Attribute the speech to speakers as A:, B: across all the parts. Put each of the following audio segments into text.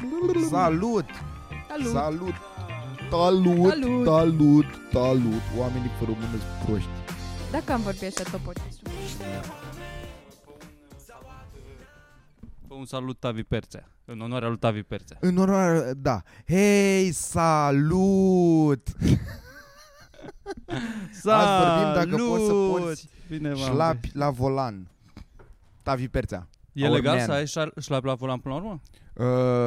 A: Salut!
B: Salut!
A: Salut! Talut,
B: Salut!
A: talut, talut, Oamenii fără glume sunt proști.
B: Dacă am vorbit așa tot podcastul.
C: Fă un salut Tavi Perțea, în onoarea lui Tavi Perțea.
A: În onoare, da. Hei, salut! Azi vorbim dacă poți să porți
C: Bine, v-am
A: Șlapi la volan. Tavi Perțea.
C: E
A: Our
C: legal
A: man.
C: să ai șar- șlapi la volan până la urmă?
A: Uh,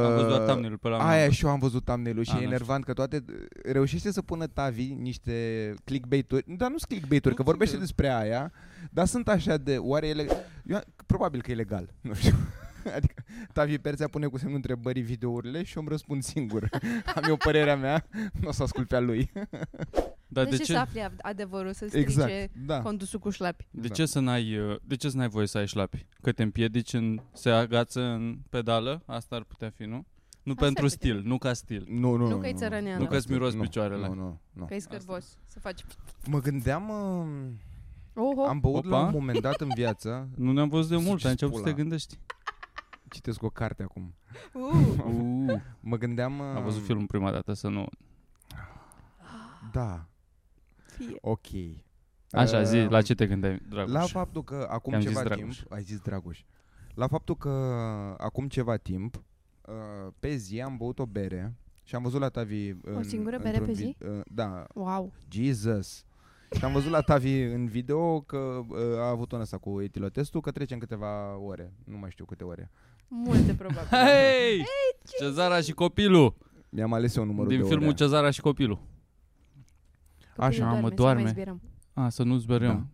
C: Am văzut doar thumbnail pe la mine.
A: Aia și eu am văzut thumbnail-ul și
C: A,
A: e
C: nu știu.
A: enervant că toate reușește să pună Tavi niște clickbait-uri, dar nu sunt clickbait-uri,
C: Nu
A: că vorbește
C: cred.
A: despre aia, dar sunt așa de, oare ele... Eu, probabil că e legal, nu știu. Adică Tavi Perțea pune cu semnul întrebării videourile și eu îmi răspund singur. Am eu părerea mea, nu o să ascult pe a lui.
C: Dar
B: de
C: de,
B: ce să
C: ce,
B: afli ad- adevărul, să strice
A: Exact, da.
B: condusul cu șlapi?
C: de,
A: Da.
C: ce să n-ai, uh, de ce să n-ai voie să ai șlapi? Că te împiedici, în, se agață în pedală? Asta ar putea fi, nu? Nu
B: Asta
C: pentru
B: ar putea.
C: stil, nu ca stil.
A: Nu, nu,
B: Nu
A: nu.
B: că-i țărăneală.
C: Nu că-ți miros
A: Nu,
C: picioarele.
A: Nu, nu, nu.
B: Că e scârbos să faci...
A: Mă gândeam, uh,
B: Oho,
A: am băut la
C: Opa.
A: un moment dat în viață,
C: Nu ne-am văzut de mult,
A: Ce
C: ai început să
A: spula.
C: te gândești.
A: citesc o carte acum,
B: uh,
C: Uh,
A: mă gândeam... uh,
C: am văzut filmul prima dată, să nu...
A: Da,
B: fie.
A: Ok.
C: Așa, zi,
A: Uh,
C: la ce te gândeai, Dragoș?
A: La faptul că acum
C: I-am zis
A: ceva timp,
C: Dragoș.
A: ai zis Dragoș. La faptul că acum ceva timp uh, pe zi am băut o bere și am văzut la Tavi în,
B: singură bere
A: într-un
B: pe zi?
A: vid- uh, da,
B: Wow.
A: Jesus. Și am văzut la Tavi în video că uh, a avut un ăsta cu etilotestul că trece în câteva ore, nu mai știu câte ore.
B: Multe probabil.
C: Hei! Cezara și copilul!
A: Mi-am ales eu numărul
C: Din
A: de
C: filmul
A: ore.
C: Cezara și copilul.
B: Copilul
C: Așa, mă,
B: să nu mai
C: doarme.
B: zbierăm.
C: A, să nu zberăm.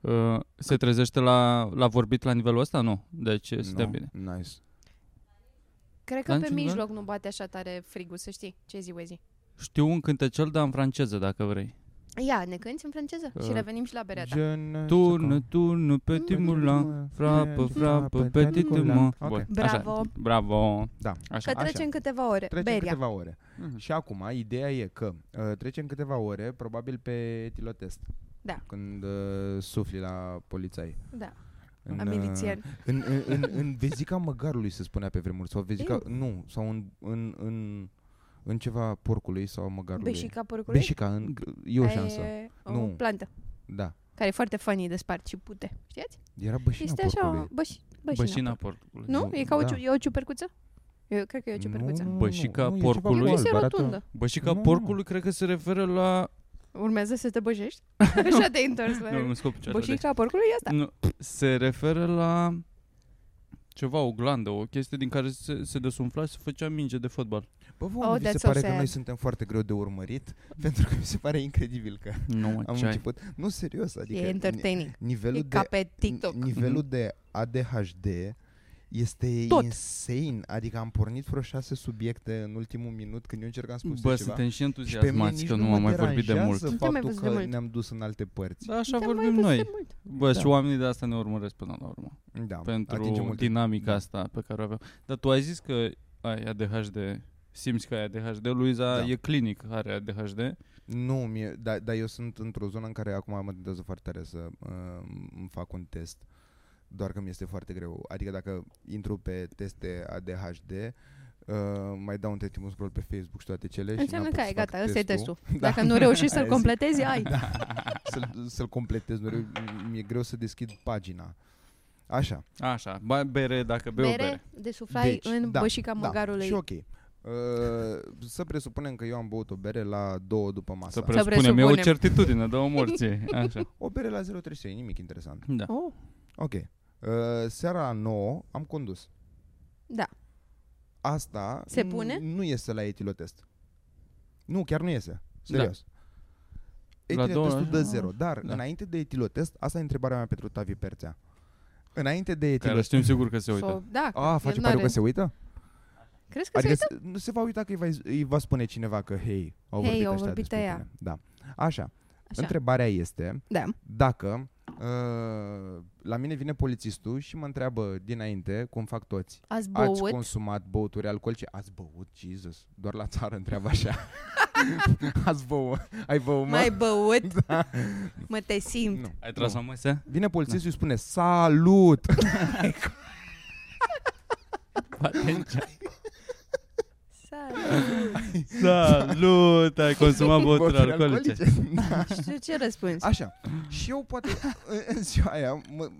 C: Da. Uh, se trezește la, la vorbit la nivelul ăsta? Nu. Deci no. suntem bine.
A: No, nice.
B: Cred că
C: Dar
B: pe
C: niciun doar?
B: mijloc nu bate așa tare frigul, să știi. Ce zi, zi.
C: Știu un cântecel, dar în franceză, dacă vrei.
B: Ia, ne cânti în franceză
C: Uh,
B: și revenim și la berea ta.
A: Je ne-
C: Turnă, turnă, petit
A: Petit
C: moulin.
A: moulin,
C: Frapă,
A: petit
C: frapă,
A: moulin.
C: petit moulin.
A: Ok.
C: Bun,
B: Bravo.
C: Așa. Bravo.
A: Da.
C: Așa.
B: Că
A: Așa.
B: trece în câteva ore.
A: Trece în
B: Beria.
A: câteva ore. Și acum, ideea e că uh, trece în câteva ore, probabil pe etilotest.
B: Da.
A: Când uh, sufli la polițai.
B: Da,
A: În,
B: a
A: uh,
B: milițieni.
A: În, în, în, în vezica măgarului se spunea pe vremuri. Sau vezica... Nu, sau în, în, în, în ceva porcului sau măgarului.
B: Beșica porcului?
A: Beșica, în, e o
B: Aia
A: șansă.
B: E o
A: Nu.
B: plantă
A: Da.
B: care e foarte funny de spart și pute. Știați?
A: Era bășina
B: Este
A: porcului.
B: așa, băș, bășina.
C: Bășina porcului.
B: Nu?
A: Nu,
B: E ca o,
A: da.
B: ciu- e o ciupercuță? Eu cred că e o
A: Nu,
B: ciupercuță.
A: nu, nu,
C: Bășica
A: nu, e ceva
C: porcului.
A: cu alb,
B: Este
A: arată-
B: rotundă.
C: Bășica
A: Nu, nu.
C: porcului cred că se referă la...
B: Urmează să te băjești? Așa te-ai întors. la-
C: Nu, mi scop picioarele.
B: Bășica porcului e asta.
C: Nu, se referă la ceva, o glandă, o chestie din care se, se desumfla și se făcea minge de fotbal.
A: Bă, vă,
B: Oh,
A: oh, vi se
B: that's so
A: pare că
B: sad.
A: noi suntem foarte greu de urmărit? Pentru că mi se pare incredibil că
C: Nu, mă,
A: am
C: ce ai?
A: început... Nu, serios, adică...
B: E entertaining.
A: Nivelul
B: E
A: de
B: ca pe TikTok.
A: N- Nivelul de ADHD este
B: Tot.
A: Tot. insane. Adică am pornit vreo șase subiecte în ultimul minut când eu încercam să spun
C: Bă,
A: ceva.
C: suntem și
A: Și pe mine
C: entuziasmați
A: nici
C: că nu
A: mă
C: am mai vorbit de
A: deranjează
C: mult.
B: Nu te mai
A: faptul
B: văzut de
A: că
B: mult.
A: ne-am dus în alte părți.
C: Da, așa
B: Te-am
C: vorbim
B: mai
C: noi.
B: văzut mult.
C: Bă,
A: Da.
C: și oamenii de asta ne urmăresc până la urmă.
A: Da, atingem
C: pentru
A: un-
C: dinamica
A: da.
C: asta pe care o aveam. Dar tu ai zis că ai ADHD, simți că ai ADHD. Luiza
A: Da.
C: e clinic, are ADHD.
A: Nu, mie, dar da, eu sunt într-o zonă în care acum mă tentează foarte tare să uh, îmi fac un test. Doar că mi este foarte greu. Adică dacă intru pe teste ADHD, uh, mai dau între timp un scroll pe Facebook și toate cele și
B: Înseamnă
A: n-apuc
B: că
A: să fac
B: ai gata, ăsta e
A: testul.
B: testul. Dacă nu reușești să-l
A: Aia zic.
B: completezi, ai.
A: Da. să-l, să-l completez mereu. Mi-e greu să deschid pagina. Așa.
C: Așa, ba- bere dacă bei o bere.
B: Bere de suflai
A: Deci,
B: în
A: da,
B: bășica
A: da.
B: măgarului.
A: Și ok. Uh, să presupunem că eu am băut o bere la două după
C: Să
A: masă.
C: presupunem, e o
B: presupunem.
C: certitudine, dă o morție. Așa.
A: o bere la 0,33, nimic interesant.
C: Da.
B: Oh,
A: Ok. Uh, seara la 9 am condus.
B: Da.
A: Asta
B: Se
A: n-
B: pune?
A: nu iese la etilotest. Nu, chiar nu iese. Serios.
C: Da. La
A: Etilotestul
C: două-
A: dă 0, dar
C: Da.
A: înainte de etilotest, asta e întrebarea mea pentru Tavi Perțea. Înainte de
C: Care
A: etilotest...
C: știm sigur că se
B: so,
C: uită.
B: da.
A: A,
B: el
A: face
B: n-are-
A: pariu că se uită?
B: Crezi că se
A: Adică
B: uită?
A: se, nu se va uita că îi va, îi va spune cineva că hei, au
B: Hei,
A: vorbit
B: au
A: ăștia
B: vorbit
A: despre
B: ăia.
A: tine. Da. Așa,
B: Așa.
A: întrebarea este
B: Da.
A: dacă uh, la mine vine polițistul și mă întreabă dinainte cum fac toți.
B: Ați
A: Ați
B: băut?
A: consumat băuturi alcoolice? Ați băut? Jesus. Doar la țară întreabă așa. Ați băut? Ai băut, mă?
B: Mai băut? Mă, te
A: Da.
B: simt.
A: Nu.
C: Ai tras
A: Nu.
C: o măsea?
A: Vine polițistul și spune salut.
C: Atenția. Salut, ai consumat băuturi alcoolice.
A: Da.
B: Și ce răspunzi?
A: Așa. Și eu poate în- în ziua aia mă,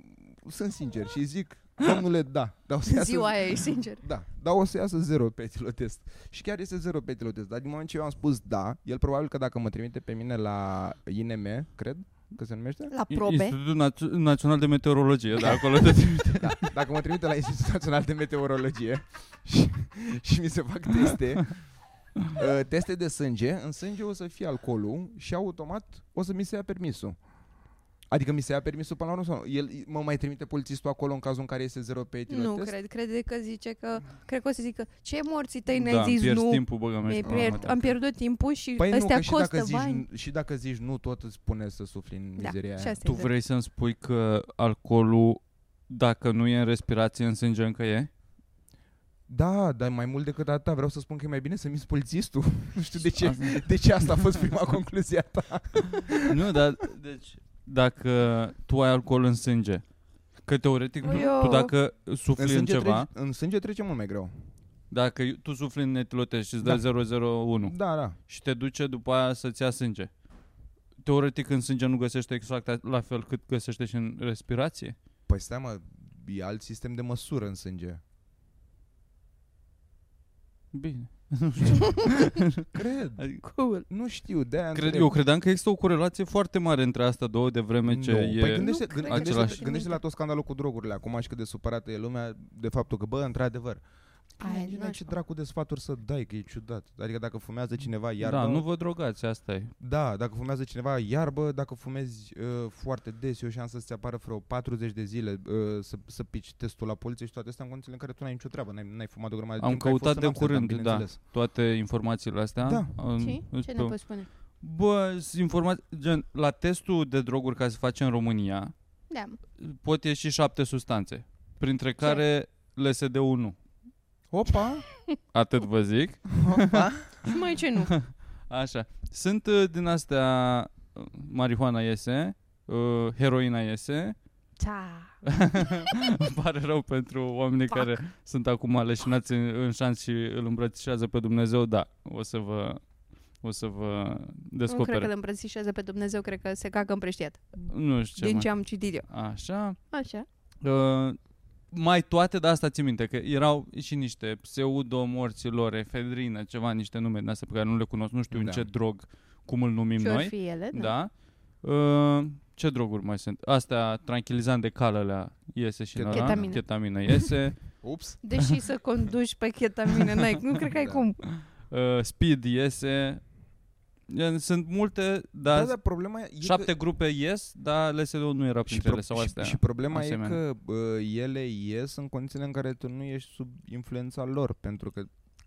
A: sunt sincer și zic, domnule, da, dar o să
B: În
A: iasă,
B: ziua aia, e sincer.
A: da, dar o să iasă zero pe test. Și chiar este zero pe test. Dar din moment ce eu am spus da, el probabil că dacă mă trimite pe mine la INM, cred că se numește,
B: La probe.
C: Institutul Naț- Național de Meteorologie, da, acolo te trimite.
A: da, dacă mă trimite la Institutul Național de Meteorologie și, și mi se fac teste, uh, teste de sânge, în sânge o să fie alcoolul și automat o să mi se ia permisul. Adică mi se ia permisul până la urmă sau nu? El mă mai trimite polițistul acolo în cazul în care este zero pe
B: Nu
A: test?
B: cred, cred că zice că Cred că o să zică Ce morții tăi Păi ne-ai
C: da,
B: zis
C: pierzi
B: nu
C: timpul, băga mea.
B: mi-ai
C: și până la
B: pierd,
C: urmă.
B: Am pierdut timpul și
A: Păi nu,
B: ăstea
A: că și
B: costă
A: dacă, zici,
B: bani
A: n- și dacă zici nu, tot îți pune să sufli în
B: Da,
A: mizeria
B: și
A: aia.
B: asta
C: Tu
B: e drept.
C: vrei să-mi spui că alcoolul, dacă nu e în respirație, în sânge încă e?
A: Da, dar mai mult decât atâta vreau să spun că e mai bine să mi polițistul. nu știu de ce, de ce asta a fost prima concluzie a ta.
C: nu, dar, deci, dacă tu ai alcool în sânge, că teoretic tu,
B: Eu-
C: tu dacă sufli în,
A: sânge
C: ceva,
A: Trece, în sânge trece mult mai greu.
C: dacă tu sufli în etilotest și îți
A: Da.
C: dai 001,
A: Da, da.
C: și te duce după aia să-ți ia sânge. Teoretic în sânge nu găsește exact a- la fel cât găsește și în respirație.
A: Păi stai mă, e alt sistem de măsură în sânge.
C: Bine. Nu știu.
A: Cred.
C: Adică,
B: Cool
A: Nu știu, de aia
C: cred, eu credeam că există o corelație foarte mare între astea două de vreme ce
A: nu.
C: e...
A: Păi gândește,
B: Nu cred
A: gândește,
C: că același.
A: gândește, gândește la tot scandalul cu drogurile acum și cât de supărată e lumea de faptul că, bă, într-adevăr,
B: Aia e
A: nu ai ce
B: nașpa.
A: dracu de sfaturi să dai, că e ciudat. Adică dacă fumează cineva iarbă,
C: da, nu vă drogați, asta e.
A: Da, dacă fumează cineva iarbă, dacă fumezi uh, foarte des, e o șansă să-ți apară vreo 40 de zile uh, să, să pici testul la poliție și toate astea în condițiile în care tu n-ai nicio treabă, n-ai, n-ai fumat o grămadă de
C: Am
A: timp, că ai fost
C: căutat
A: în
C: de
A: Amsterdam,
C: curând, da.
A: bineînțeles.
C: Toate informațiile astea...
A: Da.
C: În,
B: Și? Ce
C: îți
B: ne
C: spun.
B: poți spune?
C: Bă, sunt informații... Gen, la testul de droguri care se face în România,
B: Da,
C: pot ieși șapte sustanțe, printre care LSD-ul nu.
A: Opa!
C: Atât vă zic.
B: și mai ce nu?
C: Așa. Sunt uh, din astea uh, marihuana iese, uh, heroina iese.
B: Da.
C: Îmi pare rău pentru oamenii
B: Fuck.
C: care sunt acum leșinați în, în șanț și îl îmbrățișează pe Dumnezeu, da, o să vă o să vă
B: Nu cred
C: descopere.
B: că îl îmbrățișează pe Dumnezeu, cred că se cacă împrăștiat.
C: nu știu ce
B: Din
C: mai.
B: ce am citit Deci eu.
C: Așa.
B: Așa.
C: Uh, mai toate, dar asta țin minte, că erau și niște pseudomorților, efedrină, ceva, niște nume din astea pe care nu le cunosc, nu știu da.
A: Da.
C: în ce drog, cum îl numim
B: Și
C: noi.
B: ori fi ele, da.
C: Da. Uh, ce droguri mai sunt? Astea, tranquilizant de cal alea iese și în ăla.
B: Chetamină.
C: Chetamină iese.
A: Ups!
B: Deși să conduci pe chetamine, n-ai, nu cred că ai
A: Da.
B: cum.
C: Uh, speed iese. Gen, Sunt multe,
A: Da,
C: dar
A: dar problema e
C: șapte
A: că,
C: grupe ies, dar LSD-ul nu era
A: și,
C: printre ele
A: pro-
C: sau
A: și,
C: astea.
A: și problema
C: asemenea.
A: e că uh, ele ies în condițiile în care tu nu ești sub influența lor, pentru că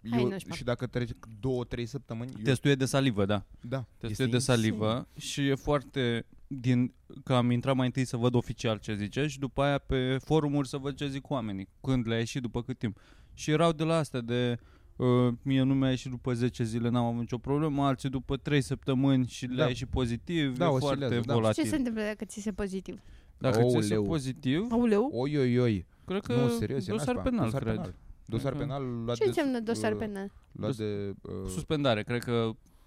B: Hai,
A: eu,
B: nașpa.
A: și dacă treci două, trei săptămâni, eu,
C: Testul e de salivă, da.
A: da,
C: Testul
A: este
C: e de
A: insane.
C: salivă și e foarte din că am intrat mai întâi să văd oficial ce zice și după aia pe forumuri să văd ce zic oamenii, când le-a ieșit, după cât timp. Și erau de la astea de uh, mie nu mi-a ieșit după 10 zile, n-am avut nicio problemă, alții după 3 săptămâni și le-a
A: Da.
C: ieșit pozitiv,
A: Da,
C: e
A: oscilează,
C: foarte
A: da.
B: Ce
C: volatil.
B: se întâmplă dacă ți se pozitiv?
C: Dacă ți iese
A: Ouleu.
C: pozitiv,
B: Auleu?
A: Oi, oi, oi.
C: cred că
A: nu, serios, e
C: dosar
A: nașpa.
C: penal,
A: dosar
C: cred.
A: Penal. Dosar
C: Cred că-
A: penal luat
B: Ce
A: de-
B: înseamnă dosar
A: uh,
B: penal?
A: Luat
C: Dus-
A: de... Uh,
C: Suspendare, cred că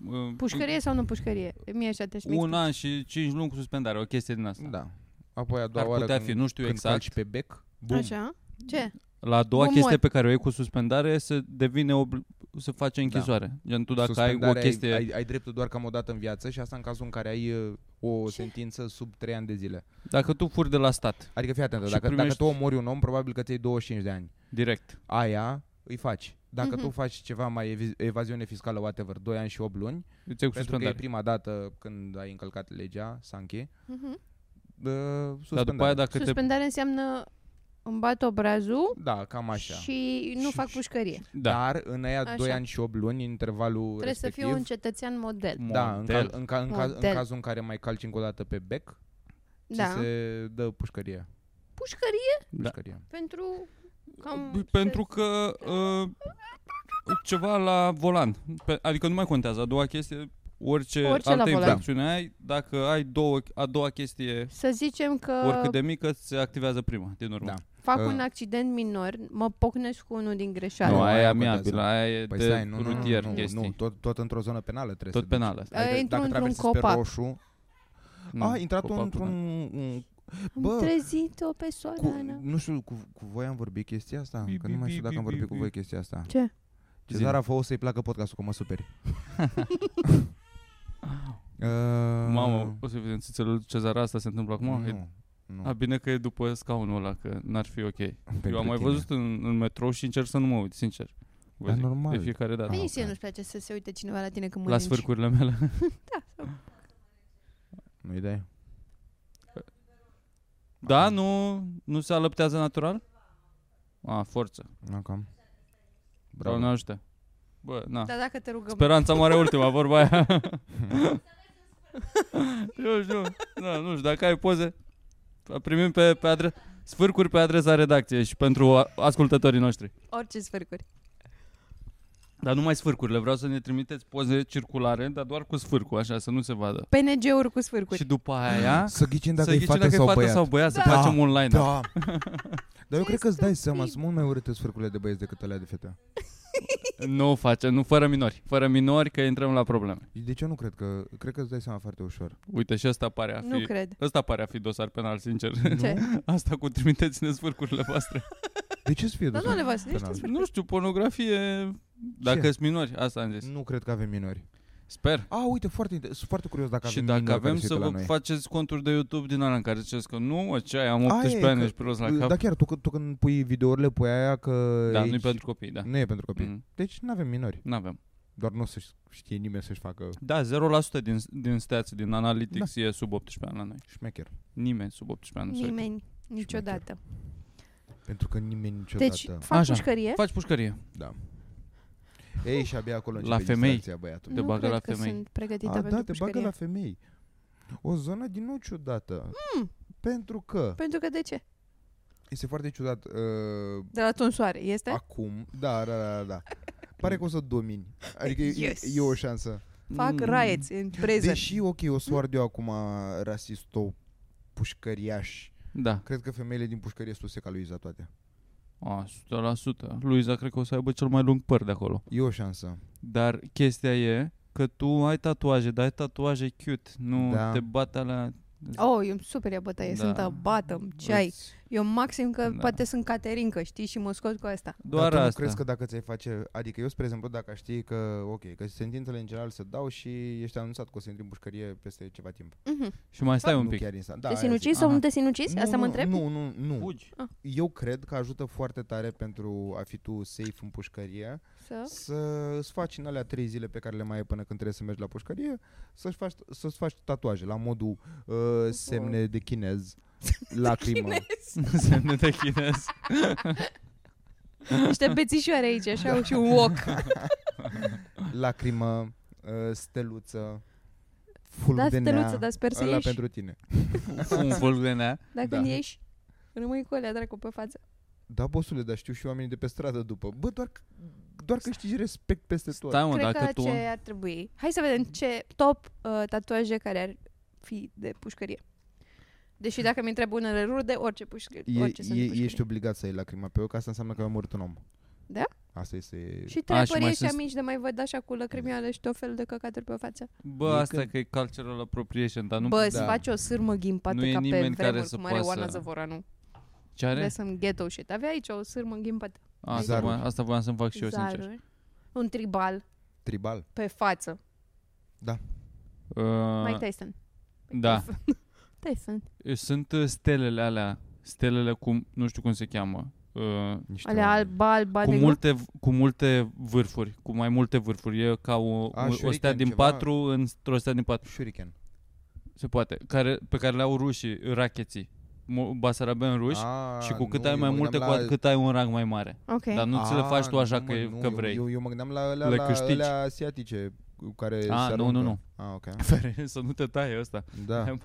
C: uh,
B: Pușcărie sau nu pușcărie? Mie așa te
C: un an și 5 luni cu suspendare, o chestie din asta.
A: da. Apoi a
C: Ar
A: doua oară
C: putea
A: când,
C: fi, nu știu
A: când
C: exact.
A: calci pe bec, bum,
B: Așa? Ce?
C: La a doua
B: Bun,
C: chestie
B: mult.
C: pe care o iei cu suspendare se devine obl- se face închisoare. Da. Gen tu dacă
A: suspendare,
C: ai o chestie
A: ai, ai, dreptul doar cam o dată în viață și asta în cazul în care ai uh, o
B: Ce?
A: sentință sub 3 ani de zile.
C: dacă tu furi de la stat
A: Adică fii atent,
C: Și
A: dacă,
C: primești-
A: dacă tu omori un om, probabil că ți-ai 25 de ani.
C: direct.
A: Aia îi faci. Dacă
B: Mhm.
A: tu faci ceva mai evi- evaziune fiscală, whatever, 2 ani și 8 luni,
C: Îți iei
A: pentru
C: cu
A: că e
C: suspendare.
A: prima dată când ai încălcat legea, Sanche,
B: Mhm.
A: uh, suspendare.
C: Dar după aia da. dacă te
B: Suspendare înseamnă îmi bat obrazul
A: Da, cam așa.
B: și nu
A: Și-
B: fac
A: și-
B: pușcărie.
C: da,
A: Dar în aia 2
B: Așa.
A: ani și 8 luni, intervalul
B: Trebuie să
A: respectiv,
B: fiu un cetățean model.
A: Da, în,
C: model.
A: cal, în, ca, în, caz, în
B: Model.
A: cazul în care mai calci încă o dată pe bec, da.
B: Da.
A: ți se dă pușcărie.
B: Pușcărie
C: Da.
A: pușcărie.
B: pentru... Cam
C: pentru că uh, ceva la volan. Pe, adică nu mai contează. A doua chestie orice,
B: Orice la
C: altă
B: volan.
C: infracțiune ai, dacă ai două, a doua chestie
B: Să zicem că
A: Ă.
C: oricât de mică, se activează prima din urmă.
A: Da.
B: fac
A: Uh.
B: uh. un accident minor, mă pocnesc cu unul din greșeală.
C: Nu,
A: Nu,
C: aia e
A: Da. aia
C: amiabilă,
A: contează.
C: aia e
A: Păi
C: de
A: stai, nu, nu,
C: rutier
A: nu, nu,
C: chestii.
A: nu, tot, tot într-o zonă penală trebuie
C: Tot
A: să duci.
C: penală.
A: Adică
B: A, intru
A: dacă
B: într-un
A: traversezi pe
B: copac.
A: roșu,
C: Nu,
A: a, intrat
C: copacul,
A: într-un...
C: da.
A: un-
B: Am
A: Bă,
B: trezit-o pe
A: cu,
B: Sorana.
A: nu știu, cu, cu voi am vorbit chestia asta?
C: Bi,
A: Că
C: bi,
A: nu mai
C: bi,
A: știu
C: bi,
A: dacă am
C: bi,
A: vorbit cu
C: bi.
A: voi chestia asta.
B: Ce?
A: Cezara Fou să-i placă podcastul, că mă superi. uh, Mm.
C: Mamă, o să vedem țițelul lui Cezara asta se întâmplă acum? E-
A: nu, nu.
C: A, bine că e după scaunul ăla, că n-ar fi ok. Eu
A: Pentru
C: am
A: Păi
C: mai
A: tine.
C: văzut în, în metrou și încerc să nu mă uit, sincer. Vă
A: Dar
C: zic,
A: normal.
C: De fiecare dată.
A: Ah,
B: Veni și
A: ok.
B: nu-și place să se uite cineva la tine când
C: La
B: mănânci.
C: sfârcurile mele.
A: Nu-i dai?
C: Da, nu, nu se alăptează natural? A, forță.
A: Nu, cam.
C: Bravo. ne
A: Bravo.
C: ajută. Bă, na.
B: Dar dacă te rugăm...
C: Speranța mare ultima, vorba aia. Eu știu, da, nu știu, dacă ai poze, primim pe, pe adre- sfârcuri pe adresa redacției și pentru a- ascultătorii noștri.
B: Orice sfârcuri.
C: Dar nu mai sfârcurile, vreau să ne trimiteți poze circulare, dar doar cu sfârcul, așa, să nu se vadă.
B: PNG-uri cu sfârcuri.
C: Și după aia,
A: Să ghicim Hmm.
C: să
A: dacă e
C: ghicim
A: fată
C: dacă
A: sau
C: e fată
A: băiat.
C: sau băiat, să
A: Da.
C: facem un line
A: Da. Dar eu
B: Ce
A: cred că îți dai seama,
B: stupid.
A: sunt mult mai urâte sfârcurile de băieți decât alea de fete.
C: Nu o facem, nu fără minori. Fără minori că intrăm la probleme.
A: Deci eu nu cred că, cred că îți dai seama foarte ușor.
C: Uite, și ăsta pare a fi...
B: Nu cred.
C: Ăsta pare a fi dosar penal, sincer.
B: Ce?
C: Asta cu trimiteți-ne sfârcurile voastre.
A: De ce să fie
B: Dar
A: dus?
B: nu le văd, nu
A: Penal.
B: știu
C: Nu știu, pornografie... Dacă
A: Ce? Hmm.
C: sunt minori, asta am zis.
A: Nu cred că avem minori.
C: Sper.
A: A, uite, foarte, inter- sunt foarte curios dacă
C: și
A: avem minori
C: dacă avem
A: care se
C: să
A: uită
C: vă
A: la noi.
C: faceți conturi de YouTube din alea în care ziceți că nu, mă, ce ai, am
A: Aia
C: 18
A: e,
C: ani,
A: că-
C: ești prost la cap.
A: Dar chiar, tu, tu când pui videourile pe aia că...
C: da,
A: ești-
C: nu-i pentru copii, da.
A: Nu e pentru copii.
C: Mm.
A: Deci nu avem minori.
C: N-avem.
A: Doar nu să știe nimeni să-și facă
C: Da, 0% din, din stats, din analytics
B: Da.
C: e sub 18 ani la noi.
A: șmecher.
C: Nimeni sub 18 ani nu se uită.
B: Nimeni, niciodată.
A: Pentru că nimeni niciodată...
B: Deci fac
C: Așa.
B: pușcărie,
C: Faci pușcărie.
A: Da. Ei și abia acolo
C: La
A: începe
C: femei.
A: distracția, băiatul.
C: Exact. Te
B: nu
C: bagă
B: cred
C: la
B: că
C: femei.
B: sunt pregătită
A: A,
B: pentru
A: da, te bagă
B: pușcărie.
A: la femei. O zonă din nou ciudată.
B: Mm.
A: Pentru că
B: Pentru că de ce?
A: este foarte ciudat uh,
B: De la tunsoare, este?
A: acum. Da, da, da, da, da. Pare că o să domini. Adică e-
B: Yes.
A: e, e o șansă.
B: fac
C: Mm.
B: riots în prezent.
A: Deși, ok, o să o ard eu acum rasisto pușcăriaș.
C: Da.
A: Cred că femeile din pușcărie sunt suse ca lui Iza toate.
C: A, 100%. Luiza cred că o să aibă cel mai lung păr de acolo.
A: E o șansă.
C: Dar chestia e că tu ai tatuaje, dar ai tatuaje cute. Nu da.
A: Da.
C: te bate la...
B: Oh, eu îmi super ia bătaie,
C: Da.
B: da. sunt abată, ce ai? Eu maxim că
C: Da.
B: da. poate sunt caterincă, știi, și mă scot cu asta.
C: Doar
A: Dar tu
C: asta.
A: nu crezi că dacă ți-ai face... Adică eu, spre exemplu, dacă aș ști că, ok, că sentințele în general se dau și ești anunțat că o să intri în pușcărie peste ceva timp.
B: Mhm.
C: Și mai stai
A: nu
C: un pic.
A: Chiar instant. Da,
B: Da, te
A: aia zic.
B: sinucizi sau
C: Aha.
B: nu te sinucizi?
A: Nu,
B: Asta
A: nu,
B: mă întreb?
A: Nu, nu, nu.
C: Fugi.
B: Ah.
A: Eu cred că ajută foarte tare pentru a fi tu safe în pușcărie
B: Să...
A: să îți faci în alea trei zile pe care le mai ai până când trebuie să mergi la pușcărie să-ți faci, să-ți faci tatuaje la modul uh, semne de chinez, lacrimă.
C: Semne de chinez.
B: Niște bețișoare aici, așa, da. și un wok.
A: lacrimă, uh, steluță, fulg
B: Da,
A: de nea.
B: steluță, dar sper să
A: Ăla
B: ieși.
A: pentru tine.
C: Un fulg de nea.
B: Dacă
A: Da.
B: când ieși, rămâi cu alea, dracu, pe față.
A: Da, bosule, dar știu și oamenii de pe stradă după. Bă, doar, că- doar că știi respect peste tot.
C: Stai mă,
B: Cred
C: dacă
B: că
C: tu...
B: ce ar trebui. Hai să vedem ce top uh, tatuaje care ar fi de pușcărie. Deși dacă mi întreb unele rude, orice, pușcă,
A: E,
B: orice sunt de
A: e,
B: pușcărie.
A: ești obligat să ai lacrima pe ochi, asta înseamnă că a murit un om.
B: Da?
A: Asta este...
B: Și
C: mai
B: trepări
C: sunt-
B: ăștia mici de mai văd așa cu lăcrimioare și tot felul de căcaturi pe față.
C: Bă,
A: E
C: asta
A: când-
C: că e cultural appropriation, dar nu...
B: Bă,
C: Bă,
B: îți
A: da.
B: faci o sârmă ghimpată
C: Nu e
B: ca pe
C: nimeni
B: vremuri
C: care să
B: cum are
C: poată
B: Oana
C: să-
B: Zăvoranu.
C: ce are?
B: Vrea să-mi ghetto shit. Avea aici o sârmă ghimpată.
C: Asta,
A: Zaruri.
C: voiam, asta voiam să-mi fac și eu, sincer.
B: Zaruri. Un tribal
A: Tribal.
B: pe față.
C: Uh,
B: Mike Tyson.
C: da.
B: Tyson.
C: Sunt uh, stelele alea, stelele cu, nu știu cum se cheamă, uh,
A: Niște
B: Alea
A: oameni.
B: alba, alba,
C: cu,
B: negră.
C: multe, cu multe vârfuri, cu mai multe vârfuri. E ca o,
A: A,
C: o, o stea
A: shuriken,
C: din
A: ceva?
C: patru într-o stea din patru.
A: Shuriken.
C: Se poate. Care, pe care le au rușii, racheții. Mo- Basarabeni ruși.
A: A,
C: și cu
A: Ah,
C: cât
A: nu,
C: ai
A: eu
C: mai
A: mă
C: multe,
A: gândeam
C: cu
A: la-
C: atât ai un rang mai mare.
B: Ok.
C: Dar nu ți le
A: A,
C: faci tu
A: Ah, nu,
C: așa
A: mă,
C: că,
A: nu,
C: că
A: eu-
C: vrei.
A: Eu, eu mă gândeam la alea,
C: Le
A: la,
C: câștigi. Ah,
A: alea asiatice cu care se
C: nu,
A: aruncă.
C: nu, nu.
A: A, ok.
C: Ferește să nu te taie ăsta.
A: Da.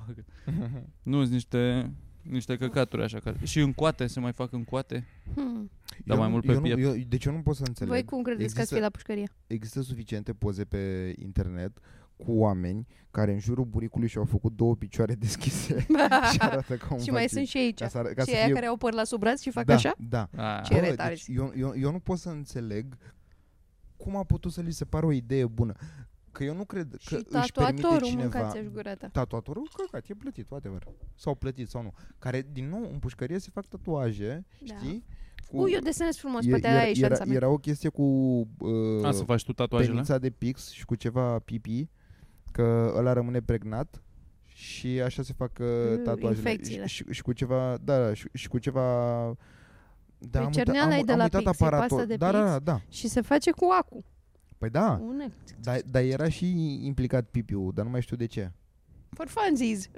C: nu, sunt niște, niște căcaturi așa. Care... Și în coate, se mai fac în coate.
B: Hmm.
C: Dar
A: Eu
C: mai
A: nu-
C: mult pe
A: eu nu,
C: piept.
A: eu, deci eu nu pot să înțeleg.
B: Voi cum credeți că ați
A: Există-
B: fi la pușcărie?
A: Există suficiente poze pe internet cu oameni care în jurul buricului și-au făcut două picioare deschise și arată ca un
B: și mai
A: vacil.
B: sunt și aici.
A: ca să, ar- ca
B: Și
A: să
B: aia
A: fie...
B: care au păr la sub braț și fac
A: da,
B: așa?
A: Da.
C: A,
B: Ce
A: Bă,
B: retare.
A: deci eu, eu, eu nu pot să înțeleg cum a putut să li se pară o idee bună. Că eu nu cred că
B: și
A: își permite
B: tatuatorul
A: cineva...
B: mâncați-și gura ta.
A: Tatuatorul, căcat, e plătit, whatever. Sau plătit sau nu. Care, din nou, în pușcărie se fac tatuaje,
B: Da.
A: știi?
B: U, eu desenez frumos,
A: E-
B: poate
A: era,
B: aia e șansa
A: era,
B: mea.
A: era o chestie cu uh,
C: a, să faci tu tatuajele?
A: penița de pix și cu ceva pipi, că ăla rămâne pregnat și așa se fac uh,
B: Mm,
A: tatuajele.
B: infecțiile.
A: Și, și, și cu ceva, da, da, și, și cu ceva... Da,
B: Pe
A: am uitat, am,
B: Păi cerneala e de
A: am
B: la
A: uitat
B: pix, e pasta
A: aparatul.
B: de
A: da, da,
B: pix.
A: da, da.
B: Și se face cu acu.
A: Păi da,
B: Une.
A: dar da, era și implicat pipiul, dar nu mai știu de ce.
B: For funsies. Și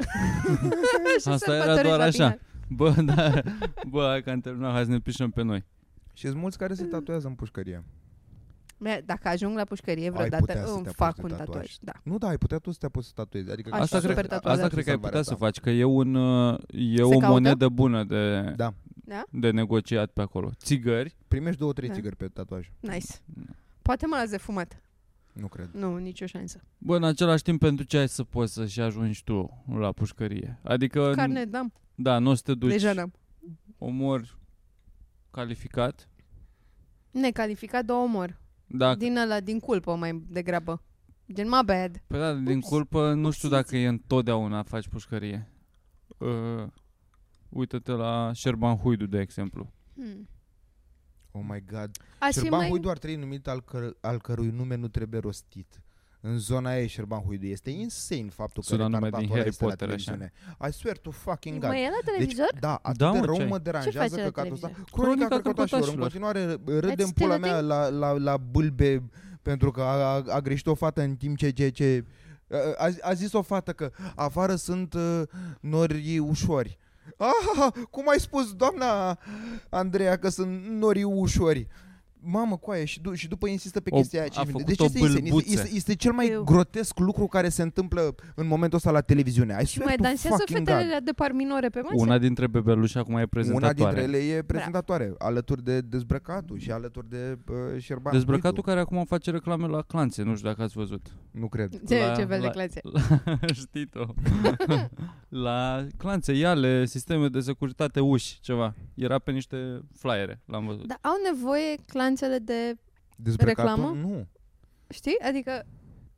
C: Asta era
B: sărbătorești
C: doar
B: la
C: așa.
B: final.
C: Bă, da, bă, hai că am terminat, hai să ne pișăm pe noi.
A: Și sunt mulți
B: Mm.
A: care se tatuează în pușcărie.
B: Bine, Dacă ajung la pușcărie
A: putea
B: vreodată,
A: să te
B: îmi
A: apuci
B: fac
A: de
B: un
A: tatuaj.
B: tatuaj. Da.
A: Nu, da, ai putea tu să te apuci să tatuezi. Adică
B: Aș
C: Asta
B: fi
C: cred,
B: super tatuaj.
C: asta cred că ai putea să
A: Salvarea
C: faci, că e, un, uh, e o
B: caută?
C: monedă bună de,
A: Da,
C: de negociat pe acolo. Țigări,
A: primești două, trei
B: Da.
A: țigări pe tatuaj.
B: Nice.
C: Da.
B: Poate mă las de fumat.
A: Nu cred.
B: Nu, nicio șansă.
C: bă, în același timp pentru ce ai să poți să și ajungi tu la pușcărie? Adică,
B: Carne, n-am.
C: da, nu o să te duci
B: Deja n-am.
C: omor calificat,
B: Necalificat, două omor.
C: dacă
B: Din ăla, din culpă mai degrabă. Din my bad.
C: Păi da, din
B: Ups.
C: culpă nu știu
B: Ups.
C: dacă e întotdeauna faci pușcărie. Uh, uită-te la Șerban Huidu, de exemplu.
B: Hmm.
A: Oh my god.
B: Azi
A: Șerban
B: mai...
A: Huidu ar trebui numit al, căr- al cărui nume nu trebuie rostit. În zona aea e Șerban Huidu. Este insane faptul că
C: Sună nume din
A: retardatul ăla
C: Harry
A: este la
C: Potter, așa.
A: televiziune. I swear to fucking god.
B: Mă e la
A: Deci,
B: televizor?
A: da, atât
C: Da,
A: de
C: mă,
A: rău
C: ce ai?
A: mă
B: Ce
A: deranjează
B: face la
A: căcatul ăsta.
B: televizor?
A: Cronica
C: Cronica
A: cărcotașilor. În
C: cărcotașilor.
A: continuare ră- râdem
B: That's
A: pula
B: still a
A: mea la, la, la bâlbe pentru că a, a, a greșit o fată în timp ce... ce, ce a, a zis o fată că afară sunt uh, nori ușori. Ah, cum ai spus, doamna Andreea, că sunt nori ușori. Mamă, coaie, și, du- și după insistă pe
C: O-
A: chestia aia
C: a
A: 5 minute.
C: făcut
A: Deci
C: o
A: este, insane. este,
C: bâlbuță.
A: este, este cel mai
B: Eu.
A: grotesc lucru care se întâmplă în momentul ăsta la televiziune. Ai
B: Și mai dansează fetele alea de par minore pe masă?
C: Una dintre bebeluși acum e
A: una
C: prezentatoare.
A: dintre ele
C: Da.
A: e prezentatoare, alături de Dezbrăcatul și alături de uh, Șerban
C: Dezbrăcatul
A: Huidu.
C: care acum face reclame la clanțe, nu știu dacă ați văzut.
A: Nu cred.
B: Ce,
C: La-
B: ce fel de
C: la-
B: clase?
C: Știi tu. la clanțe, iale, sisteme de securitate, uși, ceva. Era pe niște flyere, l-am văzut.
B: Dar Da, au nevoie clanțele de,
A: Dezbrăcatul?
B: Reclamă?
A: Nu.
B: știi? Adică
C: Da,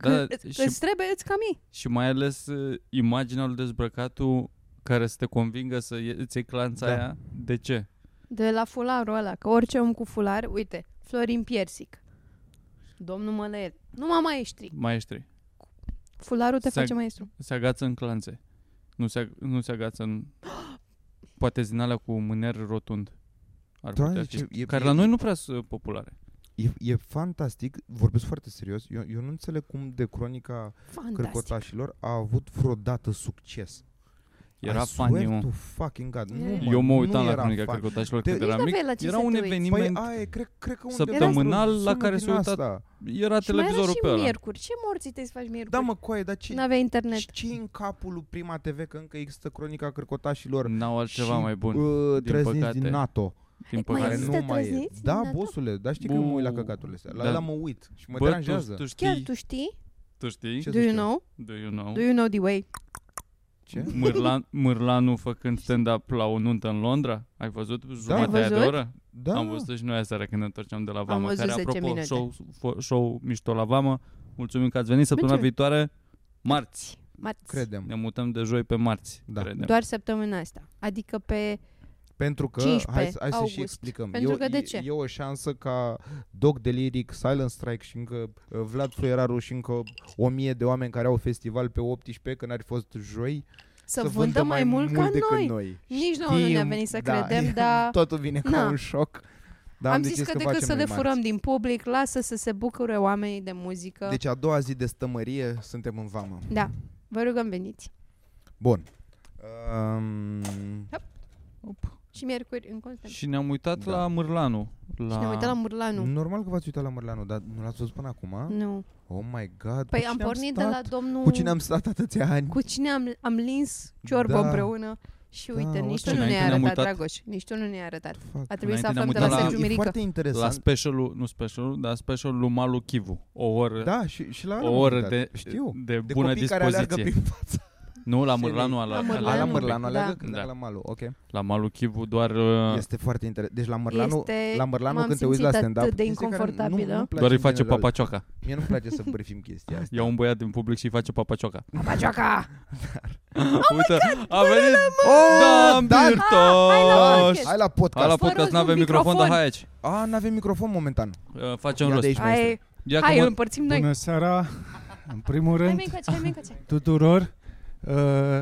B: când îți,
C: și-
B: îți trebuie, îți cam ei.
C: Și mai ales uh, imaginea lui dezbrăcatul care să te convingă să ie- îți iei clanța
A: Da.
C: aia. De ce?
B: De la fularul ăla, că orice om cu fular, uite, Florin Piersic. Domnul Mălăel. Nu mă mai ești strict.
C: Maestri.
B: Fularul te
C: Să-
B: face maestru.
C: Se agață în clanțe. Nu se, ag- nu se agață în... Poate din alea cu mâner rotund. Ar
A: Doamne,
C: putea
A: ce-
C: fi.
A: Da, e-
C: care
A: e-
C: la noi nu prea sunt populare.
A: E, e fantastic, vorbesc foarte serios, eu, eu nu înțeleg cum de cronica
B: Fantastic.
A: cărcotașilor a avut vreodată succes.
C: Era
A: I swear
C: funny, mă.
A: to fucking God. Nu,
B: Eu
A: mă,
C: Eu mă
A: nu
C: uitam la
A: era
C: cronica
A: funny.
C: cărcotașilor
A: Te-
C: când
B: Nici
C: eram mic.
B: n-aveai la ce
C: Era
B: să
C: un
B: te uiți.
A: Păi
C: eveniment,
A: aia e, cred, cred că undeva
C: Săptămânal
A: într-o
C: la
A: zonă
C: care
A: din
C: se uita-
A: asta.
C: era
B: Și mai era
C: televizorul
B: și
C: pe ăla.
B: miercuri. Ce morții te să faci miercuri?
A: Da mă, coaie, dar ce,
B: N-aveai internet.
A: și ce e în capul lui Prima TV că încă există cronica cărcotașilor
C: N-au altceva
A: și,
C: mai bun,
A: Uh,
C: din
A: trăzniți din
C: păcate.
A: NATO.
C: din
B: mai
A: care
B: Păi
C: păcate.
B: există
A: nu mai e.
B: trăzniți
A: Da,
B: din NATO?
A: bosule, dar știi că eu mă uit la
C: Bu.
A: căcaturile astea. La
C: Da.
A: ela mă uit și mă
C: Bă,
A: deranjează.
C: tu, tu știi,
B: Chiar tu știi?
C: tu știi,
A: Ce
B: Do
A: zici
B: you
A: tu?
B: know?
C: do you know?
B: Do you know the way?
A: Ce?
C: Mârlan, Mârlanu făcând stand-up la o nuntă în Londra? Ai văzut jumătate
B: Ai văzut?
C: de oră?
A: Da.
C: Am văzut și noi aseară când ne întorceam de la Vamă.
B: văzut
C: care,
B: 10
C: apropo,
B: minute.
C: Show, fo- show mișto la Vamă. Mulțumim că ați venit săptămâna
B: Mulțumim.
C: viitoare. Marți.
B: Marți.
C: Ne
A: Credem.
C: mutăm de joi pe marți.
A: Da.
C: Credem.
B: Doar săptămâna asta. Adică pe...
A: Pentru că,
B: 15
A: hai, să- hai să
B: august.
A: și explicăm.
B: Pentru
A: e, o-
B: că de
A: e-
B: ce?
A: E o șansă ca Dog Deliric, Silent Strike și încă uh, Vlad Fluieraru și încă o mie de oameni care au festival pe 18, când ar fi fost joi,
B: Să,
A: să
B: vândă mai mult ca
A: decât
B: noi.
A: noi.
B: Nici nouă nu ne-a
A: Știm,
B: venit să
A: da,
B: credem, dar...
A: Totul vine ca
B: Na.
A: un șoc. Dar
B: am
A: am
B: zis
A: decis
B: că,
A: că
B: decât
A: facem
B: să le
A: noi
B: furăm
A: marți.
B: din public, lasă să se bucure oamenii de muzică.
A: Deci a doua zi de stămărie suntem în vamă.
B: Da, vă rugăm veniți.
A: Bun. Um,
B: Și miercuri în Constanța.
C: Și ne-am uitat
A: Da.
C: la Mârlanu. La...
B: Și ne-am uitat la Murlanu.
A: Normal că v-ați uitat la Mărlanu, dar nu l-ați văzut până acum?
B: Nu.
A: Oh my god,
B: Păi
A: cu
B: am
A: cine
B: pornit de
A: stat?
B: la domnul...
A: Cu cine am stat atâția ani?
B: Cu cine am, am lins ciorbă
A: Da.
B: împreună Și uite,
A: Da,
B: nici
A: asta
B: tu
A: e.
B: nu
C: Deci Înainte
B: ne-ai
C: ne-am
B: arătat,
C: uitat-
B: Dragoș. Nici tu nu ne-ai arătat.
A: Fuck.
B: A trebuit să
C: Înainte ne-am
B: aflăm de
C: uitat
B: la
C: la-
B: Sergiu
A: e
B: Mirică.
A: foarte
C: La
A: interesant.
C: specialul, nu specialul, dar specialul lui Malu Chivu. O oră,
A: da, și, și la
C: o
A: Ana
C: oră
A: m-am
C: de,
A: uitat. Știu.
C: de,
A: De
C: bună
A: copii care aleargă
C: dispoziție.
A: prin fața.
C: Nu, la
A: Se
C: Mârlanu.
A: vei-
C: ala-
B: La
C: ala-
B: Mârlanu.
A: A, la
B: Mârlanu.
A: Mârlanu
B: Da.
A: aleargă când
C: Da.
A: era la Malu, ok.
C: La Malu Chivu doar... uh,
A: Este foarte interesant. Deci la Mărlanu,
B: Este-
A: la Mărlanu
B: m-am
A: când te uiți la
B: simțit
A: stand-up...
B: atât de
A: chestia care nu-
B: inconfortabilă.
A: nu-mi place
C: Doar îi
A: în
C: face
A: general.
C: papacioca.
A: Mie nu-mi place să brifim chestia asta.
C: Ia un băiat din public și îi face papacioca.
B: Papacioaca!
C: Uite, a venit
A: Oh,
C: Dan
A: Dan!
B: Ah,
C: Birtoș!
A: Hai la
C: da, Hai la
A: podcast.
C: podcast,
B: Fără
C: n-avem
B: un
C: microfon, dar
B: microfon.
C: hai aici.
A: A, n-avem microfon momentan.
C: Uh, Facem
A: Ia de
C: rost.
A: aici,
B: Hai,
A: maestru.
C: Ia că
B: hai, îl
C: mă-
B: împărțim noi.
D: Bună seara, în primul
B: Hai,
D: rând,
B: mai încoace, hai, mai încoace.
D: tuturor. Uh,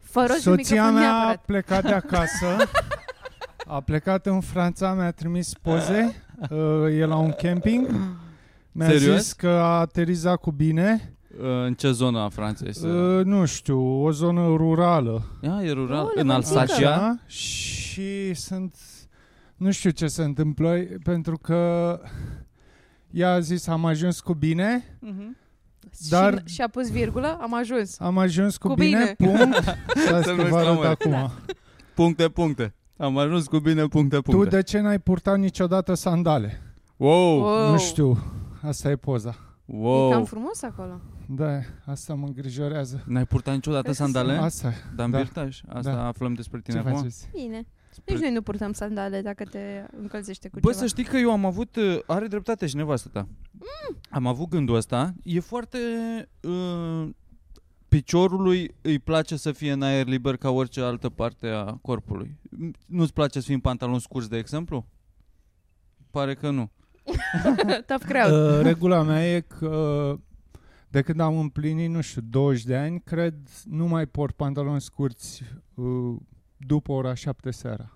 B: Fără și un
D: soția
B: microfon
D: mea a
B: neapărat.
D: plecat de acasă, a plecat în Franța, mi-a trimis poze, uh, e la un camping. Mi-a
C: Serios?
D: zis că a aterizat cu bine.
C: Uh, în ce zonă a Franței? se-
D: Uh, nu știu, o zonă rurală.
C: Ia, e rural.
B: Aoleu,
C: În
B: mă,
C: Alsacia.
D: Așa, și sunt... Nu știu ce se întâmplă, pentru că ea a zis am ajuns cu bine,
B: Dar...
D: Dar-
B: Mhm. Și, și a pus virgulă, am ajuns.
D: am ajuns cu,
B: Cu
D: bine, punct. Stați
C: Să
D: că
C: nu
D: vă arăt
C: exclamăm.
D: acum.
C: Puncte, puncte. Am ajuns cu bine puncte,
D: Tu
C: puncte.
D: de ce n-ai purtat niciodată sandale?
C: Wow,
D: Nu știu, asta e poza.
B: E cam
C: Oh, wow.
B: frumos acolo.
D: Da, asta mă îngrijorează.
C: N-ai purtat niciodată
B: Cred că
C: sandale?
D: Asta, e.
C: Dan
D: da.
C: Birtaș, asta
D: Da.
C: aflăm despre tine
D: ce
C: acum.
D: faceți?
B: Bine. Nici noi nu purtăm sandale dacă te încălzește cu
C: Bă,
B: ceva.
C: să știi că eu am avut, uh, are dreptate și nevastă ta.
D: Mm.
C: Am avut gândul ăsta, e foarte... Uh, piciorului îi place să fie în aer liber ca orice altă parte a corpului. M- Nu-ți place să fii în pantaloni scurți, de exemplu? Pare că nu.
B: Tough
C: Ă,
B: crowd.
D: Uh, regula mea e că de când am împlinit, nu știu, 20 de ani, cred, nu mai port pantaloni scurți uh, după ora 7 seara.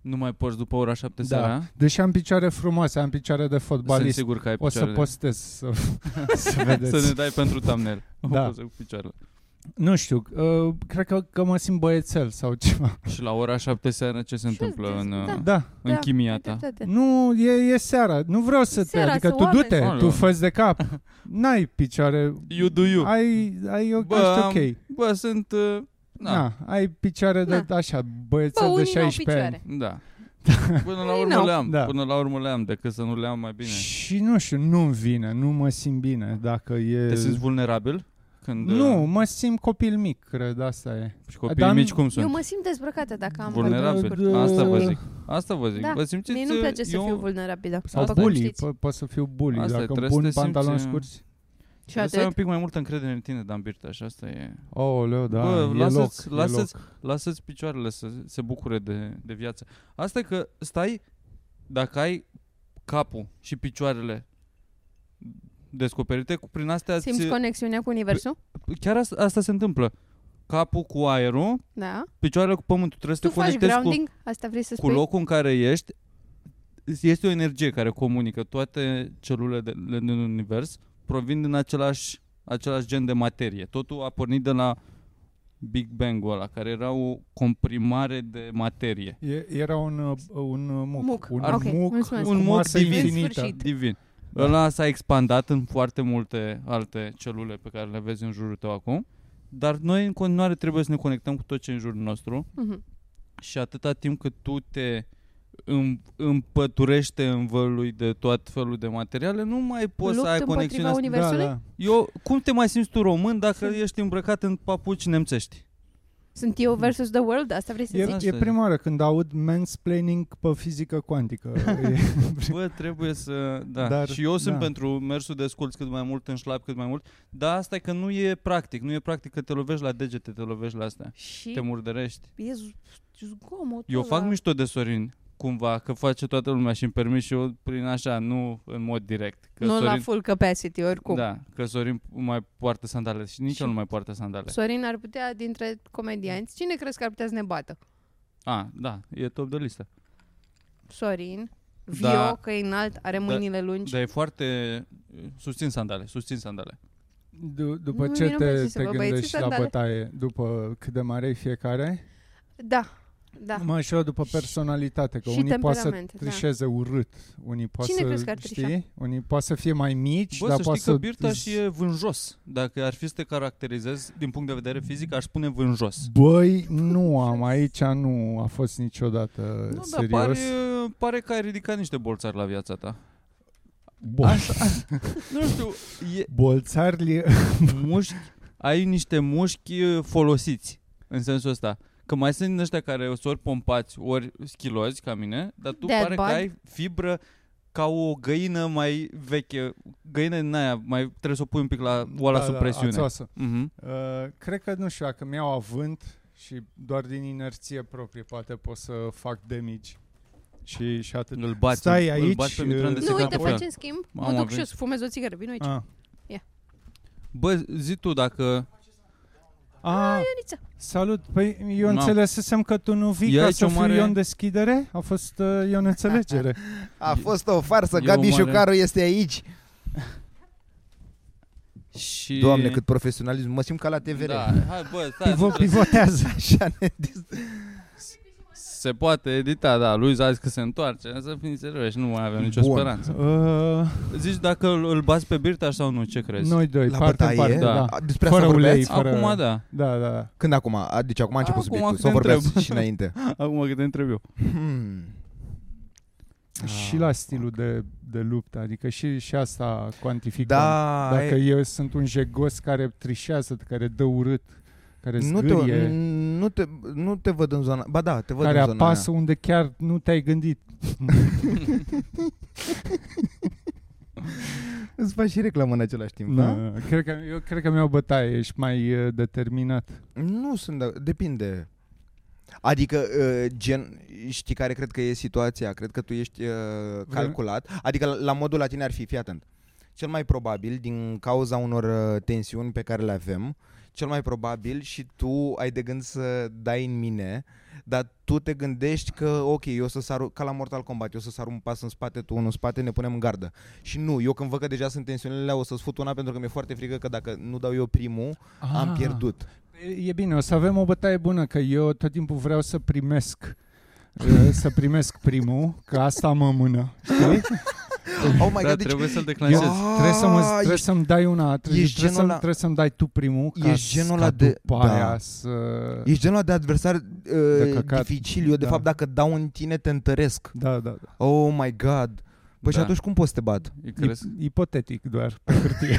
C: Nu mai porți după ora 7
D: Da.
C: seara?
D: Deși am picioare frumoase, am picioare de
C: Sunt
D: fotbalist.
C: sigur că ai
D: O să
C: picioarele.
D: postez să, să vedeți.
C: Să ne dai pentru thumbnail.
D: Da.
C: O poză cu picioarele.
D: Nu știu, uh, cred că, că mă simt băiețel sau ceva.
C: Și la ora 7 seara ce se
B: Ce-ți
C: întâmplă în,
B: zici?
C: uh,
D: Da.
C: în
B: Da,
C: chimia ta?
B: Dreptate.
D: Nu, e, e seara. Nu vreau să
B: E
D: te...
B: seara,
D: adică
B: sunt
D: tu
B: oameni.
D: du-te,
C: Alo.
D: tu fă de cap. N-ai picioare...
C: You do you.
D: Ai, ai o
C: Bă,
D: ești
C: am-
D: ok.
C: Bă, sunt... uh,
D: Na. ai picioare de așa,
B: Bă,
D: băiețel de
B: unii n-au
D: 16 ani.
B: picioare.
C: Da. Până la urmă
B: Nu.
C: le am.
D: Da.
C: Până la urmă le am, decât să nu le am mai bine.
D: Și nu știu, nu-mi vine, nu mă simt bine dacă e...
C: Te simți vulnerabil? Când,
D: uh, nu,
C: uh,
D: mă simt copil mic, cred, asta e.
C: Și copiii
D: Dar nu-
C: mici cum sunt?
B: Eu mă simt dezbrăcată dacă am
C: vulnerabil.
D: Vulnerabil.
C: Asta vă zic. Asta vă zic.
B: Da.
C: Vă simțiți... uh,
B: Mie nu-mi place
C: eu...
B: să fiu vulnerabilă.
D: Sau
B: după cum
D: bully,
B: știți.
D: po- pot să fiu bully
C: Asta e,
D: dacă îmi
C: trebuie să
D: pun
C: te simți,
D: pantaloni
C: uh,
D: scurți.
B: Și
C: Trebuie să ai un
B: atât.
C: pic mai multă încredere în tine, Dan Birtaș. Asta e...
D: Oh, leu, da,
C: Bă,
D: e
C: lasă-ți,
D: loc, e
C: lasă-ți,
D: loc.
C: lasă-ți picioarele să se bucure de, de viață. Asta e că stai, dacă ai capul și picioarele descoperite, cu prin astea
B: Simți
C: ți,
B: conexiunea cu universul?
C: chiar asta, asta se întâmplă. Capul cu aerul,
B: Da.
C: picioarele cu pământul. Trebuie să
B: Tu
C: te
B: faci
C: conectezi cu,
B: grounding? Asta vrei să
C: cu
B: spui?
C: locul în care ești. Este o energie care comunică. Toate celulele de- le- din univers provin din același, același gen de materie. Totul a pornit de la Big Bang-ul ăla, care era o comprimare de materie.
D: E, era un, uh, un uh, muc.
B: Muc,
D: Un
B: ok,
D: muc,
B: mulțumesc.
D: un
C: Un muc
D: muc
C: divin.
D: infinită.
B: Sfârșit.
C: Divin.
D: Da.
C: Ăla s-a expandat în foarte multe alte celule pe care le vezi în jurul tău acum, dar noi în continuare trebuie să ne conectăm cu tot ce e în jurul nostru
B: Mhm.
C: Și atâta timp cât tu te îm- împăturește în vălui de tot felul de materiale, nu mai poți
B: Lupt
C: să ai
B: împotriva
C: conexiunea asta.
B: unii- Universului?
D: Da, da.
C: Eu, cum te mai simți tu român dacă ești îmbrăcat în papuci nemțești?
B: Sunt eu versus the world? Asta vrei să
D: E,
B: zici?
C: Asta
D: e
C: e.
D: prima oară când aud mansplaining pe fizică cuantică. E-
C: Bă, trebuie să... Da.
D: Dar-
C: Dar, și eu sunt
D: da.
C: pentru mersul de sculți cât mai mult, în șlap cât mai mult, dar asta e că nu e practic. Nu e practic că te lovești la degete, te lovești la astea. Te
B: Și
C: murdărești.
B: e z- zgomotul
C: Eu fac
B: ăla.
C: mișto de Sorin, cumva, că face toată lumea și îmi permis și eu prin așa, nu în mod direct. Că
B: Nu
C: Sorin...
B: la full capacity, oricum.
C: Da, că Sorin mai poartă sandale și nici
B: Și-
C: el nu mai poartă sandale.
B: Sorin ar putea, dintre comedianți, cine crezi că ar putea să ne bată?
C: A, da, e top de listă.
B: Sorin, Vio,
C: Da.
B: că e înalt, are mâinile lungi.
C: Dar e foarte... Susțin sandale, susțin sandale.
D: Du- după
B: Nu,
D: ce
B: mie nu-mi place
D: te,
B: să
D: te
B: vă băieții
D: gândești la
B: sandale.
D: bătaie, după cât de mare e fiecare,
B: Da. Da.
D: Mă și eu după personalitate, că
B: și
D: unii poate să
B: temperament, da.
D: trișeze urât, unii poate
B: Cine
D: să,
B: crezi că ar trișa?
D: știi? Unii poate să fie mai mici,
C: Bă,
D: dar
C: să
D: poate
C: știi că
D: să...
C: Birta și e vânjos. Dacă ar fi să te caracterizezi din punct de vedere fizic, aș spune vânjos.
D: Băi, nu am, aici nu a fost niciodată
C: Nu, dar
D: Eh, serios.
C: pare, pare că ai ridicat niște bolțari la viața ta.
D: Bol-
C: Nu știu, e
D: bolțarli...
C: mușchi, ai niște mușchi uh, folosiți, în sensul ăsta. Că mai sunt din ăștia care sunt ori pompați, ori schilozi ca mine, dar tu
B: Dead
C: pare
B: bug.
C: că ai fibră ca o găină mai veche, găină din aia, mai trebuie să o pui un pic la oala
D: Da,
C: sub
D: da,
C: presiune.
D: ațoasă.
C: Mhm.
D: Uh, cred că, nu știu, dacă mi-au avânt și doar din inerție proprie poate pot să fac damage. Și, și atât.
C: Îl bați,
D: Stai
C: îl
D: aici,
C: bați pe Mitran de
D: uh,
B: Nu,
C: secret
B: uite,
C: pe
B: faci în schimb, mă
C: Mamă,
B: duc și eu
C: vezi.
B: să fumez o țigară, vino aici.
D: Ah.
C: Bă, zi tu dacă...
D: Ah,
B: Ioniță.
D: salut! Păi eu
C: N-am.
D: înțelesesem că tu nu vii
C: E
D: ca
C: aici
D: să
C: o
D: fiu
C: mare- Da,
D: eu în deschidere? A fost uh, eu în înțelegere.
A: A fost o farsă,
C: E
A: Gabi
C: o mare-
A: Șucaru este aici.
C: Și...
A: Doamne, cât profesionalism, mă simt ca la TVR.
C: Da, hai bă, stai,
D: Pivo,
C: atunci.
D: pivotează!
A: Așa ne dis-
C: Se poate edita, da, lui a zis că se întoarce, să fim serioși, nu mai avem nicio
A: Bun.
C: speranță.
D: Uh,
C: Zici dacă îl, îl bați pe Birtaș sau nu, ce crezi?
D: noi doi,
A: La
D: parte în
A: bătaie?
D: parte,
C: Da.
D: da.
A: A, Despre
D: Fără
A: asta
D: ulei.
A: vorbeați?
D: fără-
C: Acum da,
D: Da, da, da.
A: Când acum? A, Deci acum a început
C: Acum
A: subiectul.
C: te
A: Sau vorbeați
C: întreb.
A: și înainte?
C: acum că te întreb eu.
A: Hmm.
D: Și la stilul de, de luptă, adică și, și asta cuantificăm.
A: Da,
D: Dacă
A: e-
D: eu sunt un jegos care trișează, care dă urât, care
A: nu
D: zgârie,
A: te, nu, te, nu te văd în zona... Ba da, te văd
D: care
A: în zona
D: apasă unde chiar nu te-ai gândit.
A: aia. Îți faci și reclamă în același timp, da?
D: Da? Cred că, eu cred că mi-au bătaie, ești mai uh, determinat.
A: Nu sunt, de- depinde. Adică, uh, gen, știi care cred că e situația? Cred că tu ești uh, calculat. Adică, la, la modul la tine ar fi, fii atent. Cel mai probabil, din cauza unor uh, tensiuni pe care le avem, cel mai probabil și tu ai de gând să dai în mine, dar tu te gândești că, ok, eu o să sar, ca la Mortal Kombat, eu o să sar un pas în spate, tu unul în spate, ne punem în gardă. Și nu, eu când văd că deja sunt tensiunile alea, o să-ți fut una pentru că mi-e foarte frică că dacă nu dau eu primul, ah. am pierdut.
D: E bine, o să avem o bătaie bună, că eu tot timpul vreau să primesc uh, să primesc primul, că asta mă mână, știi?
A: Oh my
C: da,
A: god, deci
C: trebuie să-l
D: Eu,
C: declanșez.
D: trebuie, să mă, trebuie
A: Ah, ești-
D: să-mi dai una, trebuie,
A: ești
D: trebuie,
A: genul
D: să-mi,
A: ăla-
D: trebuie să-mi dai tu primul, ca,
A: Ești genul
D: ca
A: ăla de-
D: după
A: da.
D: aia să...
A: Ești genul ăla de adversar uh,
D: De
A: de
D: căcat.
A: dificil. Eu, de
D: Da.
A: fapt, dacă dau în tine, te întăresc.
D: Da, da, da.
A: Oh my god. Păi și
C: Da.
A: atunci cum poți să te bat?
C: Eu crezi?
D: Ip- ipotetic doar, pe hârtie.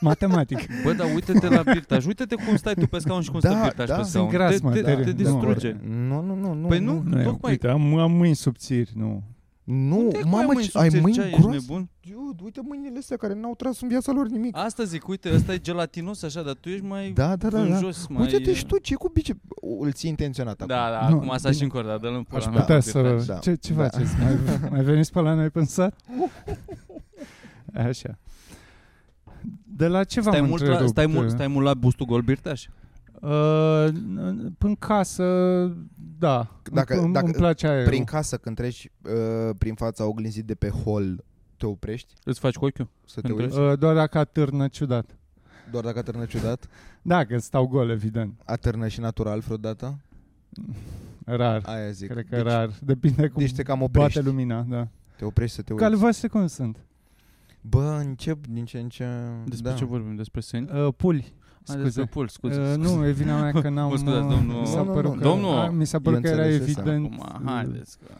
D: Matematic.
C: Bă, dar uite-te la Birtaș, uite-te cum stai tu pe scaun și cum
A: Da,
C: stă Birtaș
A: da.
C: pe
A: Sunt
C: scaun.
D: gras, mă,
C: te, te,
D: tare.
C: te
D: Da.
C: distruge.
A: Nu, nu, nu, nu.
C: Păi nu,
D: Nu, eu,
C: tocmai.
D: uite, am, am mâini subțiri, nu.
A: Nu,
C: Uite,
A: mamă,
C: mâini
A: ce- ai
C: subțiri,
A: mâini
C: ce ai, ești
A: groase?
C: nebun?
A: Dude, uite mâinile astea care n-au tras în viața lor nimic.
C: Asta zic, uite, ăsta e gelatinos așa, dar tu ești mai
A: Da, da, da,
C: în
A: da.
C: jos, mai...
A: Uite-te și tu, ce cu bice... Îl ții intenționat acum.
C: Da, da,
D: Nu,
C: acum asta
D: bine.
C: și încă o dată, dă-l în pula
A: Aș
C: mea,
D: Putea
C: Birtaș.
D: să...
A: da.
D: Ce, ce
A: Da. Uh.
D: faceți? Mai, mai veniți pe la noi pe sat? Așa. De la ce
C: Stai
D: v-am
C: mult, la,
D: întrerupt?
C: stai, mult, stai mult la bustul gol Birtaș?
D: Uh, n- n- Până casă, da.
A: Dacă-
D: îmi,
A: dacă-
D: îmi place aerul.
A: Prin casă, când treci uh, prin fața oglinzii de pe hol, te oprești
C: Îți faci cu ochiul?
A: să te
C: Între-
A: uiți?
D: Uh, doar dacă atârnă ciudat.
A: Doar dacă atârnă ciudat?
D: Da, că stau gol, evident.
A: Atârnă și natural vreodată?
D: Rar.
A: Aia zic.
D: Cred că
A: Deci-
D: rar. Depinde cum
A: Deci te cam oprești.
D: bate lumina, da.
A: Te oprești să te uiți.
D: Calvase cum sunt?
A: Bă, încep din ce în ce...
C: Despre
A: da.
C: ce vorbim? Despre seni?
D: Uh, puli.
C: Ah, despre
D: Scuze.
C: pul, scuze.
D: Uh,
C: scuze.
D: nu, e vina mea că n-am...
C: Mă scuzați,
D: uh,
C: domnul-
D: Mi s-a
A: Nu, nu,
D: părut
A: nu.
D: că,
C: Domnul!
D: a, mi s-a
A: Eu
D: părut că era
A: înțeles asta
D: evident...
C: Acum, haideți că...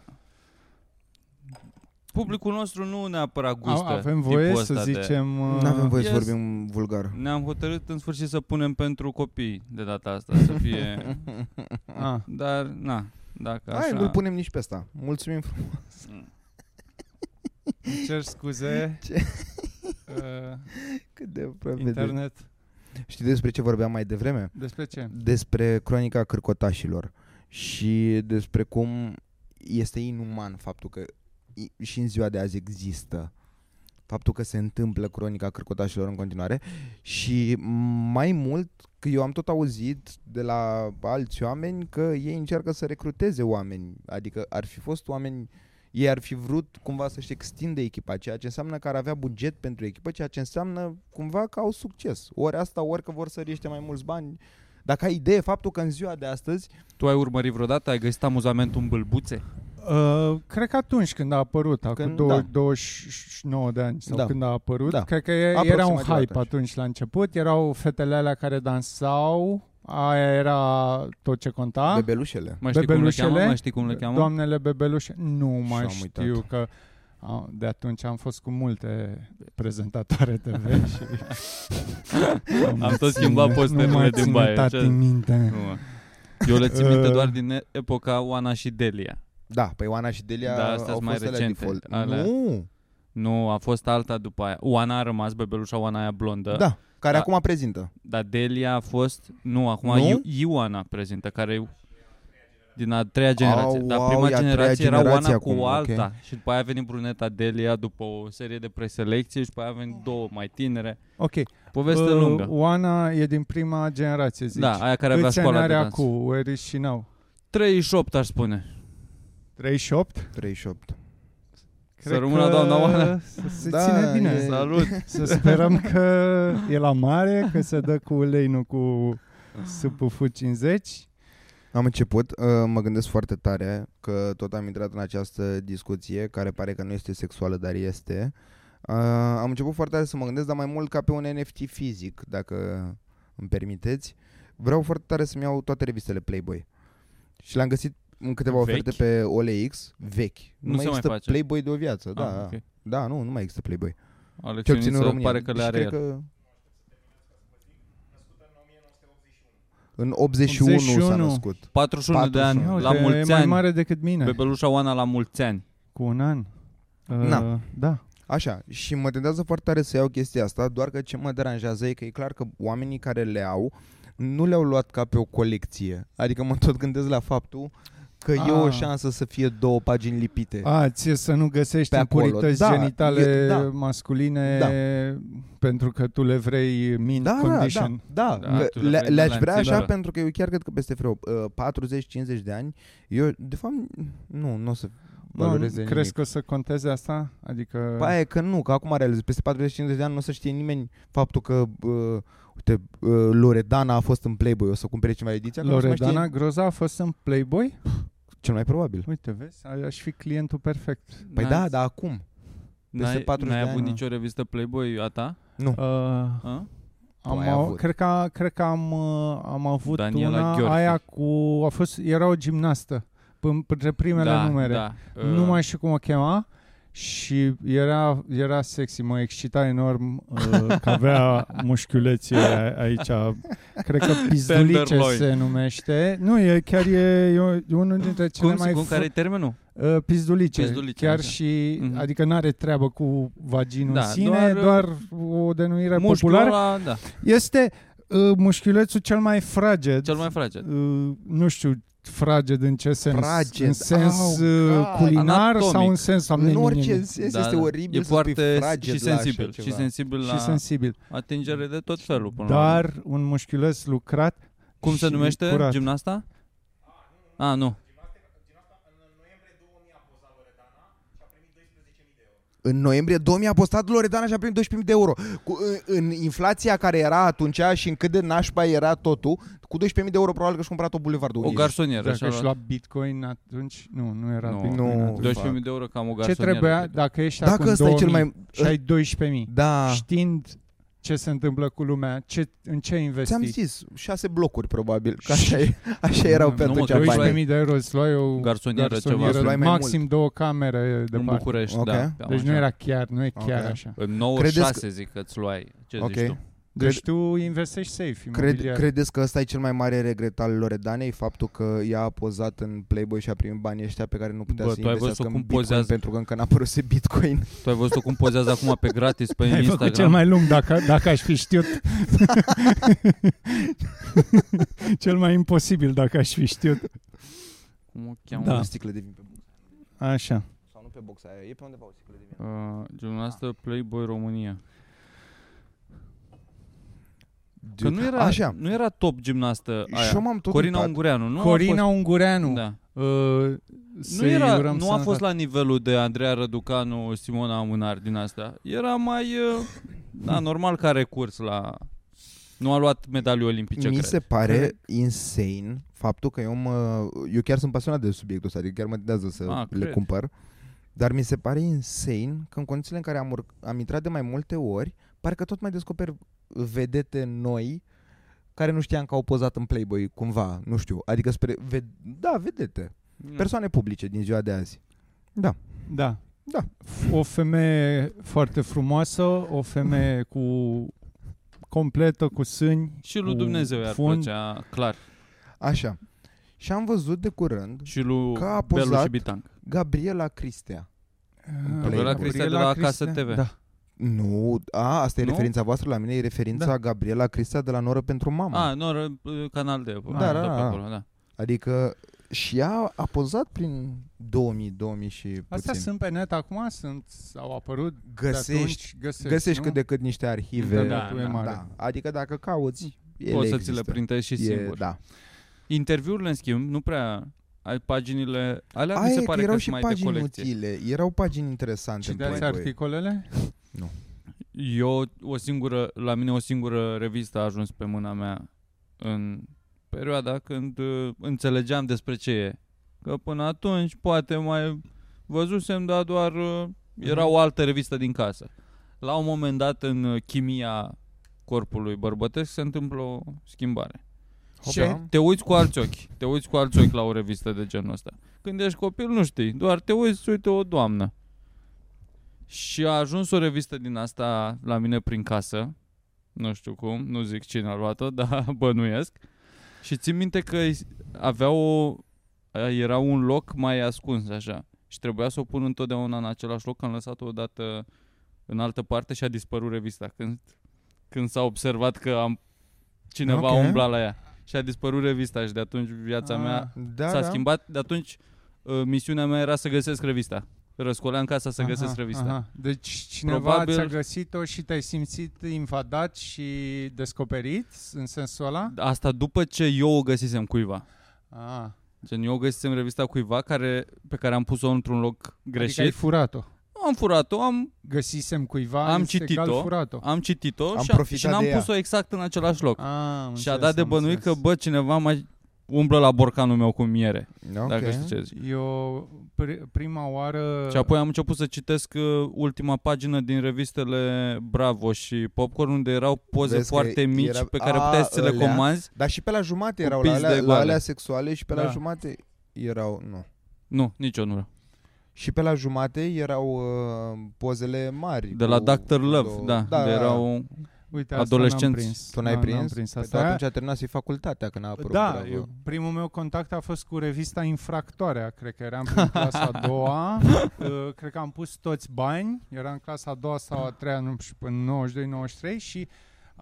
C: Publicul nostru nu neapărat
D: Au-
C: gustă
D: avem
C: tipul
D: voie
C: ăsta
D: să
C: de-
D: zicem... uh,
A: Nu avem voie să
C: Yes.
A: vorbim vulgar.
C: Ne-am hotărât în sfârșit să punem pentru copii de data asta să fie...
D: Ah,
C: Dar, na, dacă
A: Hai,
C: așa...
A: nu-l punem nici pe asta. Mulțumim frumos.
C: Mm.
D: îmi cer scuze.
A: Ce?
D: Uh,
A: Cât de aproape.
D: internet.
A: Știi despre ce vorbeam mai devreme?
D: Despre ce?
A: Despre cronica cârcotașilor și despre cum este inuman faptul că i- și în ziua de azi există faptul că se întâmplă cronica cârcotașilor în continuare și mai mult că eu am tot auzit de la alți oameni că ei încearcă să recruteze oameni, adică ar fi fost oameni ei ar fi vrut cumva să-și extinde echipa, ceea ce înseamnă că ar avea buget pentru echipă, ceea ce înseamnă cumva că au succes. Ori asta, ori că vor să riște mai mulți bani, Dacă ai idee faptul că în ziua de astăzi
C: Tu ai urmărit vreodată? Ai găsit amuzamentul în bâlbuțe?
D: Uh, cred că atunci când a apărut, acum
A: Când-
D: dou-
A: da.
D: 29 de ani sau
A: Da.
D: când a apărut,
A: Da.
D: cred că e, era un
A: Aproximativ
D: hype atunci.
A: atunci.
D: la început, erau fetele alea care dansau, aia era tot ce
C: Ah.
D: conta.
A: bebelușele.
C: Mai știi cum le
D: Bebelușele?
C: cheamă? Mai știi cum le cheamă?
D: Doamnele bebelușe, nu mai
A: Și-am uitat.
D: știu că a, de atunci am fost cu multe prezentatoare TV și Nu mai
C: Am tot
D: țin-
C: schimbat posterele
D: nu mai
C: din
D: țin
C: baie,
D: tati
C: ce-
D: minte.
C: Nu, mă. Eu le țin minte
D: Uh.
C: doar din e- epoca Oana și Delia.
A: Da, păi Oana și Delia
C: Da,
A: da,
C: astea
A: au
C: sunt mai
A: fost alea
C: recente,
A: default.
C: alea-
A: Nu,
C: Nu, a fost alta după aia. Oana a rămas, bebelușa Oana aia blondă.
A: da, care
C: Da.
A: acum prezintă.
C: Dar Delia a fost... Nu, acum
A: Nu?
C: nu? Ioana prezintă, care e din a treia generație.
A: Au,
C: Dar
A: au,
C: prima
A: e a treia
C: generație era
A: generație
C: Oana
A: acum,
C: cu
A: ok.
C: alta. Și după aia a venit bruneta Delia după o serie de preselecții și după aia a venit două mai tinere.
D: Ok,
C: Poveste
D: uh,
C: lungă.
D: Oana e din prima generație, zici.
C: Da, aia care avea
D: Câți ani
C: școala de
D: are
C: dans.
D: acum? Where is she now?
C: 38, aș spune.
D: 38?
A: 38.
C: Să rămână doamna Oana.
D: Să se
A: Da,
D: ține bine.
A: e-
C: Salut!
D: Să sperăm că e la mare, că se dă cu ulei, nu cu
C: Ah.
D: supufu 50.
A: Am început, uh, mă gândesc foarte tare că tot am intrat în această discuție care pare că nu este sexuală, dar este. Uh, am început foarte tare să mă gândesc, dar mai mult ca pe un NFT fizic, dacă îmi permiteți. Vreau foarte tare să-mi iau toate revistele Playboy. Și le-am găsit în câteva
C: Vechi?
A: oferte pe OLX, vechi.
C: Nu se mai
A: există
C: face.
A: Playboy de o viață, da.
C: Ah, ok.
A: Da, nu, nu mai există Playboy. Cel puțin în
C: Alecțiunisă
A: România.
C: pare că le
A: Și
C: are
A: cred
C: el.
A: Că... În 81, 81 s-a
D: 81.
A: născut.
C: 41, de ani,
A: 41.
C: la
D: Uite,
C: mulți
D: E mai
C: ani.
D: mare decât mine.
C: Bebelușa Oana la mulți ani.
D: Cu un an. Uh,
A: Na.
D: Da.
A: Așa, și mă tentează foarte tare să iau chestia asta, doar că ce mă deranjează e că e clar că oamenii care le au nu le-au luat ca pe o colecție. Adică mă tot gândesc la faptul că e o
D: Ah.
A: șansă să fie două pagini lipite.
D: A, ție să nu găsești
A: Pe acolo.
D: impurități
A: Da,
D: genitale
A: e- da.
D: masculine pentru că tu le vrei mint
A: da, da,
D: condition.
A: da,
C: Da,
A: da, că
C: tu le
A: le,
C: vrei
A: le-aș
C: la
A: vrea așa
C: înțelegere.
A: pentru că eu chiar cred că peste vreo uh, 40-50 de ani, eu de fapt nu, nu o să valoreze
D: Bă,
A: nimic. Păi,
D: crezi că o să conteze asta? Adică...
A: Pa, e că nu, că acum realizez, peste 40-50 de ani nu o să știe nimeni faptul că, uh, uite, uh, Loredana a fost în Playboy, o să cumpere ceva ediția, că nu o să mai știe
D: Loredana Groza a fost în Playboy?
A: Cel mai probabil.
D: Uite, vezi, a- aș fi clientul perfect.
A: Păi
C: N-ai-
A: da, dar acum. peste
C: n-ai,
A: 40
C: n-ai
A: de
C: avut
A: ani. da.
C: nicio revistă Playboy a ta?
A: Nu.
D: Uh,
C: A?
D: am
A: ai
D: au,
A: avut.
D: Cred, că, cred că am, uh, am avut
C: Daniela
D: una,
C: Gheorghe.
D: aia cu... A fost, era o gimnastă, p- între primele
C: da,
D: numere.
C: Da.
D: Nu mai știu cum o chema și era, era sexy, mă excita enorm uh, că avea mușchiulețe a- aici, cred că pizdulice
C: Tenderloin.
D: se numește. Nu, e chiar e, e un- e unul dintre cele
C: cum,
D: mai...
C: cum
D: fr-
C: care e termenul?
D: Uh, pizdulice,
C: Pizdulice,
D: chiar
C: așa.
D: și,
C: Mhm.
D: adică n-are treabă cu vaginul
C: Da,
D: în sine,
C: doar, uh,
D: doar, o denumire
C: Mușchiul
D: populară.
C: ăla, da,
D: Este uh, mușchiulețul cel mai fraged,
C: cel mai fraged.
D: uh, nu știu, fraged în ce sens?
A: Fraged.
D: În sens
A: Au,
D: uh,
A: God.
D: culinar
C: Anatomic.
D: sau în sens... Am,
A: în
D: nu, nu,
A: orice
D: nu, nu.
A: sens
C: da,
A: este
C: da.
A: oribil să
C: e
A: spui
C: foarte
A: fraged
C: și
A: la așa
C: sensibil, și
A: ceva.
C: sensibil la
D: Și sensibil.
C: atingere de tot felul. Până la urmă.
D: Dar un mușchiuleț lucrat
C: cum
D: și
C: se numește
D: curat.
C: gimnasta? A, nu.
A: În noiembrie 2000 a postat Loredana și a primit 12.000 de euro. Cu, în, în inflația care era atunci și în cât de nașpa era totul, cu 12.000 de euro probabil că și-a cumpărat o bulevardul.
C: O garsonieră.
D: Dacă
C: și-a
D: și
C: luat.
D: lua Bitcoin atunci, nu, nu era
C: Nu.
D: Bitcoin
A: Nu.
D: atunci.
C: 12.000 de euro cam o
D: Ce
C: garsonieră.
D: trebuia Da,
C: cred că.
D: dacă ești
A: Dacă
D: acum
A: ăsta e cel
D: 2000
A: mai... ă,
D: și ai 12.000,
A: Da,
D: știind ce se întâmplă cu lumea, ce, în ce investi?
A: ți-am zis, șase blocuri probabil, că așa, e- așa erau pe
C: Nu, mă,
A: atunci
C: că
A: banii.
D: 12.000 de euro îți luai o
C: Garsonieră,
A: ceva. Luai mai
D: maxim două camere de
C: În
D: parte.
C: București,
A: Ok.
C: da.
A: Deci
C: cam
D: Deci nu
C: așa.
D: era chiar, nu e chiar
A: Ok.
D: așa.
C: În
A: Credeți
C: 96 zic că îți luai. Ce
A: Ok.
C: zici tu?
D: Deci tu investești safe,
A: Cred,
D: imobiliar.
A: credeți că ăsta e cel mai mare regret al Loredanei? Faptul că ea a pozat în Playboy și a primit banii ăștia pe care nu putea
C: Bă,
A: să
C: tu ai văzut
A: investească în
C: cum
A: Bitcoin
C: pozează?
A: pentru că încă n-a apărut Bitcoin.
C: Tu ai văzut cum pozează acum pe gratis pe
D: Ai
C: Instagram?
D: făcut cel mai lung, dacă, dacă aș fi știut. cel mai imposibil, dacă aș fi știut.
C: Cum o cheamă?
D: Da.
A: O sticlă de vin pe box.
D: Așa.
A: Sau nu pe box aia, e pe undeva o sticlă de vin.
C: Uh, gimnastă Playboy România. Că
A: Dude.
C: nu era,
A: Așa.
C: nu era top gimnastă aia.
A: Și eu m-am tot
C: Corina
A: uitat.
C: Ungureanu, nu?
D: Corina
C: a
D: Ungureanu.
C: fost, da.
D: Uh,
C: Nu, era, nu a fost la nivelul de Andreea Răducanu, Simona Amânar din asta. Era mai... uh, Da, normal că are curs la Nu a luat medalii olimpice,
A: Mi
C: cred.
A: se pare insane faptul că eu mă... Eu chiar sunt pasionat de subiectul ăsta, adică chiar mă dează să
C: Ah,
A: le
C: cred.
A: cumpăr. Dar mi se pare insane că în condițiile în care am, urc, am intrat de mai multe ori, pare că tot mai descoperi vedete noi care nu știam că au pozat în Playboy cumva, nu știu. Adică spre... Ve, da,
C: Mm.
A: vedete. Persoane publice din ziua de azi.
D: Da.
A: Da.
D: O femeie foarte frumoasă, o femeie cu completă, cu sâni.
C: Și lui
D: cu
C: Dumnezeu i-ar
D: fund.
C: plăcea, clar.
A: Așa. Și am văzut de curând
C: Și lui
A: Că a
C: Belu
A: pozat.
C: și Bitanc.
A: Gabriela Cristea.
D: Ah,
A: Playboy.
C: Gabriela Cristea de la Acasă TV.
D: Da.
A: Nu, a, asta e
C: Nu?
A: referința voastră la mine, e referința
D: Da.
A: da. Gabriela Cristea de la Noră pentru Mama.
C: A, Ah, nu, ră- canal de acolo.
A: Da,
C: de
A: da,
C: pe
A: da.
C: acolo, da.
A: Adică și ea a pozat prin 2000, 2000 și puțin.
D: Astea sunt pe net acum, sunt, au apărut de
A: găsești,
D: atunci, găsești,
A: găsești
D: nu?
A: cât de cât niște arhive.
C: Da,
D: Internetul e
C: da,
D: mare.
A: da. Adică dacă cauți, ele
C: Poți să ți
A: există.
C: le prindești și
A: e,
C: singur.
A: da.
C: Interviurile, în schimb, nu prea ai paginile... Alea mi
A: Aia
C: se
A: e că
C: pare
A: erau
C: că
A: și
C: sunt mai de
A: pagini
C: colecție.
A: utile, erau pagini interesante. în
D: Citeați
A: Playboy.
D: articolele?
C: Eu, o singură, la mine o singură revistă a ajuns pe mâna mea în perioada când uh, înțelegeam despre ce e. Că până atunci poate mai văzusem, dar doar uh,
A: Mhm.
C: era o altă revistă din casă. La un moment dat în uh, chimia corpului bărbătesc se întâmplă o schimbare.
A: Hopa.
C: Și te uiți cu alți ochi, te uiți cu alți ochi la o revistă de genul ăsta. Când ești copil nu știi, doar te uiți, uite o doamnă. Și a ajuns o revistă din asta la mine prin casă. Nu știu cum, nu zic cine a luat-o, dar bănuiesc. Și țin minte că avea o... Era un loc mai ascuns, așa. Și trebuia să o pun întotdeauna în același loc. Am lăsat-o odată în altă parte și a dispărut revista. Când, când s-a observat că am cineva
A: Ok.
C: okay. umbla la ea. Și a dispărut revista și de atunci
D: Ah.
C: viața mea
A: Da,
C: s-a
A: da.
C: schimbat. De atunci uh, misiunea mea era să găsesc revista. Răscoleam casa să găsesc
D: Aha,
C: revista.
D: aha. Deci cineva
C: Probabil-
D: ți-a găsit-o și te-ai simțit invadat și descoperit în sensul ăla?
C: Asta după ce eu o găsisem cuiva.
D: Ah,
C: Gen, eu găsisem revista cuiva care, pe care am pus-o într-un loc greșit.
D: Adică ai furat-o.
C: Am furat-o, am,
D: Găsisem cuiva,
C: Am
D: este
C: citit-o.
D: egal furat-o.
C: am citit-o
A: Am
C: și,
A: profitat
C: și n-am
A: de ea.
C: pus-o exact în același loc.
D: Ah, am
C: și a
D: înțeles,
C: dat de
D: am
C: bănuit că,
D: înțeles.
C: bă, cineva mai umblă la borcanul meu cu miere.
A: Ok.
C: Dacă știi ce zic.
D: Eu pr- prima oară...
C: Și apoi am început să citesc uh, ultima pagină din revistele Bravo și Popcorn, unde erau poze
A: Vezi că
C: foarte mici
A: era-
C: pe care
A: A,
C: puteai să le
A: ălea.
C: comanzi.
A: Dar și pe la jumate
C: Cu
A: erau la
C: pis de
A: alea, la
C: goale.
A: alea sexuale și pe
D: Da.
A: la jumate erau, nu.
C: Nu, nici eu nu vreau.
A: Și pe la jumate erau uh, pozele mari.
C: De la
A: cu
C: Dr. Love,
A: două-
C: da, da, erau...
D: Uite,
C: Adolescenți.
D: Adolescenți. prins. Da,
A: Tu n-ai
D: N-am-
A: prins?
D: N-am prins
A: Păi tu
D: asta.
A: atunci a terminat și facultatea când a apărut.
D: da,
A: bravo.
D: eu, primul meu contact a fost cu revista Infractoarea, cred că eram prin clasa a doua, Uh, cred că am pus toți bani, era în clasa a doua sau a treia, nu știu, în 92-93 și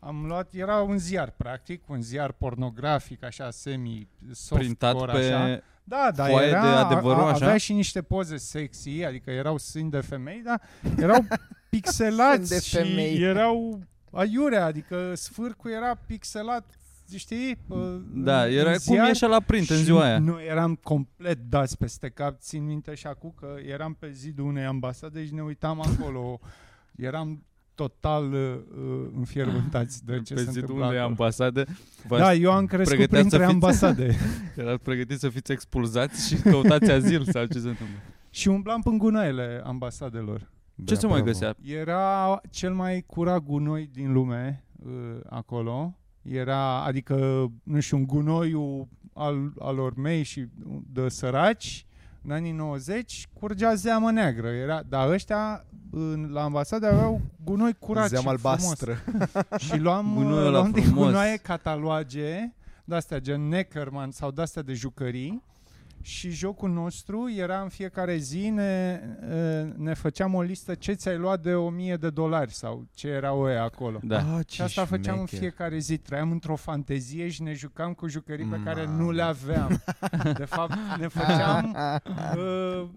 D: am luat, era un ziar practic, un ziar pornografic, așa, semi
C: printat
D: softcore, așa.
C: pe...
D: Da, da,
C: foaie
D: era,
C: de adevărul,
D: a,
C: așa?
D: avea și niște poze sexy, adică erau sâni de femei, dar erau pixelați
A: Sâni de
D: și
A: femei.
D: erau aiurea, adică sfârcul era pixelat, știi? pă-
C: Da,
D: în
C: era cum
D: ziar
C: ieșea la print în
D: și
C: ziua aia.
D: Noi eram complet dați peste cap, țin minte și acum că eram pe zidul unei ambasade și ne uitam acolo. Eram total uh, uh, înfierbântați de ce
C: Pe
D: se
C: zidul
D: întâmpla
C: unei
D: acolo.
C: ambasade v-aș-
D: Da, eu am crescut
C: pregăteați să
D: printre
C: fiți-
D: ambasade.
C: erați pregătiți să fiți expulzați și căutați azil sau ce se întâmplă.
D: Și umblam prin gunoaiele ambasadelor.
C: Ce se mai
A: Da, Bravo.
C: găsea?
D: Era cel mai curat gunoi din lume uh, acolo. Era, adică, nu știu, un gunoiul al, al ormei și de săraci în anii 90 curgea zeamă neagră. Era, dar ăștia în, la ambasade aveau gunoi curat
A: Zeam
D: și
A: albastră.
D: Frumos. Și luam, uh,
C: Gunoiul ăla
D: luam din
C: frumos.
D: gunoaie cataloage de-astea gen Neckerman sau de-astea de jucării și jocul nostru era în fiecare zi ne, uh, ne făceam o listă ce ți-ai luat de 1000 de dolari sau ce erau ei acolo.
C: Da.
A: Ah,
D: Și
A: ce
D: asta făceam în
A: șmecher.
D: fiecare zi, trăiam într-o fantezie și ne jucam cu jucării pe care
A: Mamă.
D: nu le aveam. De fapt, ne făceam uh,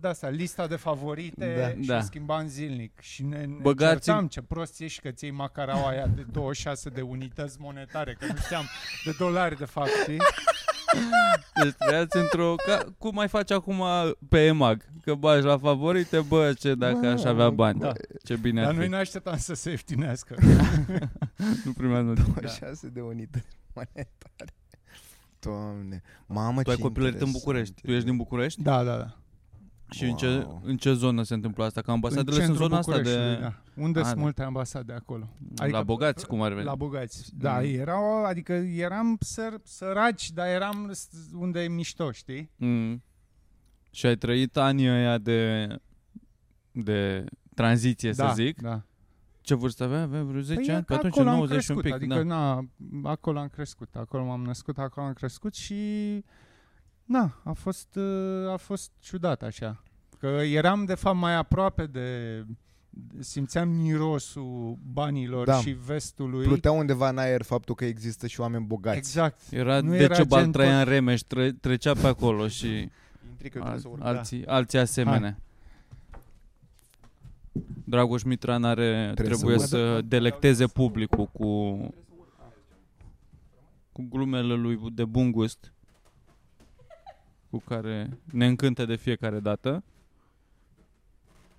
D: de asta, lista de favorite
A: Da.
D: și
C: Da.
D: o schimbam zilnic. Și ne, ne
C: Băgați-
D: certam ce prost ești că ți-ai macaraua aia de 26 de unități monetare, că nu știam de dolari de fapt, știi?
C: Deci trăiați într-o... Ca, cum mai faci acum pe EMAG? Că bagi la favorite, bă, ce dacă aș avea bani.
D: Da.
C: Ce bine
D: Dar
C: ar
D: noi
C: fi.
D: ne așteptam să se ieftinească.
C: Nu primează.
D: Da.
A: 6 de unități monetare. Doamne, mamă
C: Tu ai
A: ce
C: copilărit în
A: interesant.
C: București. Tu ești din București?
D: Da, da, da.
C: Și în ce,
A: Wow.
C: în ce zonă se întâmplă asta? Că
D: În
C: ambasadele sunt
D: centrul
C: zona asta de...
D: Bucureștiului, da. Unde
C: A,
D: sunt
C: da.
D: multe ambasade acolo. Adică-
C: la bogați, cum ar veni.
D: La bogați. Da,
C: Mm.
D: erau, adică eram săr- săraci, dar eram s- unde e mișto, știi?
C: Mm. Și ai trăit anii ăia de, de tranziție,
D: da,
C: să zic.
D: Da.
C: Ce vârstă avea? Avea vreo 10
D: Păi
C: ani?
D: e
C: Pe
D: că
C: atunci,
D: acolo am
C: 90 și un
D: crescut,
C: pic.
D: adică
C: da.
D: na, acolo am crescut, acolo m-am născut, acolo am crescut și na, a fost, uh, a fost ciudat așa. Că eram de fapt mai aproape de simțeam mirosul banilor
A: Da.
D: și vestului.
A: Plutea undeva în aer faptul că există și oameni bogați.
D: Exact.
C: Era
D: Nu
C: de
D: era
C: ce bal
D: gen
C: trăia
D: tot-
C: în Remeș, tre- trecea pe acolo și
A: Intri că eu
C: al,
A: trebuie să urc. da.
C: alții, alții asemenea. Dragoș Mitran are,
A: Trebuie să
C: trebuie
A: mă
C: să, delecteze publicul cu, cu glumele lui de bun gust cu care ne încântă de fiecare dată.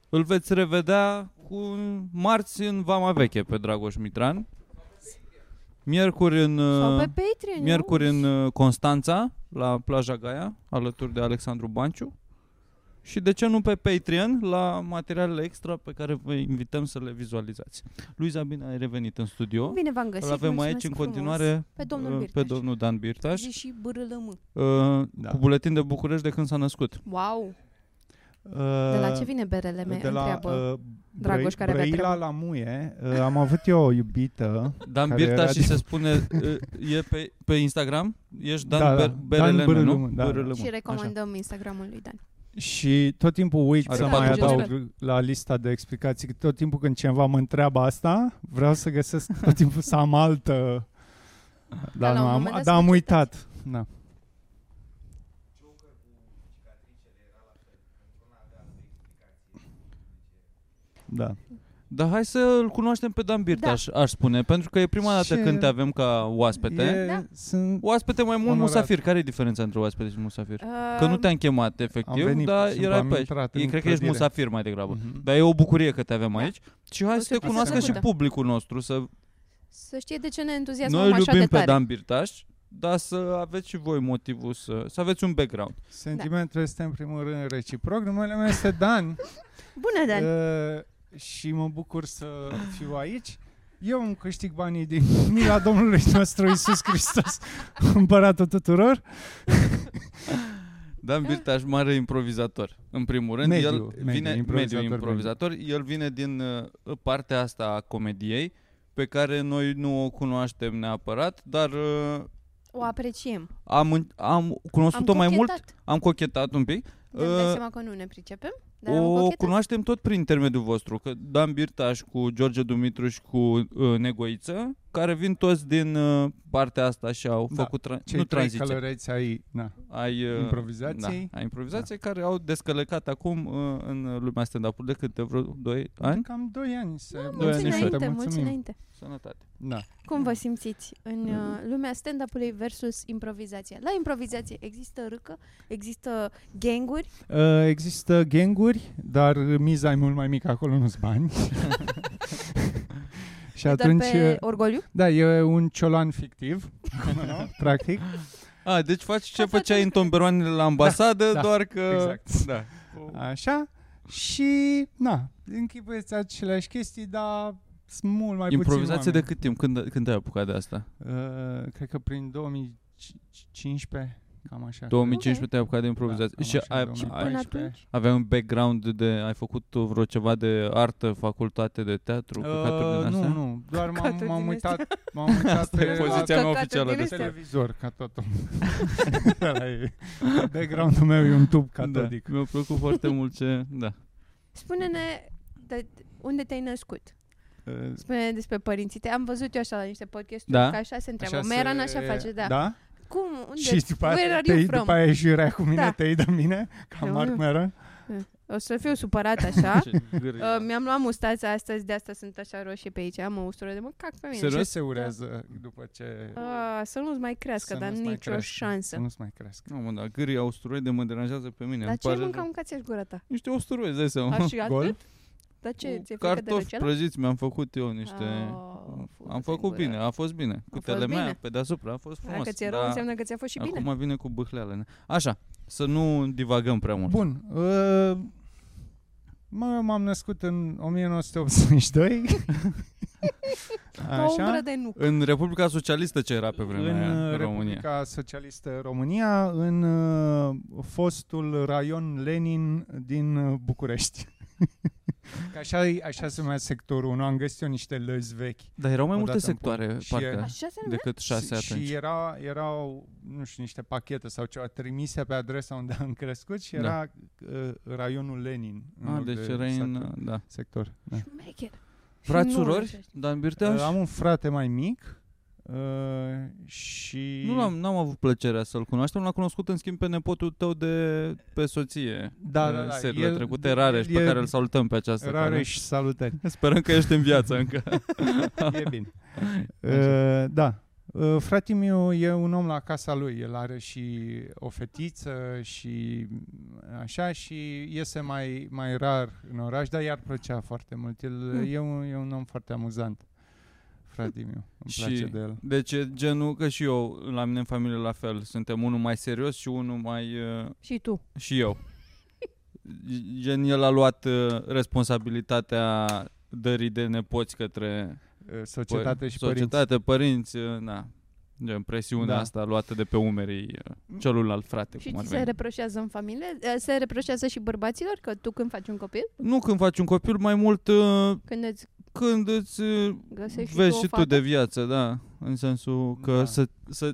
C: Îl veți revedea cu marți în Vama Veche pe Dragoș Mitran. Miercuri în...
B: Sau
C: uh,
B: pe Patreon,
C: Miercuri
B: nu?
C: în uh, Constanța, la plaja Gaia, alături de Alexandru Banciu. Și de ce nu pe Patreon, la materialele extra pe care vă invităm să le vizualizați. Luiza, bine ai revenit în studio.
B: Bine v-am găsit,
C: Îl avem
B: mulțumesc
C: aici în
B: frumos.
C: continuare
B: Pe domnul
C: uh,
B: Birtaș.
C: pe domnul Dan Birtaș,
B: Zi și bârâlămă.
C: uh,
D: Da.
C: cu buletin de București de când s-a născut.
B: Wow!
D: Uh,
B: De la ce vine berele mea?
D: de la
B: Întreabă.
D: uh,
B: Dragoș,
D: Brăi-
B: care avea
D: Brăila
B: treabă.
D: la muie, uh, am avut eu o iubită
C: Dan
D: Care era
C: Birtaș și
D: din-
C: se spune, uh, e pe, pe Instagram, ești Dan,
D: Da, da.
C: Ber-
D: Dan
C: Berelemu,
D: Bârâlămu,
C: nu?
D: da, da.
C: Bârâlămu.
B: Și
C: Așa.
B: recomandăm Instagramul lui Dan.
D: Și tot timpul uit
C: Are
D: să mai
B: 14
D: adaug la lista de explicații. că Tot timpul când cineva mă întreabă asta, vreau să găsesc tot timpul să am altă...
B: la
D: Dar,
B: un
D: nu,
B: moment
D: am,
B: dat
D: dar am
B: să
D: uitat. Da. Da.
C: Dar hai să îl cunoaștem pe Dan Birtaș,
B: Da.
C: aș spune, pentru că e prima dată
D: Ce-
C: când te avem ca oaspete.
D: E,
B: Da.
D: Sunt,
C: Oaspete mai mult
D: Onorat.
C: musafir. Care e diferența între oaspete și musafir? Că
B: Um,
C: nu te-am chemat efectiv,
D: Am venit,
C: dar
D: sunt-
C: erai
D: am
C: pe aici.
D: intrat
C: E,
D: în
C: cred că ești
D: clădire.
C: musafir mai degrabă.
D: Mhm.
C: Dar e o bucurie că te
B: Da.
C: avem aici și hai
B: O
C: să te
B: surpriză
C: cunoască și
B: plăcută.
C: publicul nostru. Să...
B: Să știe de ce ne
C: Noi
B: entuziasmăm
C: îl
B: așa de
C: iubim pe
B: tare.
C: Dan Birtaș, dar să aveți și voi motivul să, să aveți un background.
D: Sentimentul este în primul rând reciproc. Numele meu este Dan.
B: Bună, Da, Dan!
C: Eh,
D: Uh, și mă bucur să fiu aici. Eu îmi câștig banii din mila Domnului nostru Isus Hristos, împăratul tuturor.
B: Da.
C: Dan Birtaș, mare improvizator, în primul rând.
D: Mediu,
C: el
D: mediu,
C: vine,
D: improvizator,
C: mediu improvizator. El vine din uh, partea asta a comediei, pe care noi nu o cunoaștem neapărat, dar uh,
B: O apreciem.
C: am, în- am cunoscut-o
B: Am
C: mai mult,
B: cochetat.
C: am cochetat un pic.
B: Ne-am dat
C: Uh,
B: seama că nu ne pricepem, dar am
C: o
B: cochetat.
C: cunoaștem tot prin intermediul vostru, că Dan Birtaș cu George Dumitru și cu uh, Negoiță, care vin toți din uh, partea asta și au
D: Da,
C: făcut tra-
D: Cei
C: nu
D: trei
C: tranziție,
D: călăreți ai... Na.
C: ai uh,
D: improvizației.
C: da, ai improvizației care au descălecat acum uh, în lumea stand-up-ului de câte vreo 2 ani.
D: Cam doi ani. Se, doi
C: mulți
B: Da, Ah, Mulți
D: ani
C: anișori.
B: înainte,
D: Te
B: mulți înainte.
C: Sănătate.
D: Da.
B: Cum vă simțiți în
C: Eh.
B: uh, lumea stand-up-ului versus improvizația? La improvizație există râcă, există ganguri,
D: Uh, există genguri, dar miza e mult mai mică, acolo nu-s bani. și atunci...
B: dar
C: eh,
B: pe
D: uh,
B: orgoliu?
D: Da, e un ciolan fictiv, cum nu? practic.
C: A, deci faci ce
B: Ca
C: făceai
B: fetele
C: în tomberoanele la ambasadă,
D: da,
C: doar că...
D: exact.
C: Da.
D: Așa. Și, na, închipuiți aceleași chestii, dar sunt mult mai
C: Improvizație
D: puțin
C: de cât timp? Când, când ai apucat de asta?
D: oameni. Uh, cred că prin 2015, cam așa.
C: 2015
B: Ok.
C: te-ai apucat de improvizație.
D: Da, cam
C: și
D: așa,
C: ai,
D: domnule.
C: ai,
B: Până
D: și pe-
B: atunci?
C: Aveai un background de... Ai făcut tu vreo ceva de artă, facultate de teatru, căcaturi din
D: Uh, nu,
C: astea?
D: nu, doar m-am,
B: Căcaturi
D: m-am
B: din
D: uitat, m-am uitat
C: Asta e
D: pe la
C: poziția mea
B: Căcaturi
C: oficială
B: din
C: de
B: astea.
D: televizor, ca tot Background-ul meu e un tub catodic.
C: Da. Mi-a plăcut foarte mult ce... Da.
B: Spune-ne de unde te-ai născut.
D: Uh,
B: Spune despre părinții tăi. Am văzut eu așa la niște podcasturi,
C: Da.
B: că așa se întreabă. Așa Meran așa face, da.
D: da?
B: Cum, unde,
D: Și după
B: where
D: aia,
B: are you
D: te,
B: from?
D: după aia jurea cu mine,
B: Da.
D: te iei de mine, ca
B: Nu,
D: Mark
B: nu.
D: Maron.
B: O să fiu supărat așa.
C: Ce gârâie.
B: Uh, mi-am luat mustața astăzi, de asta sunt așa roșie pe aici. Am o ustură de mă cac pe mine.
D: Ce se urează după ce...
B: Ah, să nu-ți mai crească,
D: să
B: dar
D: nu-ți mai
B: nicio
D: crească, să
B: șansă.
D: Nu-ți mai crească.
C: Nu, mă, dar gârii au usturoi de mă deranjează pe mine.
B: Dar
C: Îmi
B: ce ai
C: pare
B: mâncat
C: rău.
B: în cațești gura ta?
C: Niște usturoi, îți dai
B: A,
C: seama.
B: și
D: Gol?
B: atât? Dar ce, ți-e frică de
C: Cartofi
B: răceală?
C: prăjiți mi-am făcut eu niște...
B: Au, fugă-te
C: am făcut
B: în gură.
C: bine, a fost bine. Cutele
B: fost
C: mea
B: bine.
C: pe deasupra a fost frumos.
B: Dacă ți-e rău,
C: dar
B: înseamnă că ți-a fost și bine.
C: Acum vine cu bâhleală. Așa, să nu divagăm prea mult.
D: Bun. Uh, mă, m-am născut în 1982.
B: Ca o umbră de nuc.
C: În Republica Socialistă ce era pe vremea
D: în
C: aia,
D: uh,
C: în România.
D: Republica Socialistă România, în uh, fostul raion Lenin din uh, București. Că așa, așa se numea sectorul 1, am găsit eu niște lăzi vechi.
C: Dar erau mai multe
D: Odată în
C: sectoare,
D: și
C: parcă,
D: era-
B: Așa se numea?
C: decât șase
D: și,
C: atunci.
D: și era, erau, nu știu, niște pachete sau ceva trimise pe adresa unde am crescut și
C: Da.
D: era uh, raionul Lenin. în
C: Ah,
D: loc
C: deci
D: de
C: era în...
D: sector.
C: Da.
D: sector da.
B: Șmecher.
C: Frați,
B: nu
C: surori,
B: răcești.
C: Dan
D: Uh,
C: Birteaș?
D: Am un frate mai mic uh, și...
C: Nu l-am, n-am avut plăcerea să-l cunoaștem, l-am cunoscut în schimb pe nepotul tău de pe soție.
D: Da, da, da.
C: Uh, Serile
D: El-
C: trecute rare și pe
D: el e
C: care îl da? salutăm pe această
D: Rare
C: cale.
D: și salutări.
C: Sperăm că ești în viață încă.
D: e bine. Uh, da. Uh, fratele meu e un om la casa lui. El are și o fetiță și mm, așa și iese mai, mai rar în oraș, dar i-ar plăcea foarte mult. El
B: Mm.
C: Hmm.
D: e, un, e un om foarte amuzant. Fratele meu. Îmi
C: Și-
D: place de el.
C: Deci e genul că și eu, la mine în familie la fel, suntem unul mai serios și unul mai... uh,
B: Și tu.
C: și eu. Gen el a luat uh, responsabilitatea dării de nepoți către
D: Uh, Societate
C: păr-
D: și părinți.
C: societate, părinți, uh, na. Gen, presiunea
D: Da.
C: asta luată de pe umerii uh, celălalt frate.
B: Și
C: cum ar
B: ți se
C: veni.
B: reproșează în familie? Eh, Se reproșează și bărbaților că tu când faci un copil,
C: Nu când faci un copil, mai mult uh,
B: când îți
C: când îți uh,
B: găsești
C: vezi
B: și
C: și
B: tu, o
C: tu
B: fată,
C: de viață, da. În sensul că
D: Da.
C: să, să,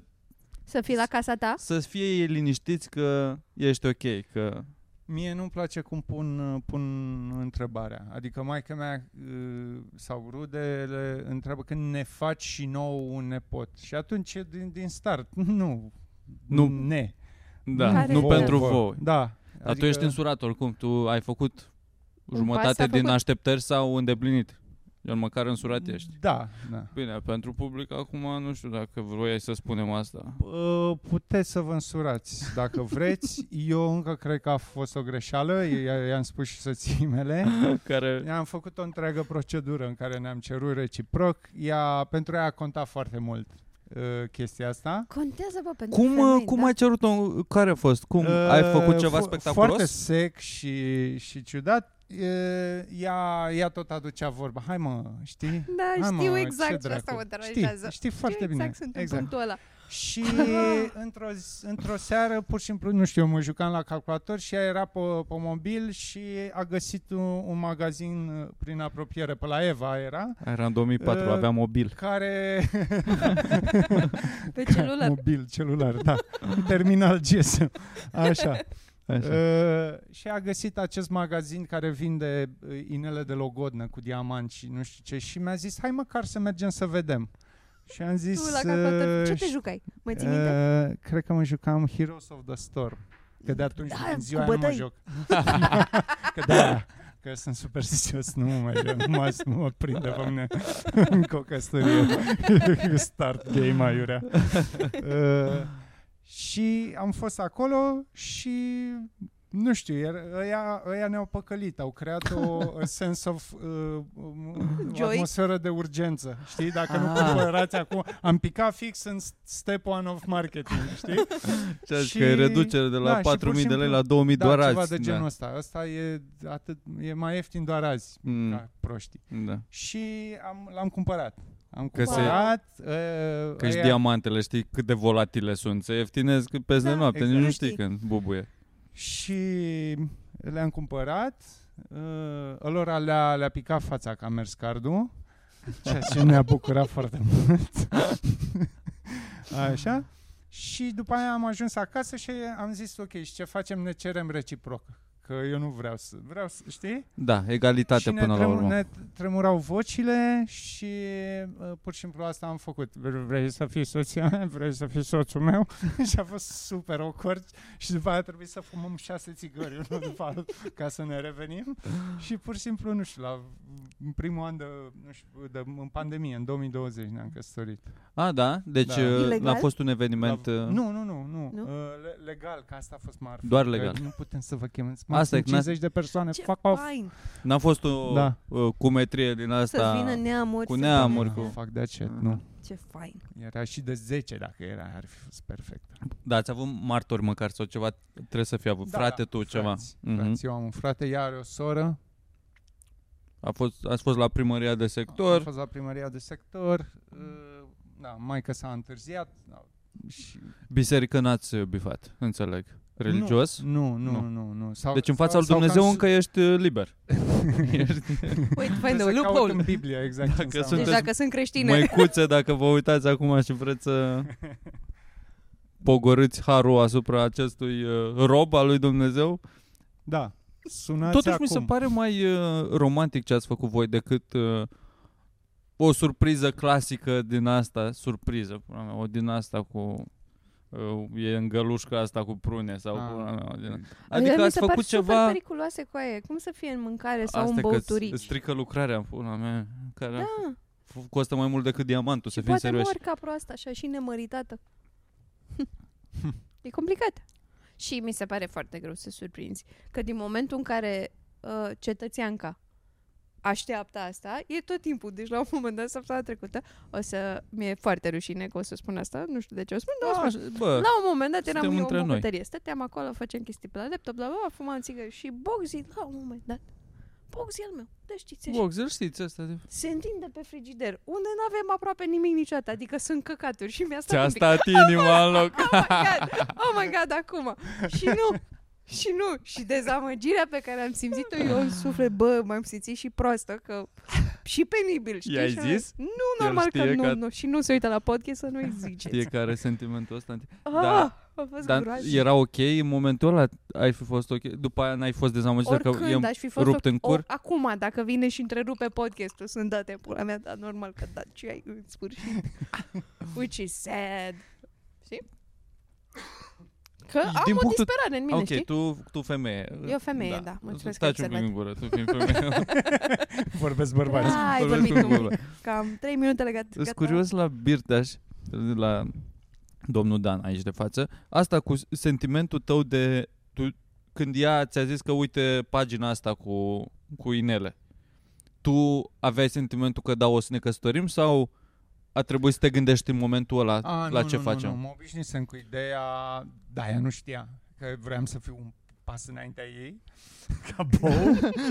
B: să fii la casa ta?
C: să fie ei liniștiți că ești ok, că
D: Mie nu-mi place cum pun, pun întrebarea. Adică maica mea uh, sau rudele întreabă când ne faci și nou un nepot. Și atunci e din, din start. Nu.
C: Nu.
D: Ne.
C: da,
B: Care
C: nu
B: este-
C: pentru voi.
D: Da.
C: Dar tu ești însurat oricum, tu ai făcut
B: Un pas
C: jumătate
B: s-a
C: din
B: făcut.
C: așteptări sau îndeplinit. Eu măcar însurat ești.
D: Da, da.
C: Bine, pentru public acum nu știu dacă vroiai să spunem asta.
D: Uh, Puteți să vă însurați dacă vreți. Eu încă cred că a fost o greșeală. I- I-am spus și soției mele.
C: Care
D: Am făcut o întreagă procedură în care ne-am cerut reciproc. Ea, pentru ea a contat foarte mult uh, chestia asta.
B: Contează, bă, pentru
C: cum, uh,
B: femei,
C: cum
B: da?
C: ai cerut o care a fost? Cum ai
D: Uh,
C: făcut ceva
D: fo- Foarte
C: spectaculos?
D: sec și, și ciudat. Uh, Ea, ea tot aducea vorba. Hai mă, știi?
B: Da,
D: Hai,
B: știu
D: mă,
B: exact ce
D: dracu.
B: asta mă
D: Știi,
B: deranjează.
D: știi foarte
B: știu
D: bine.
B: exact sunt în punctul ăla.
D: Și într-o, zi- într-o seară, pur și simplu, nu știu, eu mă jucam la calculator și ea era pe, pe mobil și a găsit un, un magazin uh, prin apropiere, pe la Eva era,
C: Era în 2004,
D: Uh,
C: aveam mobil.
D: care...
B: Pe celular.
D: mobil, celular, da. Terminal GSM. Așa.
C: Așa.
D: Uh, și a găsit acest magazin care vinde uh, inele de logodnă cu diamant și nu știu ce și mi-a zis, hai măcar să mergem să vedem. Și am zis...
B: Tu la calculator, ce
D: uh,
B: te
D: și-
B: jucai? Mă ții minte?
D: uh, Cred că mă jucam Heroes of the Storm. Că de atunci,
B: Da,
D: din ziua
B: cu
D: aia nu mă
B: bătăi.
D: joc. că da, că sunt superstițios, nu mă mai joc, nu mă, nu mă prinde pe mine în cocăsărie. Start game aiurea. Uh, și am fost acolo și nu știu, era- ăia, ăia ne-au păcălit, au creat o a sense of uh, um, o
B: Joy.
D: atmosferă de urgență, știi? Dacă nu
C: Ah.
D: cumpărați acum, am picat fix în step one of marketing, știi?
C: Ce ai zis,
D: și-
C: că e reducere de la
D: da, și pur
C: 4.000 de lei
D: și simplu-
C: la 2.000 doar
D: da,
C: azi.
D: ceva de genul ăsta. Asta e, atât, e mai ieftin doar azi,
C: Mm,
D: ca proștii.
C: da.
D: Și am, l-am cumpărat. Am
C: Că se-
D: cumpărat. uh,
C: Că și
D: ăia-
C: diamantele, știi cât de volatile sunt. Se ieftinesc peste
D: Da,
C: noapte,
D: exact.
C: nici nu
D: Nu
C: știi
B: știi.
C: când bubuie.
D: Și le-am cumpărat. Uh, lor le-a, le-a picat fața că a mers cardul, ceea ce ne-a bucurat foarte mult. Așa. Și după aia am ajuns acasă și am zis, ok, și ce facem? Ne cerem reciproc. Că eu nu vreau să... Vreau să... Știi?
C: Da, egalitate
D: și ne,
C: până la
D: trem-
C: urmă.
D: ne tremurau vocile și uh, pur și simplu asta am făcut. Vre- Vrei să fii soția mea? Vrei să fii soțul meu? și a fost super awkward și după aia a trebuit să fumăm șase țigări unul după altul ca să ne revenim. și pur și simplu, nu știu, la în primul an de, nu știu, de, în pandemie, în 2020 ne-am căsătorit.
C: A, da? Deci
D: Da.
C: da.
B: Ilegal?
C: a fost un eveniment...
D: La-
C: uh,
D: Nu, nu, nu, nu.
B: Nu?
D: nu? Le- legal, că asta a fost marfa.
C: Doar
D: Că
C: legal.
D: Nu putem să vă chemați.
C: Asta
D: Asta
C: e,
D: e
C: n-a-
D: 50 de persoane.
B: Ce
D: Fuck off.
B: fain
C: N-a fost o
D: Da.
C: uh, cumetrie din
B: să
C: asta...
B: vină neamuri.
C: cu
B: să-
C: neamuri, cu-
D: Fac de ce? Nu.
B: Ce fain.
D: Era și de 10 dacă era, ar fi fost perfect.
C: Da, ați avut martori măcar sau ceva, trebuie să fie avut.
D: Da,
C: frate,
D: da,
C: tu,
D: frați,
C: ceva. Mhm.
D: Frați, eu am un frate, ea are o soră.
C: A fost, ați fost la primăria de
D: A
C: sector.
D: fost la primăria de sector. uh, Da, maica s-a întârziat. da, Și
C: Biserică n-ați uh, bifat, înțeleg. Religios. Nu.
D: Nu, nu,
C: Nu.
D: nu, nu. nu. Sau,
C: Deci în
D: sau-
C: fața lui
D: sau că am
C: Dumnezeu
D: su-
C: încă Păi, ești uh, liber. ești
B: Wait, find the
D: Trebuie să caut
B: loophole.
D: în Biblia, exact. ce
C: Dacă
D: înseamnă.
B: Deci
C: sunteți-
B: dacă sunt creștine.
C: măicuțe dacă vă uitați acum și vreți să pogorâți harul asupra acestui uh, rob al lui Dumnezeu.
D: Da. Sunați
C: Totuși
D: acum.
C: mi se pare mai uh, romantic ce ați făcut voi decât uh, o surpriză clasică din asta, surpriză, pula mea, o din asta cu uh, e în gălușca asta cu prune sau
D: Ah.
C: pula mea, o din
B: Ele
C: Adică
B: mi
C: ați
B: se par
C: făcut
B: super
C: ceva
B: periculoase cu aia. Cum să fie în mâncare sau în
C: că îți-
B: băuturici?
C: îți strică lucrarea, pula mea, care
B: Da,
C: f- costă mai mult decât diamantul, să
B: și
C: fim
B: poate
C: serioși.
B: mor ca proasta așa și nemăritată. e complicat. Și mi se pare foarte greu să surprinzi. Că din momentul în care uh, cetățeanca așteaptă asta, e tot timpul. Deci la un moment dat, săptămâna trecută, o să... Mi-e foarte rușine că o să spun asta. Nu știu de ce o spun, dar o spun.
C: Da, bă,
B: La un moment dat eram
C: Suntem
B: eu
C: între
B: în
C: noi.
B: bucătărie, stăteam acolo, făceam chestii pe la laptop, bla, bla, bla, fumam țigări și Boxy, la un moment dat, Boxy al meu, de știți, așa,
C: Voxel știți asta de...
B: se întinde pe frigider, unde nu avem aproape nimic niciodată, adică sunt căcaturi și mi-a stat
C: Ți-a
B: un pic,
C: stat inima în loc.
B: oh my god, oh my god, acum, și nu, și nu, și dezamăgirea pe care am simțit-o eu în suflet, bă, m-am simțit și prostă, că și penibil, știi?
C: I-ai
B: și am
C: zis?
B: zis, Nu, normal că
C: știe
B: nu,
C: că-
B: nu, și nu se uită la podcast să nu-i ziceți.
C: Fiecare sentimentul ăsta.
B: Da.
C: da.
B: Ah, a fost
C: Dar
B: groaznic.
C: era ok în momentul ăla? Ai fi fost ok? După aia n-ai fost dezamăgit dacă
B: Oricând
C: e
B: aș fi fost
C: rupt
B: o-
C: în cur?
B: O, acum, dacă vine și întrerupe podcastul, sunt date în pula mea, dar normal că da, ce ai în sfârșit. Which is sad. Știi? Că
C: Din
B: am o
C: punctul-
B: disperare în mine,
C: ok,
B: știi?
C: tu, tu femeie.
B: Eu femeie, da, mulțumesc că ai
C: Taci un pic în
B: observat.
C: gură, tu fiind femeie.
D: Vorbesc bărbați.
B: Da, ai
C: vorbesc
B: vorbit
C: în
B: un
C: gură.
B: pic. Cam 3 minute legat.
C: Sunt
B: gata.
C: curios la Birtaș, la domnul Dan aici de față. Asta cu sentimentul tău de... Tu, când ea ți-a zis că uite pagina asta cu, cu inele, tu aveai sentimentul că da, o să ne căsătorim sau a trebuit să te gândești în momentul ăla
D: A,
C: la
D: nu,
C: ce
D: nu,
C: facem?
D: Nu, nu, mă obișnuisem cu ideea, da, ea nu știa, că vreau să fiu un pas înaintea ei, ca bou,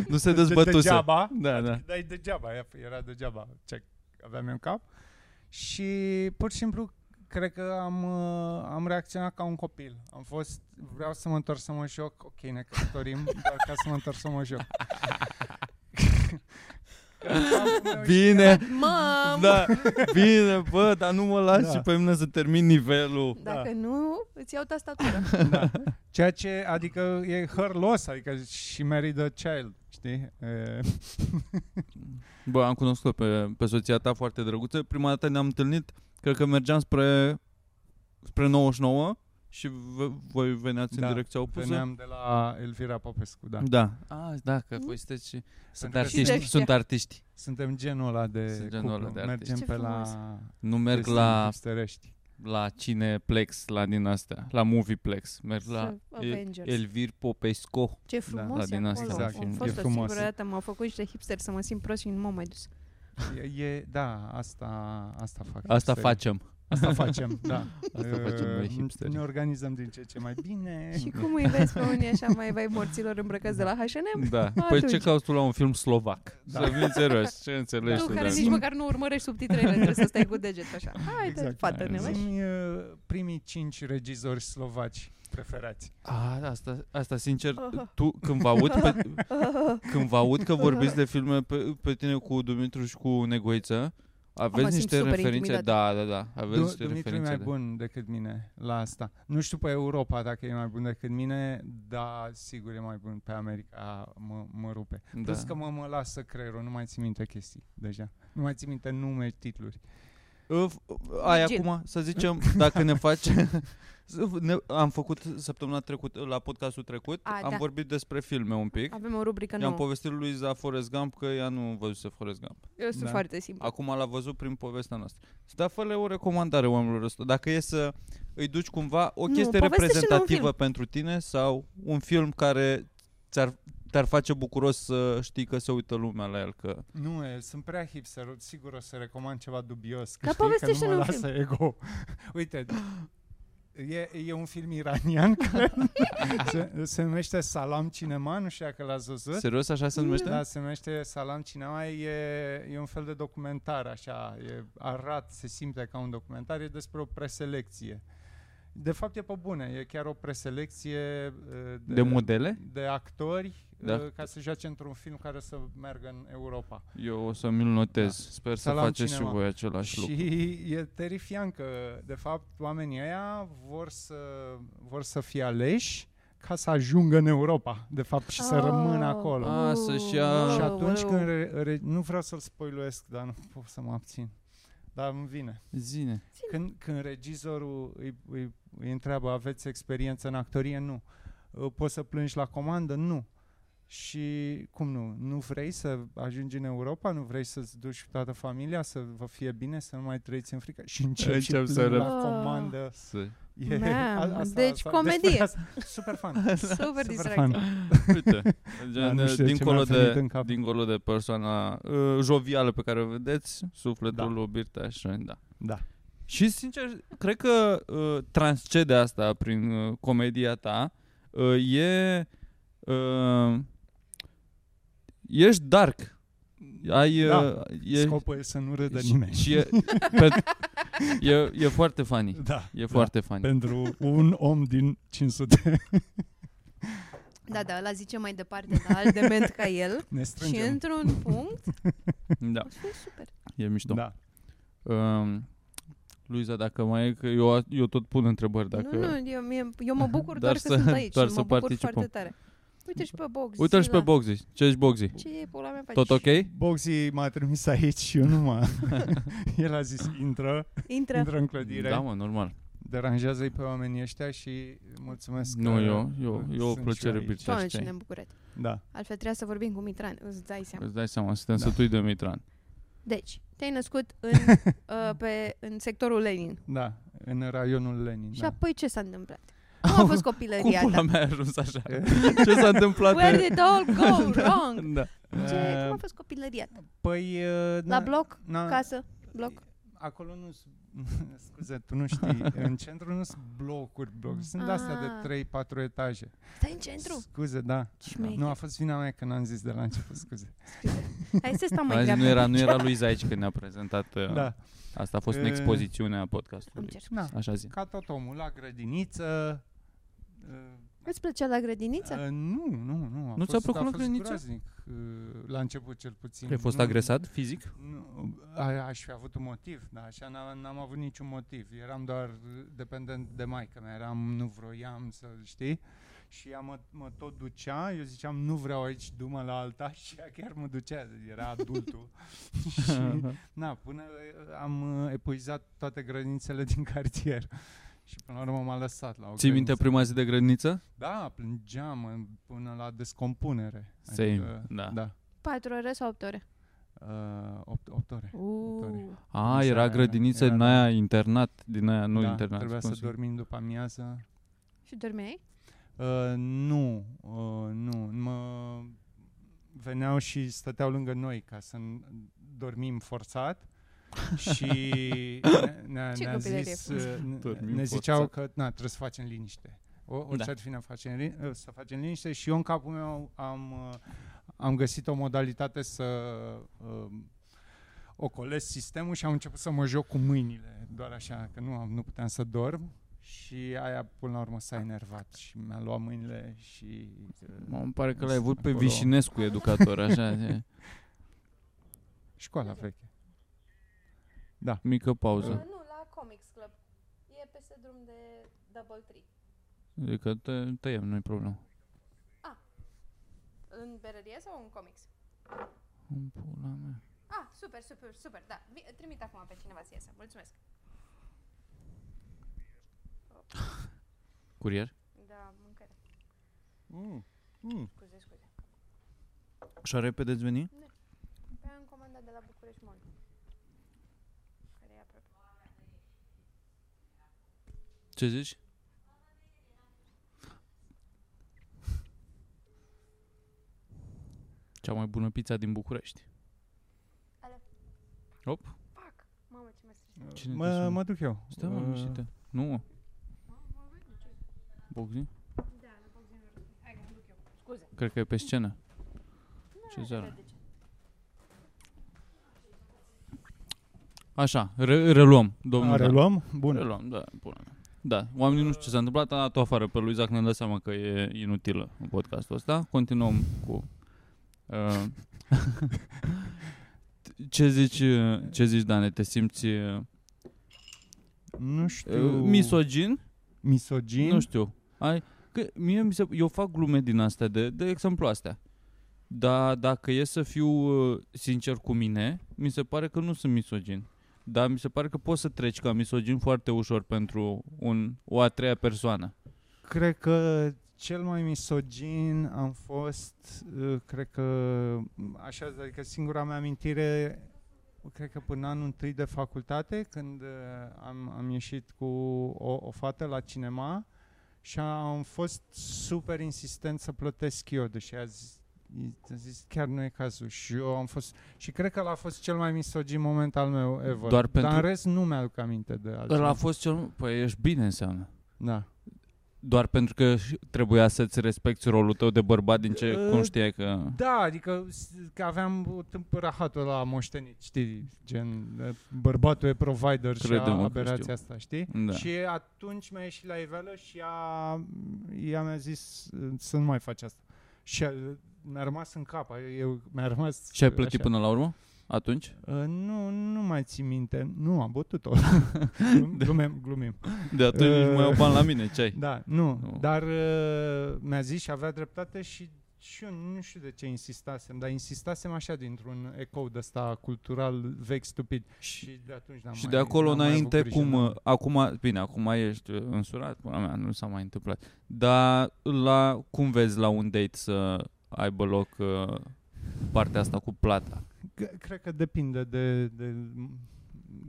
C: Nu se
D: de-
C: dezbătuse.
D: degeaba,
C: Da, da.
D: dar e degeaba, ea era degeaba ce aveam eu în cap. Și pur și simplu cred că am, uh, am reacționat ca un copil. Am fost, vreau să mă întorc să mă joc, ok, ne căsătorim, doar ca să mă întorc să mă joc.
C: Bine,
B: Mam!
C: da, bine, bă, dar nu mă lași
D: Da.
C: și pe mine să termin nivelul.
B: Dacă nu, îți iau tastatura.
D: da. Ceea ce, adică e hărlos, adică și marry the child, știi? E,
C: Bă, am cunoscut pe, pe soția ta foarte drăguță. Prima dată ne-am întâlnit, cred că mergeam spre, spre 99 și v- voi veneați da.
D: Da,
C: în direcția opusă.
D: Veneam de la Elvira Popescu, da.
C: Da. A, da, că voi sunteți și... Sunt
D: Pentru că
B: artist. sunteți-
C: artiști, sunt artiști.
D: Suntem genul ăla de
C: Sunt genul ăla
D: cuplu.
C: de artiști.
D: Mergem
B: Ce
D: pe la...
B: frumos.
C: Nu merg
D: chestiuni
C: la,
D: hipsterești.
C: la Cineplex, la din astea, la Movieplex. Merg la
B: Avengers.
C: Elvir Popesco.
B: Ce
C: la
B: frumos
C: da, din
B: e
C: asta,
B: acolo.
D: exact,
B: Am
D: e
B: fost o
D: frumos.
B: singură dată, m-au făcut niște hipster să mă simt prost și nu m-am mai dus.
D: E, e, da, asta, asta fac.
C: Asta
D: hipsterii.
C: facem.
D: Asta facem, da.
C: Asta facem noi,
D: E,
C: hipsterii.
D: Ne organizăm din ce ce mai bine.
B: Și cum îi vezi pe unii așa mai vai morților îmbrăcați de la H&M?
C: Da. Păi
B: Atunci.
C: ce cauți tu la un film slovac?
D: Da.
C: Să fim serios, ce înțelegi
B: Tu
C: tu?
B: care
C: de-
B: nici măcar nu urmărești subtitrele, trebuie să stai cu degetul așa. Haide, exact.
D: Exact.
B: fată
C: Hai,
B: nevești.
D: Zi-mi uh, primii cinci regizori slovaci preferați.
C: A, da, asta, asta sincer, tu când vă aud, pe,
D: Exact.
C: când vă aud că vorbiți de filme pe, pe tine cu Dumitru și cu Negoiță,
B: mă
C: Aveți
B: simt
C: niște
B: super
C: referințe? Da,
B: intimidată.
C: da, da. Aveți
D: Du-
C: niște
D: Dumitru e
C: referințe.
D: mai
C: de-
D: bun decât mine la asta. Nu știu pe Europa dacă e mai bun decât mine, dar sigur e mai bun pe America, mă, mă rupe.
C: Da.
D: Plus că mă, mă lasă creierul, nu mai țin minte chestii deja. Nu mai țin minte nume, titluri.
C: Uh, Ai
B: Gin.
C: acum, să zicem, dacă ne faci... ne, am făcut săptămâna trecută, la podcastul trecut,
B: A,
C: am
B: da.
C: vorbit despre filme un pic.
B: Avem o rubrică
C: I-am
B: nouă.
C: povestit lui Iza Forrest Gump că ea nu văzuse Forrest Gump.
B: Eu sunt
D: Da.
B: foarte simplu.
C: Acum l-a văzut prin povestea noastră. Dar fă o recomandare oamenilor ăsta. Dacă e să îi duci cumva o
B: Nu,
C: chestie
B: povestește-ne un
C: reprezentativă
B: film.
C: pentru tine sau un film care ți-ar, te-ar face bucuros să știi că se uită lumea la el. Că...
D: Nu, e, sunt prea hipster, sigur o să recomand ceva dubios, că
B: Dar
D: știi că nu
B: povestește-ne
D: mă
B: un
D: lasă ego. Uite, e, e un film iranian care se, se numește Salam Cinema, nu știu dacă l-ați văzut.
C: Serios, așa se numește?
D: Da, se numește Salam Cinema, e, e un fel de documentar, așa, e arat, se simte ca un documentar, e despre o preselecție. De fapt e pe bune, e chiar o preselecție uh,
C: De modele?
D: de actori
C: Da.
D: uh, ca să joace într-un film care să meargă în Europa.
C: Eu o să mi-l notez.
D: Da.
C: Sper să
D: Salam
C: faceți
D: cinema.
C: și voi același
D: și
C: lucru.
D: e terifiant că, de fapt, oamenii ăia vor să, vor să fie aleși ca să ajungă în Europa, de fapt, și să rămână
B: Oh.
D: acolo.
C: Ah, să-și ia-
D: Și atunci când... Re, re, nu vreau să-l spoiluesc, dar nu pot să mă abțin. Dar îmi vine.
C: Zine.
D: Când, când regizorul îi, îi, îi întreabă, aveți experiență în actorie? Nu. "Uh, Poți să plângi la comandă? Nu. Și cum nu? Nu vrei să ajungi în Europa? Nu vrei să-ți duci cu toată familia? Să vă fie bine? Să nu mai trăiți în frică? Și încep, și
C: Încep să
D: plâng la
B: răp-
D: comandă.
C: Să...
D: E-
B: Mamă,
D: a-
B: deci comedie.
D: Despre asta, super fan.
B: Super
D: Super
B: distractiv.
D: fan.
C: Uite, gen,
D: Da, nu știu ce
C: dincolo,
D: mi-a venit
C: de,
D: în cap.
C: dincolo de persoana uh, jovială pe care o vedeți, sufletul
D: Da.
C: da. lui Birta Șoin, da.
D: Da.
C: Și sincer, cred că uh, transcede asta prin uh, comedia ta. Uh, e... Uh, ești dark. Ai, uh,
D: Da.
C: e,
D: Scopul e să nu râdă
C: și-
D: nimeni.
C: Și e, pe, e, e foarte funny.
D: Da.
C: E foarte funny.
D: pentru un om din 500.
B: Da, da, ăla zice mai departe, da, alt dement ca el.
D: Ne
B: Și
D: strângem.
B: într-un punct,
C: Da,
B: e super.
C: e mișto.
D: Da.
C: Um, Luiza, dacă mai e, că eu, eu tot pun întrebări dacă...
B: Nu, nu, eu, mie, eu mă bucur
C: Dar
B: doar că
C: să-
B: sunt aici
C: doar
B: și
C: să
B: mă bucur
C: participăm.
B: foarte tare. Uite și pe box.
C: Uite-l și pe
B: Zila.
C: Boxy. Ce ești Boxy?
B: Ce e, pula mea, faci?
C: Tot ok?
D: Boxy m-a trimis aici și eu nu mă... El a zis, intră,
B: Intră.
D: intră în clădire,
C: Da, mă, normal.
D: deranjează-i pe oamenii ăștia și mulțumesc
C: Nu,
D: că
C: eu, eu, eu o
D: sunt și
C: plăcere
D: aici.
C: birtea,
B: Doamne, ce
C: știi?
B: ne-am bucurat.
D: Da.
B: Altfel trebuia să vorbim cu Mitran, îți dai seama.
C: Îți dai seama, suntem
D: Da.
C: sătui de Mitran.
B: Deci, te-ai născut în, uh, pe, în sectorul Lenin.
D: Da, în raionul Lenin.
B: Și
D: da.
B: apoi ce s-a întâmplat? Cum a fost
C: Cum
B: copilăria
C: pula
B: ta?
C: mea a ajuns așa? Ce s-a întâmplat?
B: Where did all go wrong?
C: Da. Da.
B: Ce, cum a
D: Uh,
B: fost copilăria ta?
D: Păi... uh,
B: La
D: na-
B: bloc?
D: na-
B: Casă? Bloc?
D: Acolo nu s- scuze, tu nu știi, în centru nu sunt blocuri, blocuri, sunt astea
B: Ah.
D: de 3-4 etaje.
B: Stai în centru?
D: Scuze, da.
B: Șmecher.
D: Nu, a fost vina mea că n-am zis de la început, scuze.
B: Hai să stau mai
C: Azi
B: dreapta.
C: nu era, nu era Luiza aici când ne-a prezentat. uh,
D: Da.
C: Asta a fost în
D: E-
C: expozițiune a
B: Îmi
C: podcastului.
B: cer.
D: Na,
C: Așa zi.
D: ca tot omul, la grădiniță. uh,
B: Îți plăcea la
C: Da.
B: grădiniță?
D: uh, Nu, nu, nu. A
C: Nu ți-a
D: fost-
C: plăcut la
D: a fost
C: grădiniță?
D: groaznic, uh, la început cel puțin.
C: Ai fost
D: Nu-
C: agresat fizic?
D: Nu, a- aș fi avut un motiv, dar așa n-am, n-am avut niciun motiv. Eram doar dependent de maică mea, eram, nu vroiam să știi. Și ea mă, mă tot ducea, eu ziceam nu vreau aici, du-mă la alta și ea chiar mă ducea, era adultul. și Na, până uh, am uh, epuizat toate grădinițele din cartier. Și până la urmă m-a lăsat la o
C: Ții minte
D: grădiniță.
C: prima zi de grădiniță?
D: Da, plângeam în- până la descompunere.
C: Same, da.
D: da.
B: 4 ore sau 8 ore?
D: Uh, 8, 8 ore.
B: Uuu.
C: A,
D: Așa
C: Ah, era
D: era,
C: grădiniță
D: era,
C: din
D: da.
C: aia internat, din aia nu
D: da,
C: internat.
D: Trebuia
C: cum
D: să
C: se-
D: dormim după amiază.
B: Și dormeai?
D: Uh, nu, uh, nu. Mă veneau și stăteau lângă noi ca să n- dormim forțat. și ne, ne,
B: Ce
D: ne-a
B: copilărie
D: zis,
B: frumoasă.
D: uh, ne,
C: Dormim
D: ne ziceau
C: forțat.
D: că na, trebuie să facem liniște. O, orice
C: Da.
D: ar fi ne facem, lin- uh, să facem liniște și eu în capul meu am, uh, am găsit o modalitate să uh, ocolesc sistemul și am început să mă joc cu mâinile, doar așa, că nu, am, nu puteam să dorm. Și aia până la urmă s-a enervat și mi-a luat mâinile și...
C: Mă
D: Uh,
C: îmi pare că l-ai avut pe
D: Acolo.
C: Vișinescu educator, așa. e.
D: Mm. școala veche. Da.
C: Mică
B: Uh,
C: pauză.
B: nu, la Comics Club. E peste drum de Double Tree.
C: Adică tă- tăiem, nu-i problemă.
B: În berărie sau în comics?
C: În pula mea.
B: Ah, super, super, super, da. Vi- Trimit acum pe cineva să iasă. Mulțumesc.
C: Curier?
B: Da, mâncare.
D: Mm. Mm.
B: Scuze, scuze.
C: Așa repede îți veni?
B: Pe am comandat de la București Mall. Care e aproape.
C: Ce zici? Cea mai bună pizza din București.
B: Ale.
C: Hop.
B: Fuck! Mamă, ce mă stresez.
C: Cine te
D: Mă,
C: sună?
D: mă duc eu.
C: Stai mă,
D: Uh,
C: miște Nu mă. Bogzi?
B: Da, la boxing Hai că mă duc eu. Scuze.
C: Cred că e pe scenă. Cezar.
B: De ce?
C: Așa, re- reluăm, domnul.
D: a,
C: Dan.
D: reluăm? Bun.
C: Reluăm, da, bună. Da, oamenii nu știu ce s-a întâmplat, a dat-o afară pe lui Zac, ne-am dat seama că e inutilă în podcastul ăsta. Continuăm cu... Uh, ce zici, uh, ce zici, Dane? Te simți uh,
D: Nu știu.
C: misogin?
D: Misogin?
C: Nu știu. Ai, că mie mi se, eu fac glume din astea, de, de exemplu astea. Dar dacă e să fiu uh, sincer cu mine, mi se pare că nu sunt misogin. Dar mi se pare că poți să treci ca misogin foarte ușor pentru un, o a treia persoană.
D: Cred că cel mai misogin am fost, uh, cred că, așa, adică singura mea amintire, cred că până anul întâi de facultate, când uh, am, am ieșit cu o, o fată la cinema și am fost super insistent să plătesc eu, deși a zis, a zis chiar nu e cazul și eu am fost și cred că l a fost cel mai misogin moment al meu ever.
C: Doar
D: Dar
C: pentru-
D: în rest nu mi-aduc aminte de altceva.
C: Ăla a fost cel... Păi ești bine înseamnă.
D: Da.
C: Doar pentru că și- trebuia să-ți respecti rolul tău de bărbat din ce
D: Uh,
C: cum știai că...
D: Da, adică s- că aveam o tâmpără hatul la moștenit, știi, gen eh, bărbatul e provider și
C: Crede-mă
D: a
C: că
D: aberația
C: știu.
D: asta, știi?
C: Da.
D: Și atunci mi-a ieșit la iveală și ea, ea mi-a zis eh, să nu mai faci asta. Și eh, mi-a rămas în cap, eu, mi-a rămas...
C: Și ai plătit
D: așa.
C: până la urmă? Atunci?
D: Eh, Nu, nu mai țin minte, nu, am bătut-o. glumim, glumim.
C: De atunci
D: Uh,
C: nici nu mai au bani la mine, ce ai?
D: Da, nu,
C: Nu.
D: dar uh, mi-a zis și avea dreptate și și eu nu știu de ce insistasem, dar insistasem așa dintr-un ecou de ăsta cultural vechi, stupid.
C: Și,
D: Și de atunci n-am
C: și
D: mai,
C: de acolo
D: n-am mai
C: înainte,
D: avut grijă,
C: cum...
D: n-am-
C: uh, Acum, bine, acum ești uh, însurat, până mea, nu s-a mai întâmplat. Dar la, cum vezi la un date să aibă loc uh, partea asta cu plata?
D: C- Cred că depinde de, de m-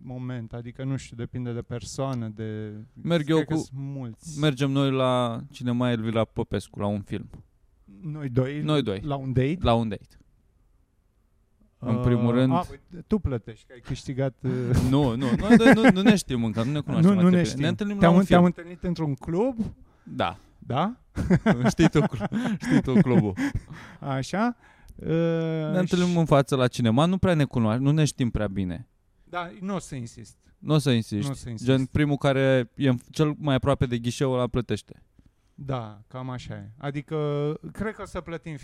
D: moment, adică nu știu, depinde de persoană, de...
C: Merg eu
D: cred că
C: cu-
D: sunt mulți.
C: Mergem noi la cinema Elvira Popescu, la un film.
D: Noi doi?
C: Noi doi.
D: La un date?
C: La un date. în primul
D: Uh,
C: rând-
D: A, uite, tu plătești, că ai câștigat... uh,
C: Nu, nu, noi doi nu, nu ne știm încă, nu ne cunoaștem.
D: nu, nu
C: atât
D: ne
C: bine.
D: știm.
C: Ne întâlnim la
D: te-am,
C: un
D: te-am
C: film.
D: întâlnit într-un club,
C: Da,
D: da?
C: știi tu, cl- știi tu clubul.
D: Așa. Uh,
C: Ne întâlnim în față la cinema, nu prea ne cunoaștem, nu ne știm prea bine.
D: Da, nu o să insist.
C: Nu o să insiști.
D: Nu o să insist.
C: Gen, primul care e în- cel mai aproape de ghișeu ăla plătește.
D: Da, cam așa e. Adică, cred că o să plătim 50-50,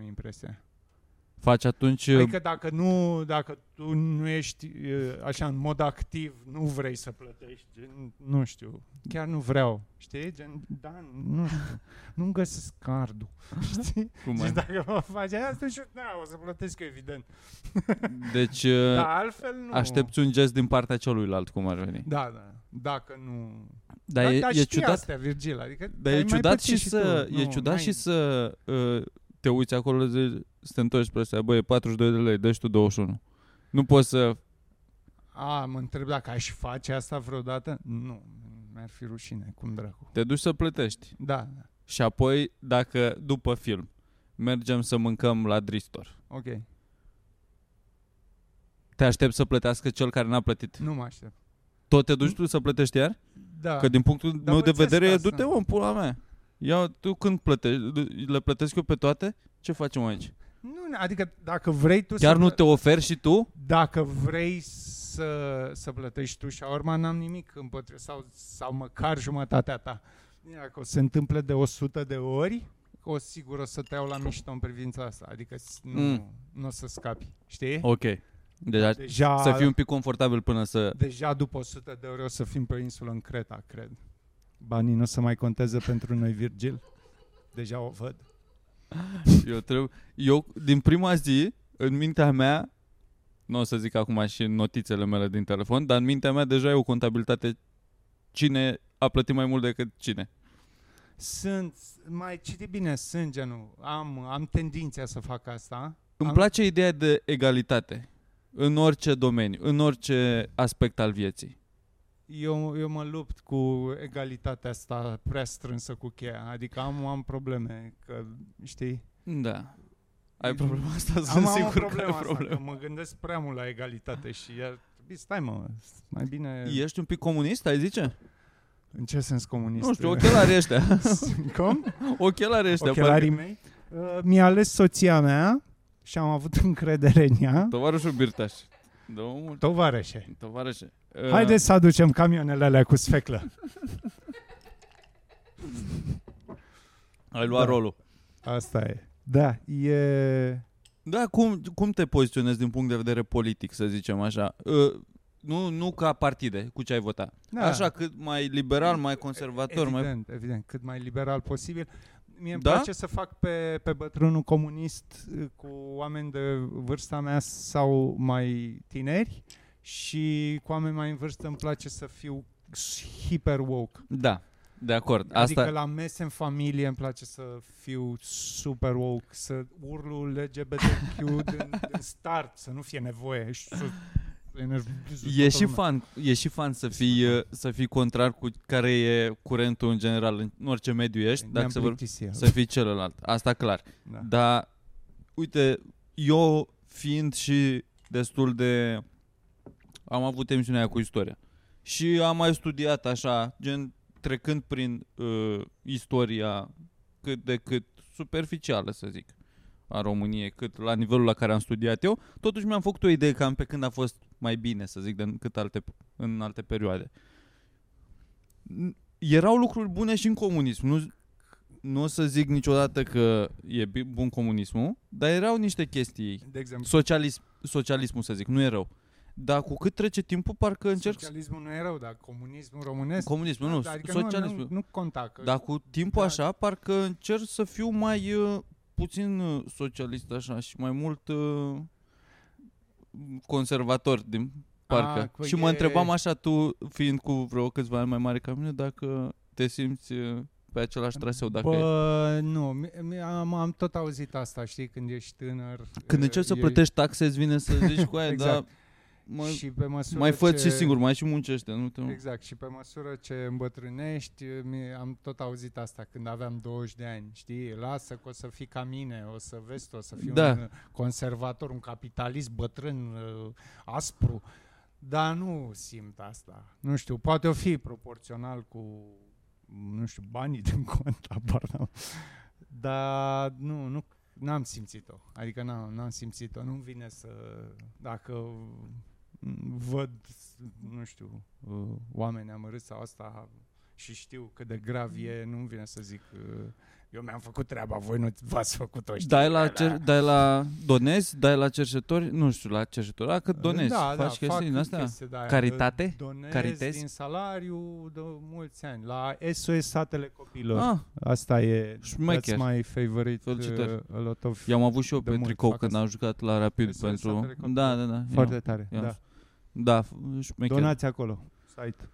D: am impresia.
C: Faci atunci... uh,
D: Adică dacă nu, dacă tu nu ești uh, așa în mod activ, nu vrei să plătești, gen, nu știu, chiar nu vreau, știi? Gen, da, nu știu, nu-mi găsesc cardul, știi?
C: cum
D: Și
C: e?
D: dacă mă faci asta, și da, o să plătesc eu, evident.
C: Deci
D: Dar altfel Da, nu.
C: aștepți un gest din partea celuilalt, cum ar veni.
D: Da, da, dacă nu...
C: Dar, e,
D: Da, dar
C: e
D: știi
C: ciudat,
D: Astea, Virgil, adică
C: dar
D: ai
C: e
D: mai
C: ciudat
D: pățit
C: și să,
D: tu.
C: e
D: Nu,
C: ciudat
D: n-ai-
C: și să uh, te uiți acolo de, să te întorci spre asta, băi, 42 de lei, dă și tu 21. Nu poți să...
D: A, mă întreb dacă aș face asta vreodată? Nu, mi-ar fi rușine, cum dracu.
C: Te duci să plătești.
D: Da, da,
C: Și apoi, dacă după film mergem să mâncăm la Dristor,
D: ok.
C: te aștept să plătească cel care n-a plătit.
D: Nu mă aștept.
C: Tot te duci tu să plătești iar?
D: Da,
C: Că din punctul
D: Dar
C: meu
D: bă,
C: de
D: ce
C: vedere
D: stai
C: e
D: să-
C: du-te om, pula mea. Ia, tu când plătești? Le plătesc eu pe toate? Ce facem aici?
D: nu, adică dacă vrei tu
C: Chiar
D: să...
C: nu
D: plă-
C: te oferi și tu?
D: Dacă vrei să, să plătești tu și urma n-am nimic împotriva, sau, sau măcar jumătatea ta. Dacă o se întâmplă de 100 de ori, o sigur o să te iau la mișto în privința asta. Adică s- nu,
C: Mm.
D: nu o să scapi, știi?
C: Ok. Deja,
D: Deja,
C: să fii un pic confortabil până să...
D: deja după 100 de ori o să fim pe insulă în Creta, cred. Banii nu o să mai conteze pentru noi, Virgil. Deja o văd. Da.
C: Eu, trebuie, eu, din prima zi, în mintea mea, nu o să zic acum și în notițele mele din telefon, dar în mintea mea deja e o contabilitate cine a plătit mai mult decât cine.
D: Sunt, mai citi bine, sunt genul. Am, am tendința să fac asta.
C: Îmi
D: Am-
C: place ideea de egalitate în orice domeniu, în orice aspect al vieții.
D: Eu, eu mă lupt cu egalitatea asta prea strânsă cu cheia. Adică am, am probleme, că știi?
C: Da. Ai problema asta? Sunt
D: am, am o
C: sigur că
D: problemă
C: ai
D: asta, că
C: problemă.
D: mă gândesc prea mult la egalitate și iar, stai mă, mai bine...
C: Ești un pic comunist, ai zice?
D: În ce sens comunist?
C: Nu știu, ochelarii ăștia.
D: Com?
C: ochelarii ăștia.
D: Ochelarii mei? Uh, mi-a ales soția mea și am avut încredere în ea.
C: parcă. Tovarășul Birtaș. Domnul,
D: Tovarășe,
C: tovarășe. Uh,
D: haideți să aducem camioanele alea cu sfeclă.
C: Ai luat
D: Da.
C: rolul.
D: Asta e. Da, e...
C: Da, cum, cum te poziționezi din punct de vedere politic, să zicem așa? Uh, nu, nu ca partide, cu ce ai votat.
D: Da.
C: Așa, cât mai liberal, mai conservator, mai...
D: Evident, evident, cât mai liberal posibil. Mie îmi
C: Da?
D: place să fac pe, pe bătrânul comunist uh, cu oameni de vârsta mea sau mai tineri și cu oameni mai în vârstă îmi place să fiu hiper woke.
C: Da, de acord.
D: Asta...
C: Asta...
D: Adică la mese în familie îmi place să fiu super woke, să urlu LGBTQ din, din start, să nu fie nevoie. Și să enervezi
C: E
D: toată
C: și,
D: lumea.
C: fan, e și fan să fii, uh, să fii contrar cu care e curentul în general, în orice mediu ești,
D: Ne-am
C: dacă să, vor,
D: plictisit.
C: să fii celălalt. Asta clar.
D: Da.
C: Dar, uite, eu fiind și destul de... Am avut emisiunea aia cu istoria. Și am mai studiat așa, gen trecând prin uh, istoria cât de cât superficială, să zic, a României, cât la nivelul la care am studiat eu, totuși mi-am făcut o idee cam pe când a fost mai bine, să zic, decât alte, în alte perioade. N- Erau lucruri bune și în comunism, nu, nu o să zic niciodată că e bi- bun comunismul, dar erau niște chestii.
D: De exemplu,
C: Socialism, socialismul să zic, nu e rău. Dar cu cât trece timpul, parcă încerc... să-
D: socialismul nu e rău, dar comunismul românesc...
C: Comunismul, nu,
D: Da, adică
C: socialismul.
D: Nu, nu, nu conta. Că
C: Dar cu timpul
D: Da.
C: așa, parcă încerc să fiu mai uh, puțin uh, socialist așa și mai mult uh, conservator din parcă.
D: că
C: și mă
D: Ah, păi e-
C: întrebam așa, tu fiind cu vreo câțiva ani mai mare ca mine, dacă te simți uh, pe același traseu, dacă e-
D: Bă, nu, mi- mi- am, am tot auzit asta, știi, când ești tânăr.
C: Când
D: e-
C: încerci să
D: e-
C: plătești taxe, îți vine să zici cu aia,
D: Exact.
C: dar mă,
D: și pe măsură
C: mai fă
D: ce,
C: și singur, mai și muncește, nu te
D: Exact, și pe măsură ce îmbătrânești, mi- am tot auzit asta când aveam 20 de ani, știi? Lasă că o să fii ca mine, o să vezi, tu, o să fii
C: Da.
D: un uh, conservator, un capitalist bătrân, uh, aspru. Dar nu simt asta. Nu știu, poate o fi proporțional cu, nu știu, banii din cont, abar n-am. Dar nu, nu, n-am simțit-o. Adică n-am, n-am simțit-o. Nu-mi vine să, dacă m, văd, nu știu, uh, oameni amărâți sau asta și știu cât de grav e, nu-mi vine să zic uh, eu mi-am făcut treaba, voi nu v-ați făcut-o. știi?
C: Dai la, cer, dai la donezi, dai la cerșetori, nu știu, la cerșetori, dacă donezi,
D: da,
C: faci
D: da, fac
C: chestii din astea.
D: chestii de-aia.
C: Caritate?
D: Donez
C: Caritezi?
D: din salariu de mulți ani. La SOS Satele Copilor.
C: Ah,
D: Asta e
C: Șmecher.
D: That's my favorite
C: Felicitări.
D: uh, a lot of
C: i-am avut și eu
D: De
C: pe
D: mult
C: tricou
D: fac
C: când
D: asta. Păi
C: am jucat la Rapid
D: SOS
C: pentru...
D: Satele
C: Da, da, da.
D: foarte
C: eu-
D: tare.
C: eu-
D: Da.
C: Da, f- șmecher.
D: Donați acolo. Site.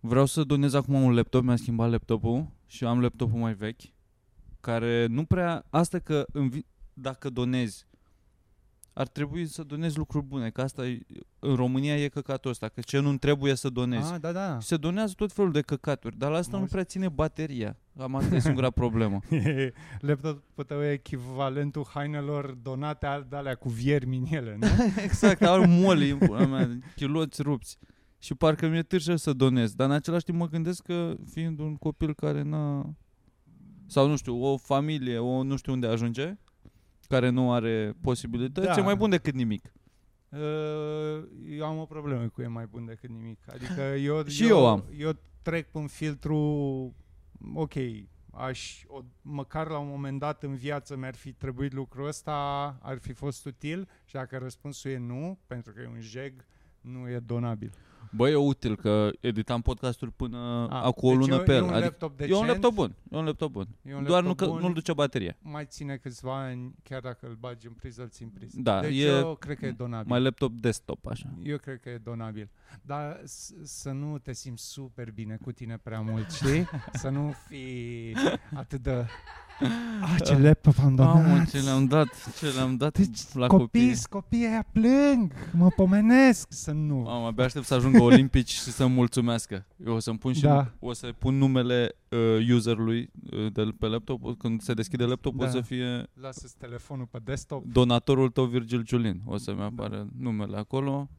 C: Vreau să donez acum un laptop, mi-am schimbat laptopul și am laptopul mai vechi, care nu prea, asta că în vi- dacă donezi, ar trebui să donezi lucruri bune, că asta e, în România e căcatul ăsta, că ce nu trebuie să donezi.
D: Ah, da, da.
C: Și se donează tot felul de căcaturi, dar la asta nu
D: Auzi?
C: prea ține bateria. Am asta e singura problemă.
D: Laptopul tău e echivalentul hainelor donate al- de alea cu viermi în ele, nu?
C: exact, au moli în pula mea, chiloți rupți. Și parcă mi-e târșă să donez, dar în același timp mă gândesc că fiind un copil care n-a... Sau nu știu, o familie, o nu știu unde ajunge, care nu are posibilități,
D: Da.
C: e mai bun decât nimic.
D: Uh, eu am o problemă cu e mai bun decât nimic. Adică eu,
C: Și eu am.
D: Eu trec în filtru, ok, aș, o, măcar la un moment dat în viață mi-ar fi trebuit lucrul ăsta, ar fi fost util și dacă răspunsul e nu, pentru că e un jeg, nu e donabil.
C: Bă, e util că editam podcastul până
D: A,
C: acum o
D: deci
C: lună
D: e,
C: pe
D: e
C: el.
D: un
C: Adică
D: laptop
C: e
D: decent,
C: un laptop bun. E un laptop bun.
D: e un
C: Doar nu
D: laptop
C: că
D: bun,
C: nu-l duce bateria.
D: mai ține câțiva ani, chiar dacă îl bagi în priză, îl ții în priză.
C: Da,
D: deci
C: e
D: eu cred că e donabil.
C: Mai laptop desktop, așa.
D: Eu cred că e donabil. Dar s- să nu te simți super bine cu tine prea mult, știi? Să nu fii atât de... Ah, ce laptop am
C: Mamă, ce le-am dat, ce le-am dat deci, la copii.
D: Copii, copii aia plâng, mă pomenesc să nu.
C: Am abia aștept să ajungă olimpici și să-mi mulțumească. Eu o să-mi pun și
D: Da.
C: o să pun numele uh, userului uh, de, pe laptop. Când se deschide laptopul
D: Da.
C: o să fie
D: Lasă-ți telefonul pe desktop.
C: donatorul tău Virgil Giulin. O să-mi apară numele acolo.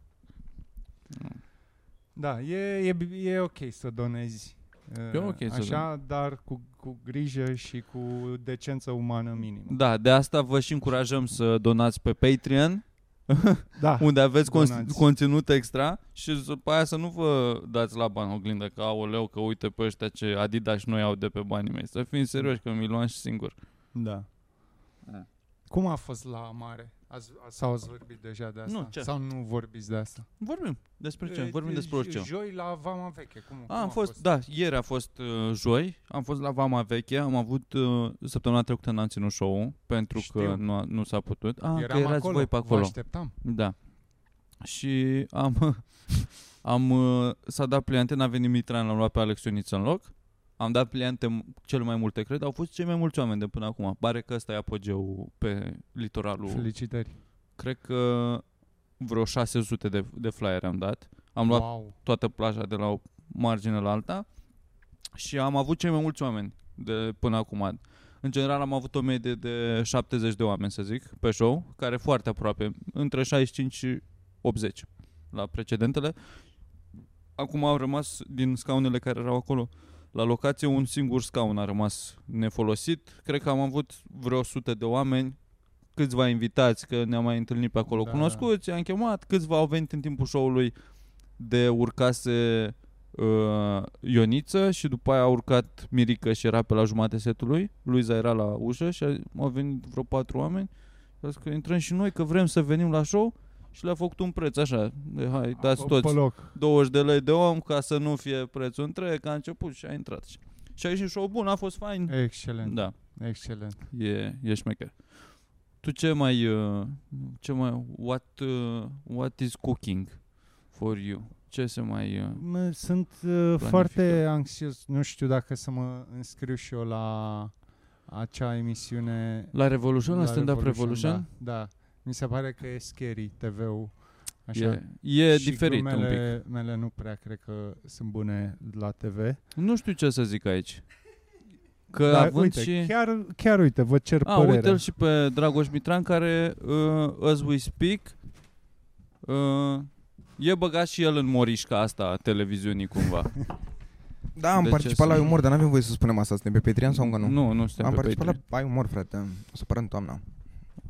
D: Da, e, e, b- e ok să donezi. uh,
C: E ok să
D: Așa, dar cu, cu grijă și cu decență umană minimă.
C: Da, de asta vă și încurajăm să donați pe Patreon,
D: Da,
C: unde aveți cons-
D: Donați.
C: conținut extra și z- pe aia să nu vă dați la bani oglindă că aoleu, că uite pe ăștia ce Adidas noi au de pe banii mei. Să fim serioși că mi luam și singur.
D: Da.
C: Da.
D: Cum a fost la mare? Ați, a- sau ați vorbit deja de asta?
C: Nu, ce?
D: Sau nu vorbiți de asta?
C: Vorbim despre ce?
D: E,
C: Vorbim
D: e,
C: despre
D: j-
C: orice.
D: Joi la Vama Veche, cum, cum
C: A, am fost, da, ieri a fost uh, joi, am fost la Vama Veche, am avut, uh, săptămâna trecută n-am ținut show pentru că
D: Știu.
C: nu, nu s-a putut. A, da, că
D: Eram
C: erați
D: acolo,
C: voi pe
D: Vă
C: acolo.
D: așteptam.
C: Da. Și am, am uh, s-a dat pliante, n-a venit Mitran, l-am luat pe Alex Ioniță în loc. Am dat pliante m- cel mai multe, cred, au fost cei mai mulți oameni de până acum. Pare că ăsta e apogeul pe litoralul.
D: Felicitări.
C: Cred că vreo 600 de, de flyere am dat. Am luat da,
D: wow.
C: toată plaja de la o margine la alta și am avut cei mai mulți oameni de până acum. În general am avut o medie de 70 de oameni, să zic, pe show, care foarte aproape, între 65 și 80 la precedentele. Acum au rămas din scaunele care erau acolo la locație, un singur scaun a rămas nefolosit. Cred că am avut vreo 100 de oameni, câțiva invitați, că ne-am mai întâlnit pe acolo
D: Da,
C: da, cunoscuți, i-am chemat, câțiva au venit în timpul show-ului de urcase uh, Ioniță și după aia a urcat Mirica și era pe la jumate setului. Luiza era la ușă și a- au venit vreo patru oameni. Și a zis că intrăm și noi, că vrem să venim la show și le-a făcut un preț așa. De, hai, dați
D: Pe-
C: toți.
D: Pe loc.
C: 20 de lei de om ca să nu fie prețul întreg, că a început și a intrat. Și- Și a ieșit show bun, a fost fain.
D: Excelent,
C: Da,
D: excelent.
C: e, e șmecher. Tu ce mai, uh, ce mai, what, uh, what is cooking for you? Ce se mai... Uh,
D: Mă, Sunt uh, foarte anxios. Nu știu dacă să mă înscriu și eu la acea emisiune
C: la Revolution, la,
D: La
C: Stand Up Revolution?
D: Da, da. Mi se pare că e scary TV-ul. da, Așa.
C: Așa. E, e
D: și
C: diferit un pic.
D: glumele mele nu prea cred că sunt bune la TV.
C: Nu știu ce să zic aici. Că
D: Dar
C: având
D: Da, uite,
C: și...
D: chiar, chiar uite, vă cer
C: A,
D: părerea.
C: uite-l și pe Dragoș Mitran care, uh, as we speak, uh, e băgat și el în morișca asta a televiziunii cumva.
A: Da, am
C: De ce
A: participat
C: să
A: la
C: nu?
A: umor, dar n-avem voie să spunem asta. Suntem pe Patreon sau încă nu?
C: Nu, nu suntem
A: Am
C: pe
A: participat
C: Patreon.
A: la Ai umor, frate. O să apară în toamna.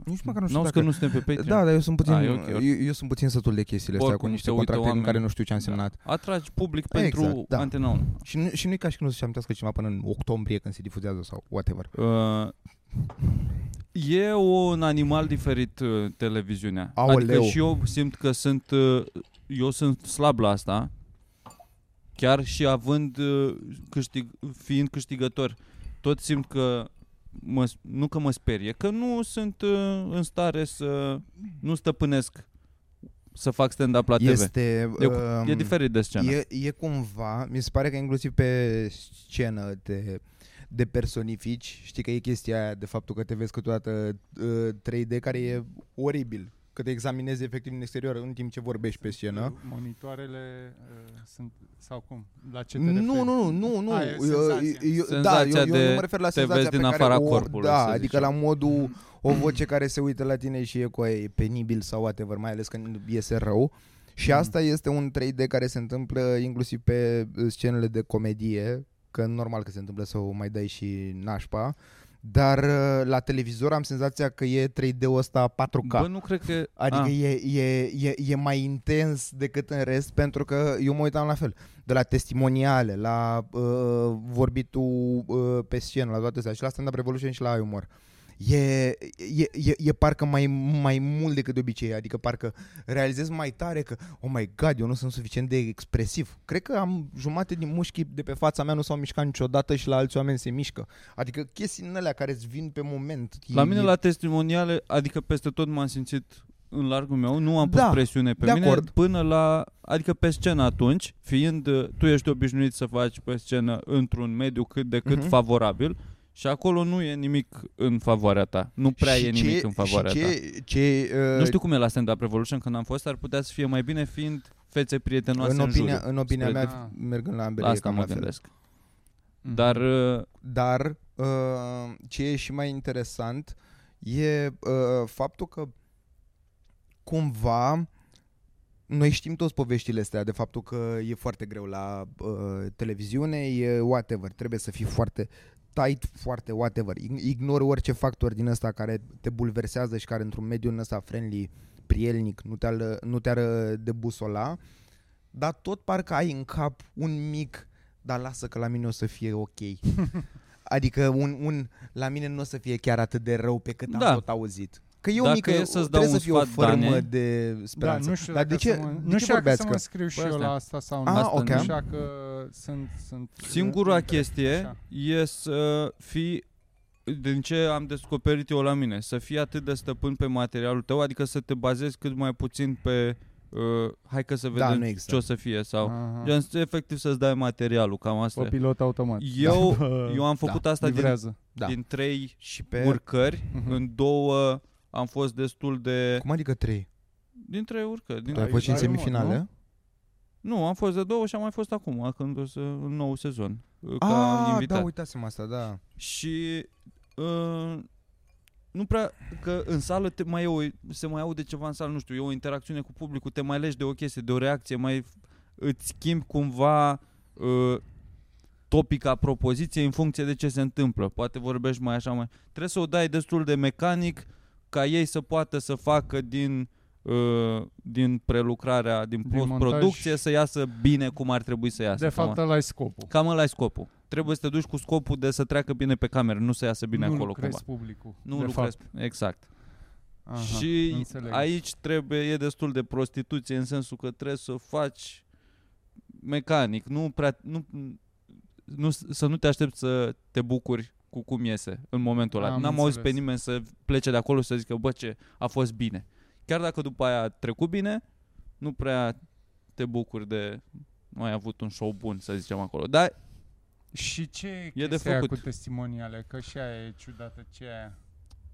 A: Nici măcar nu știu
C: N-auzi
A: dacă...
C: că nu suntem pe Patreon.
A: Da, dar eu sunt puțin,
C: Ah, e ok, ok.
A: eu, eu, sunt puțin sătul de chestiile astea
C: Oricum,
A: cu niște
C: se uită
A: contracte în
C: oameni. Da.
A: care nu știu ce a însemnat.
C: Atragi public
A: Exact,
C: pentru
A: da.
C: Antena 1.
A: Și, nu, și nu e ca și când o să-și amintească cineva până în octombrie când se difuzează sau whatever.
C: Uh, e un animal diferit uh, televiziunea.
A: Aoleu.
C: Adică și eu simt că sunt uh, eu sunt slab la asta. Chiar și având uh, câștig, fiind câștigător, tot simt că mă, nu că mă sperie, că nu sunt uh, în stare să nu stăpânesc să fac stand-up la TV.
A: Este...
C: E,
A: um,
C: e diferit de scenă.
A: E, e cumva, mi se pare că inclusiv pe scenă te, de personifici, știi că e chestia aia de faptul că te vezi câteodată uh, 3D care e oribil, că te examinezi efectiv în exterior în timp ce vorbești pe scenă.
D: Monitoarele uh, sunt, sau cum? La ce te
A: Nu,
D: referi?
A: nu,
D: Ah,
A: nu, nu, nu.
D: A, e
A: eu,
D: senzația.
A: eu, eu, da,
C: Senzația
A: eu, eu,
C: de
A: nu mă refer la
C: te
A: senzația
C: vezi
A: pe
C: din
A: care
C: afara
A: o,
C: corpului,
A: Da,
C: să
A: adică
C: zicem. Mm.
A: la modul o voce care se uită la tine și e cu aia, e penibil sau whatever, mai ales când iese rău.
C: Mm.
A: Și asta este un 3D care se întâmplă inclusiv uh, pe scenele de comedie, că normal că se întâmplă să o mai dai și nașpa, Dar uh, la televizor am senzația că e 3D-ul ăsta 4K.
C: Bă, nu cred că...
A: Adică
C: a,
A: e, e, e, e mai intens decât în rest pentru că eu mă uitam la fel. De la testimoniale, la uh, vorbitul uh, pe scenă, la toate astea și la Stand Up Revolution și la Humor. E, e, e, e parcă mai, mai mult decât de obicei, adică parcă realizez mai tare că, oh my god, eu nu sunt suficient de expresiv. Cred că am jumate din mușchii de pe fața mea nu s-au mișcat niciodată și la alți oameni se mișcă. Adică chestii din alea care îți vin pe moment.
C: la
A: E-
C: mine
A: e-
C: la testimoniale, adică peste tot m-am simțit în largul meu, nu am pus
A: Da,
C: presiune pe
A: de
C: mine
A: acord.
C: până la, adică pe scenă atunci, fiind uh, tu ești obișnuit să faci pe scenă într-un mediu cât de cât
A: Mhm.
C: favorabil și acolo nu e nimic în favoarea ta. Nu prea
A: și
C: e nimic
A: ce,
C: în favoarea
A: și
C: ta.
A: ce, ce, uh,
C: Nu știu cum e la Stand Up Revolution când am fost, ar putea să fie mai bine fiind fețe prietenoase
A: în
C: în,
A: opinia,
C: juriu.
A: în opinia
C: Spre
A: mea,
D: de-
A: f- mergând la
C: La
A: ambele, e
C: asta
A: cam
C: mă
A: la fel. Mhm.
C: gândesc. Dar uh,
A: Dar uh, ce e și mai interesant e uh, faptul că cumva noi știm toți poveștile astea de faptul că e foarte greu la uh, televiziune, e whatever, trebuie să fii foarte tight, foarte whatever. Ig- Ignori orice factor din ăsta care te bulversează și care într-un mediu în ăsta friendly, prielnic, nu te-ar, nu te-ar uh, debusola, dar tot parcă ai în cap un mic, dar lasă că la mine o să fie ok. adică un, un la mine nu o să fie chiar atât de rău pe cât
C: Da.
A: am tot auzit. Că e o
C: Dacă
A: mică,
C: e să-ți dau
A: trebuie
C: un
A: să fie o
C: sfat,
A: fărâmă
C: Dane,
A: de
D: Da,
A: speranță.
D: nu știu
A: dar
D: dacă
A: de ce,
D: să mă,
A: de
D: nu
A: ce
D: știu dacă
A: vorbeați
D: să
A: că...
D: mă scriu și
C: Bă,
D: eu
C: asta e.
D: la asta sau nu.
A: Ah,
C: Asta
A: ok.
C: nu
D: Așa că sunt, sunt
C: Singura
D: între-
C: chestie
D: așa.
C: e să fii din ce am descoperit eu la mine, să fii atât de stăpân pe materialul tău, adică să te bazezi cât mai puțin pe uh, hai că să
A: Da,
C: vedem
A: nu
C: da,
A: exact.
C: ce o să fie sau
D: Aha.
C: gen, să- efectiv să-ți dai materialul, cam asta.
D: Pe
C: e.
D: pilot automat. Da.
C: Eu,
D: uh,
C: eu am făcut asta din,
D: livrează.
A: Da.
C: din trei
A: Și
C: pe...
A: pe...
C: urcări,
D: Mhm.
C: în două am fost destul de...
A: Cum adică trei?
C: Din trei urcări. Din
A: Tu ai
D: Ai-
A: fost și în
D: ai urmă,
A: semifinale?
D: nu?
C: Nu, am fost de două și am mai fost acum, când o să, în nou sezon, uh, ca
A: Ah,
C: invitat.
A: da, uitasem asta, da.
C: Și uh, nu prea că în sală te mai e o, se mai aude ceva în sală, nu știu, e o interacțiune cu publicul, te mai legi de o chestie, de o reacție, mai îți schimbi cumva uh, topica propoziției în funcție de ce se întâmplă. Poate vorbești mai așa mai. Trebuie să o dai destul de mecanic ca ei să poată să facă din uh, din prelucrarea, din,
D: Din montaj.
C: producție să iasă bine cum ar trebui să iasă.
D: De
C: Cam
D: fapt, ăla e scopul.
C: Cam ăla e scopul. Trebuie să te duci cu scopul de să treacă bine pe cameră, nu să iasă bine
D: nu
C: acolo
D: lucrezi
C: cumva.
D: publicul.
C: Nu
D: de
C: lucrezi.
D: Fapt.
C: Exact.
D: Aha,
C: și
D: înțeleg.
C: aici trebuie, e destul de prostituție în sensul că trebuie să faci mecanic, nu prea, nu, nu, să nu te aștepți să te bucuri cu cum iese în momentul ăla.
D: Am
C: N-am auzit pe
D: înțeles.
C: nimeni să plece de acolo și să zică, bă, ce, a fost bine. Chiar dacă după aia a trecut bine, nu prea te bucuri de nu ai avut un show bun, să zicem acolo. Dar
D: Și ce e,
C: de
D: e de făcut. cu
C: făcut.
D: testimoniale? Că și aia e ciudată ce e aia.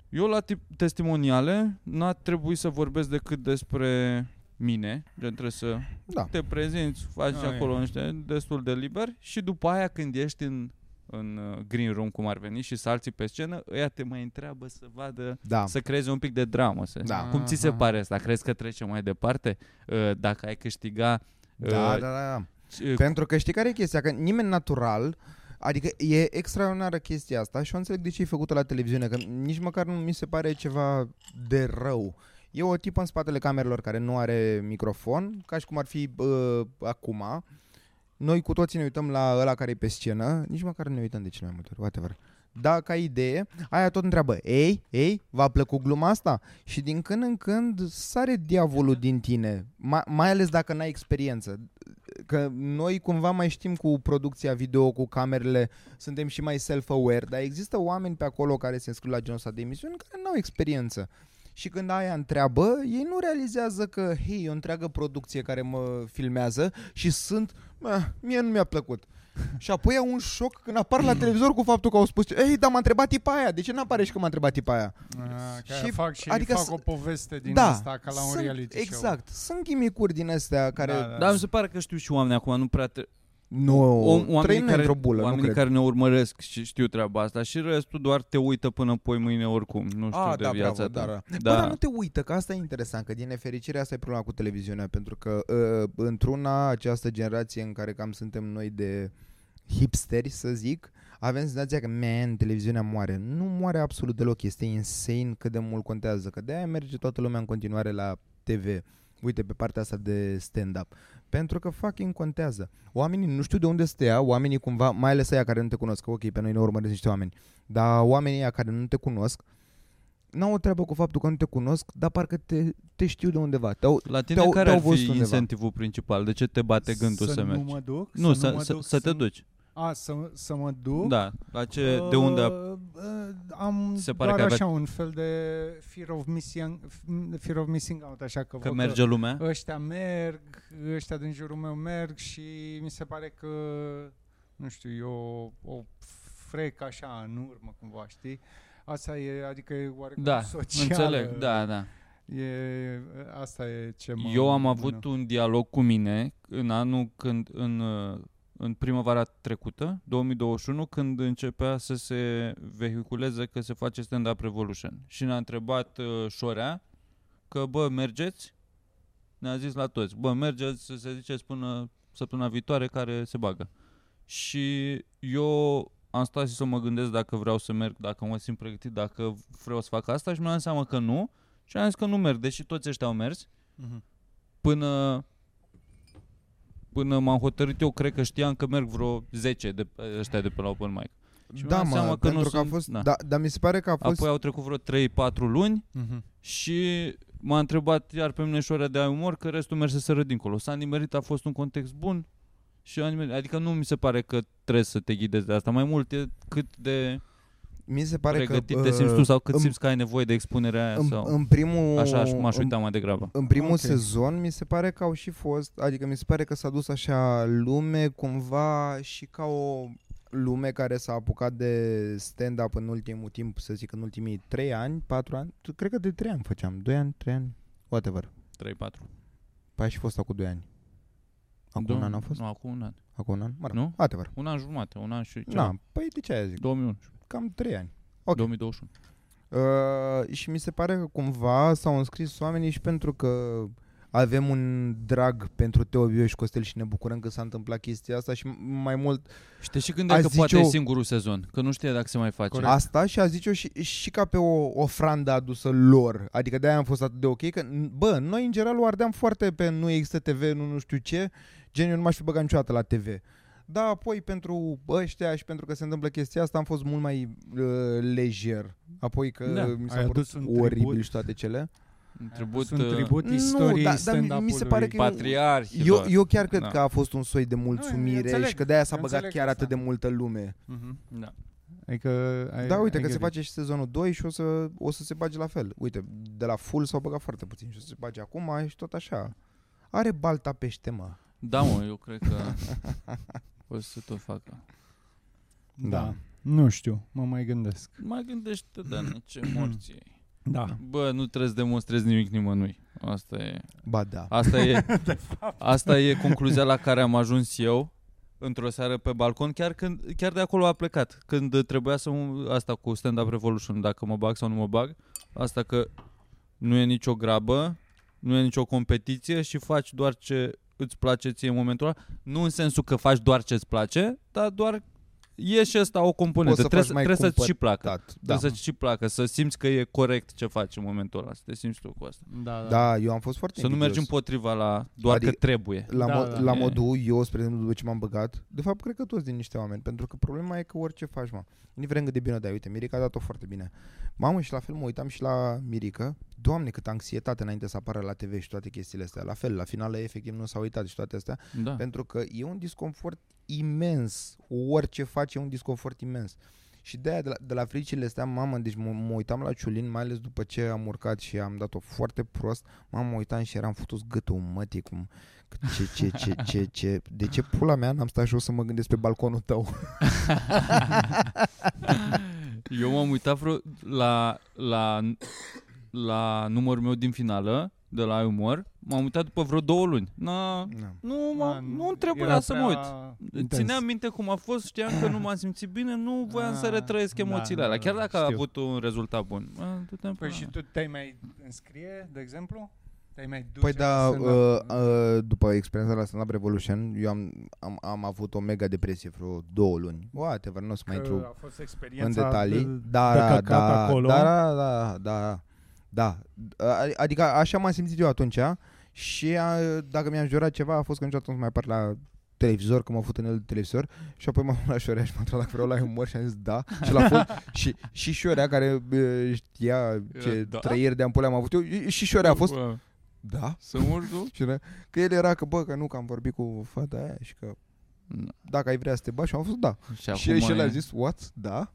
C: Eu la tip testimoniale n-a trebuit să vorbesc decât despre mine, gen trebuie să
A: Da.
C: te prezinți, faci
D: Ah, e.
C: acolo niște destul de liber și după aia când ești în, în uh, green room cum ar veni și salții pe scenă, ăia te mai întreabă să vadă,
A: Da.
C: să creeze un pic de dramă. Să.
A: Da.
C: Cum ți se
D: Aha.
C: pare asta? Crezi că trece mai departe? Uh, Dacă ai câștiga uh,
A: Da, da, da, da.
C: ci- uh,
A: Pentru că știi care e chestia? Că nimeni natural, adică e extraordinară chestia asta și o înțeleg de ce e făcută la televiziune, că nici măcar nu mi se pare ceva de rău. E o tipă în spatele camerelor care nu are microfon, ca și cum ar fi uh, acum. Noi cu toții ne uităm la ăla care e pe scenă, nici măcar nu ne uităm de cele mai multe ori, whatever. Da, ca idee, aia tot întreabă, ei, ei, v-a plăcut gluma asta? Și din când în când sare diavolul din tine, mai, mai ales dacă n-ai experiență că noi cumva mai știm cu producția video, cu camerele, suntem și mai self-aware, dar există oameni pe acolo care se înscriu la genul ăsta de emisiuni care nu au experiență. Și când aia întreabă, ei nu realizează că, hei, e o întreagă producție care mă filmează și sunt, "Meh, mie nu mi-a plăcut. Și apoi au un șoc când apar la televizor cu faptul că au spus, ei, dar m-a întrebat tipa aia, de ce n-apare și că m-a întrebat tipa aia?
D: Ah, Că
A: Și-
D: și, fac și
A: adică
D: adică fac
A: să-
D: o poveste din
A: da,
D: asta ca la un
A: sunt,
D: reality show.
A: Exact, sunt gimicuri din astea care...
D: Da, da.
C: Dar mi se pare că știu și oameni acum, nu prea tre-
A: Nu,
C: O,
A: trăim
C: oamenii
A: noi
C: care,
A: într-o bulă, nu
C: oamenii
A: cred.
C: care ne urmăresc și știu treaba asta și restul doar te uită până poi mâine oricum, nu știu
A: Ah,
C: de
A: da,
C: viața
A: bravo, da,
C: ta.
A: da.
C: Da.
A: Bă, dar nu te uită, că asta e interesant, că din nefericire asta e problema cu televiziunea, pentru că uh, într-una această generație în care cam suntem noi de hipsteri, să zic, avem senzația că, man, televiziunea moare. Nu moare absolut deloc, este insane cât de mult contează, că de-aia merge toată lumea în continuare la TV. Uite, pe partea asta de stand-up. Pentru că fucking contează. Oamenii nu știu de unde să te ia, oamenii cumva, mai ales aia care nu te cunosc, că ok, pe noi ne urmăresc niște oameni, dar oamenii aia care nu te cunosc, n-au o treabă cu faptul că nu te cunosc, dar parcă te, te știu de undeva. Te-au,
C: La tine
A: Te-au-
C: care
A: te-au
C: ar fi
A: văzut undeva.
C: incentivul principal? De ce te bate gândul să,
D: să
C: mergi?
D: Nu mă duc?
C: nu,
D: să,
C: să,
D: mă
C: să,
D: duc,
C: să te
D: nu-
C: duci.
D: A, să, să mă duc?
C: Da, la ce, de
D: Uh,
C: unde a-
D: uh, am
C: Se pare
D: doar
C: că avea-
D: așa un fel de fear of missing, fear of missing out, așa că,
C: că
D: văd
C: merge lumea?
D: ăștia merg, ăștia din jurul meu merg și mi se pare că, nu știu, eu o frec așa în urmă cumva, știi? Asta e, adică e oarecum
C: Da,
D: socială.
C: înțeleg, da, da.
D: E, asta e ce mă...
C: Eu am
D: mă-
C: avut un dialog cu mine în anul când, în, uh, în primăvara trecută, 2021, când începea să se vehiculeze că se face stand-up revolution. Și ne-a întrebat uh, Șorea că, bă, mergeți? Ne-a zis la toți, bă, mergeți să se ziceți până săptămâna viitoare care se bagă. Și eu am stat și să mă gândesc dacă vreau să merg, dacă mă simt pregătit, dacă vreau să fac asta și mi-am dat seama că nu. Și am zis că nu merg, deși toți ăștia au mers
D: Mhm.
C: până până m-am hotărât eu, cred că știam că merg vreo 10 de pe- ăștia de pe la open mic. Și mi-am
A: da,
C: dat seama
A: mă,
C: că nu
A: pentru că a
C: sunt-
A: fost,
C: da.
A: da, dar mi se pare că a fost
C: Apoi au trecut vreo 3-4 luni
D: Mhm.
C: și m-a întrebat iar pe mine și ora de ai umor că restul merseseră dincolo. S-a nimerit, a fost un context bun și a nimerit. Adică nu mi se pare că trebuie să te ghidezi de asta. Mai mult e cât de
A: mi se pare
C: Pare pregătit
A: că uh,
C: te simți tu sau cât
A: în-
C: simți că ai nevoie de expunerea aia
A: în,
C: sau...
A: în primul
C: Așa aș- m-aș
A: în-
C: uita mai degrabă.
A: În primul
D: Ok.
A: okay. sezon mi se pare că au și fost, adică mi se pare că s-a dus așa lume cumva și ca o lume care s-a apucat de stand-up în ultimul timp, să zic în ultimii 3 ani, 4 ani, tu- cred că de 3 ani făceam, 2 ani, 3 ani, whatever.
C: 3-4.
A: Păi a și fost acum 2 ani. Acum un an a fost?
C: Nu, acum un an.
A: Acum un an? Mă rog,
C: Nu?
A: whatever.
C: Un an jumate, un an și ceva.
A: Da, păi de ce aia zic,
C: 2011.
A: cam 3 ani. Ok.
C: 2021.
A: Uh, și mi se pare că cumva s-au înscris oamenii și pentru că avem un drag pentru Teo Bio și Costel și ne bucurăm că s-a întâmplat chestia asta și m- mai mult
C: Știi și gândea
A: Aș
C: că
A: zice
C: poate
A: o-
C: e singurul sezon, că nu știe dacă se mai face.
A: Corect. asta și a zice-o și, și ca pe o ofrandă adusă lor. Adică de-aia am fost atât de ok că, n- bă, noi în general o ardeam foarte pe nu există TV, nu nu știu ce, gen eu nu m-aș fi băgat niciodată la TV. Da, apoi pentru ăștia și pentru că se întâmplă chestia asta am fost mult mai uh, lejer. Apoi că
C: Da,
A: mi
D: ai
A: s-a părut
D: adus un
A: oribil
D: tribut. da,
A: și toate cele.
C: Un
D: Sunt
C: tribut, uh,
D: un tribut
A: Nu,
D: istoriei
A: dar- dar mi- mi se
D: stand-up-ului.
A: pare că e un- Eu, eu chiar cred
C: Da.
A: că a fost un soi de
D: Nu, eu
A: mulțumire
D: înțeleg,
A: și că de-aia s-a
D: eu
A: băgat
D: înțeleg
A: chiar
D: asta.
A: atât de multă lume.
D: Mhm.
C: Da.
D: Adică... ai-
A: Da, uite
D: ai
A: că se
D: găsit.
A: face și sezonul 2 și o să, o să se bage la fel. Uite, de la full s-au băgat foarte puțin și o să se bage acum și tot așa. Are balta pește, mă.
C: da, mă, eu cred că o să tot facă.
D: Da.
A: Da.
D: Nu știu, mă mai gândesc.
C: Mai gândește, Dan, ce morți ei.
D: Da.
C: Bă, nu trebuie să demonstrezi nimic nimănui. Asta e,
A: Ba da.
C: asta e, asta e concluzia la care am ajuns eu într-o seară pe balcon, chiar, când, chiar de acolo a plecat. Când trebuia să... Asta cu stand-up revolution, dacă mă bag sau nu mă bag. Asta că nu e nicio grabă, nu e nicio competiție și faci doar ce îți place ție în momentul ăla. Nu în sensul că faci doar ce îți place, dar doar e și asta o componentă.
A: Poți să
C: Trebuie,
A: faci
C: să,
A: mai
C: trebuie să-ți și placă.
A: Da. Da.
C: Trebuie să-ți și placă, să simți că e corect ce faci în momentul ăla, să te simți tu cu asta.
D: Da, da.
A: da, eu am fost foarte
C: Să nu mergi
A: invidios.
C: împotriva la doar
A: Adică-
C: că trebuie.
A: la,
D: Da,
A: da, mo-
D: da.
A: da, la
C: E-
A: modul eu, spre exemplu, după ce m-am băgat, de fapt cred că toți din niște oameni, pentru că problema e că orice faci, mă, indiferent cât de bine o dai, uite, Mirica a dat-o foarte bine. Mamă, și la fel mă uitam și la Mirica, doamne, câtă anxietate înainte să apară la TV și toate chestiile astea. La fel, la final, efectiv, nu s-a uitat și toate astea.
C: Da.
A: Pentru că e un disconfort imens. Orice faci e un disconfort imens. Și de-aia de la, de la fricile astea, mamă, deci mă, mă uitam la Ciulin, mai ales după ce am urcat și am dat-o foarte prost, mamă, mă uitam și eram futus gâtul mătii, cum, ce, ce, ce, ce, ce, de ce pula mea n-am stat și eu să mă gândesc pe balconul tău?
C: Eu m-am uitat vreo la, la, la numărul meu din finală, de la umor, m-am uitat după vreo două luni. Na,
A: Da.
C: nu, mă, nu îmi
D: era
C: trebuia să mă
D: prea
C: uit.
D: intens.
C: Țineam minte cum a fost, știam că nu m-am simțit bine, nu voiam să
D: Ah,
C: retrăiesc
D: da,
C: emoțiile
D: da,
C: alea,
D: da,
C: chiar dacă a
D: știu.
C: avut un rezultat bun. Mă, du-te în Ah,
D: Păi
C: pula
D: și
C: mea.
D: tu te-ai mai înscrie, de exemplu? Te-ai mai dus
A: Păi da,
D: la
A: uh,
D: stand-up?
A: uh, după experiența la Stand Up Revolution, eu am, am, am avut o mega depresie vreo două luni. Whatever, nu o să mai
D: Că
A: intru
D: A fost
A: în
D: experiența
A: detalii.
D: de-
A: Da,
D: de
A: da,
D: căcat
A: da,
D: acolo.
A: da, da, da, da, da. A- Adică așa m-am simțit eu atunci și a, dacă mi-am jurat ceva a fost că niciodată nu mai apar la televizor, că m-a făcut în el de televizor și apoi m-am luat la Șorea și m-a întrebat dacă vreau la umor și am zis da și l-a fost și, și Șorea care e, știa ce
C: Da.
A: trăieri de ampule am avut eu și- și
C: Păi
A: Șorea a fost
C: Bă,
A: da
C: Să mor tu?
A: și era, că el era că bă, că nu, că am vorbit cu fata aia și că
C: Da.
A: dacă ai vrea să te bași, am fost da.
C: Și,
A: și el și el a zis, what? Da?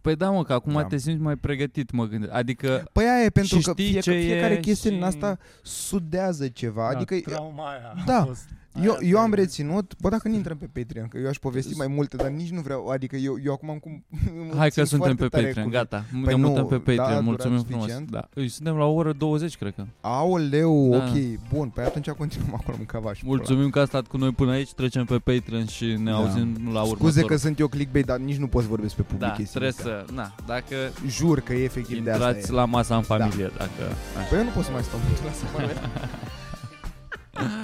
C: Păi da, mă, că acum
A: Da.
C: te simți mai pregătit, mă gândesc. Adică,
A: Păi aia e pentru
C: Și
A: că
C: știi
A: fie,
C: ce
A: fiecare
C: e
A: chestie
C: și-
A: din asta sudează ceva.
D: Da,
A: adică
D: trauma aia a
A: da.
D: fost-
A: eu,
D: aia
A: eu am
D: de-
A: reținut, bă, dacă nu intrăm pe Patreon, că eu aș povesti mai multe, dar nici nu vreau, adică eu, eu acum am cum... îmi
C: hai
A: țin
C: că suntem
A: foarte
C: pe
A: tare
C: Patreon,
A: cu-
C: gata.
A: Păi
C: ne
A: nu,
C: mutăm pe
A: da,
C: Patreon,
A: a durat
C: mulțumim frumos.
A: suficient.
C: Da. Îi, Suntem la o oră 20, cred că.
A: Aoleu,
C: Da.
A: ok, bun, păi atunci continuăm acolo în cavaș.
C: Mulțumim că a stat cu noi până aici, trecem pe Patreon și ne
A: Da.
C: auzim la următorul.
A: Scuze că sunt eu clickbait, dar nici nu poți vorbi despre public
C: da,
A: chestii.
C: trebuie să, na, dacă
A: Jur că e Da. efectiv de asta e.
C: intrați la masa în familie, dacă...
A: Păi eu nu pot să mai stau mult, lasă-mă.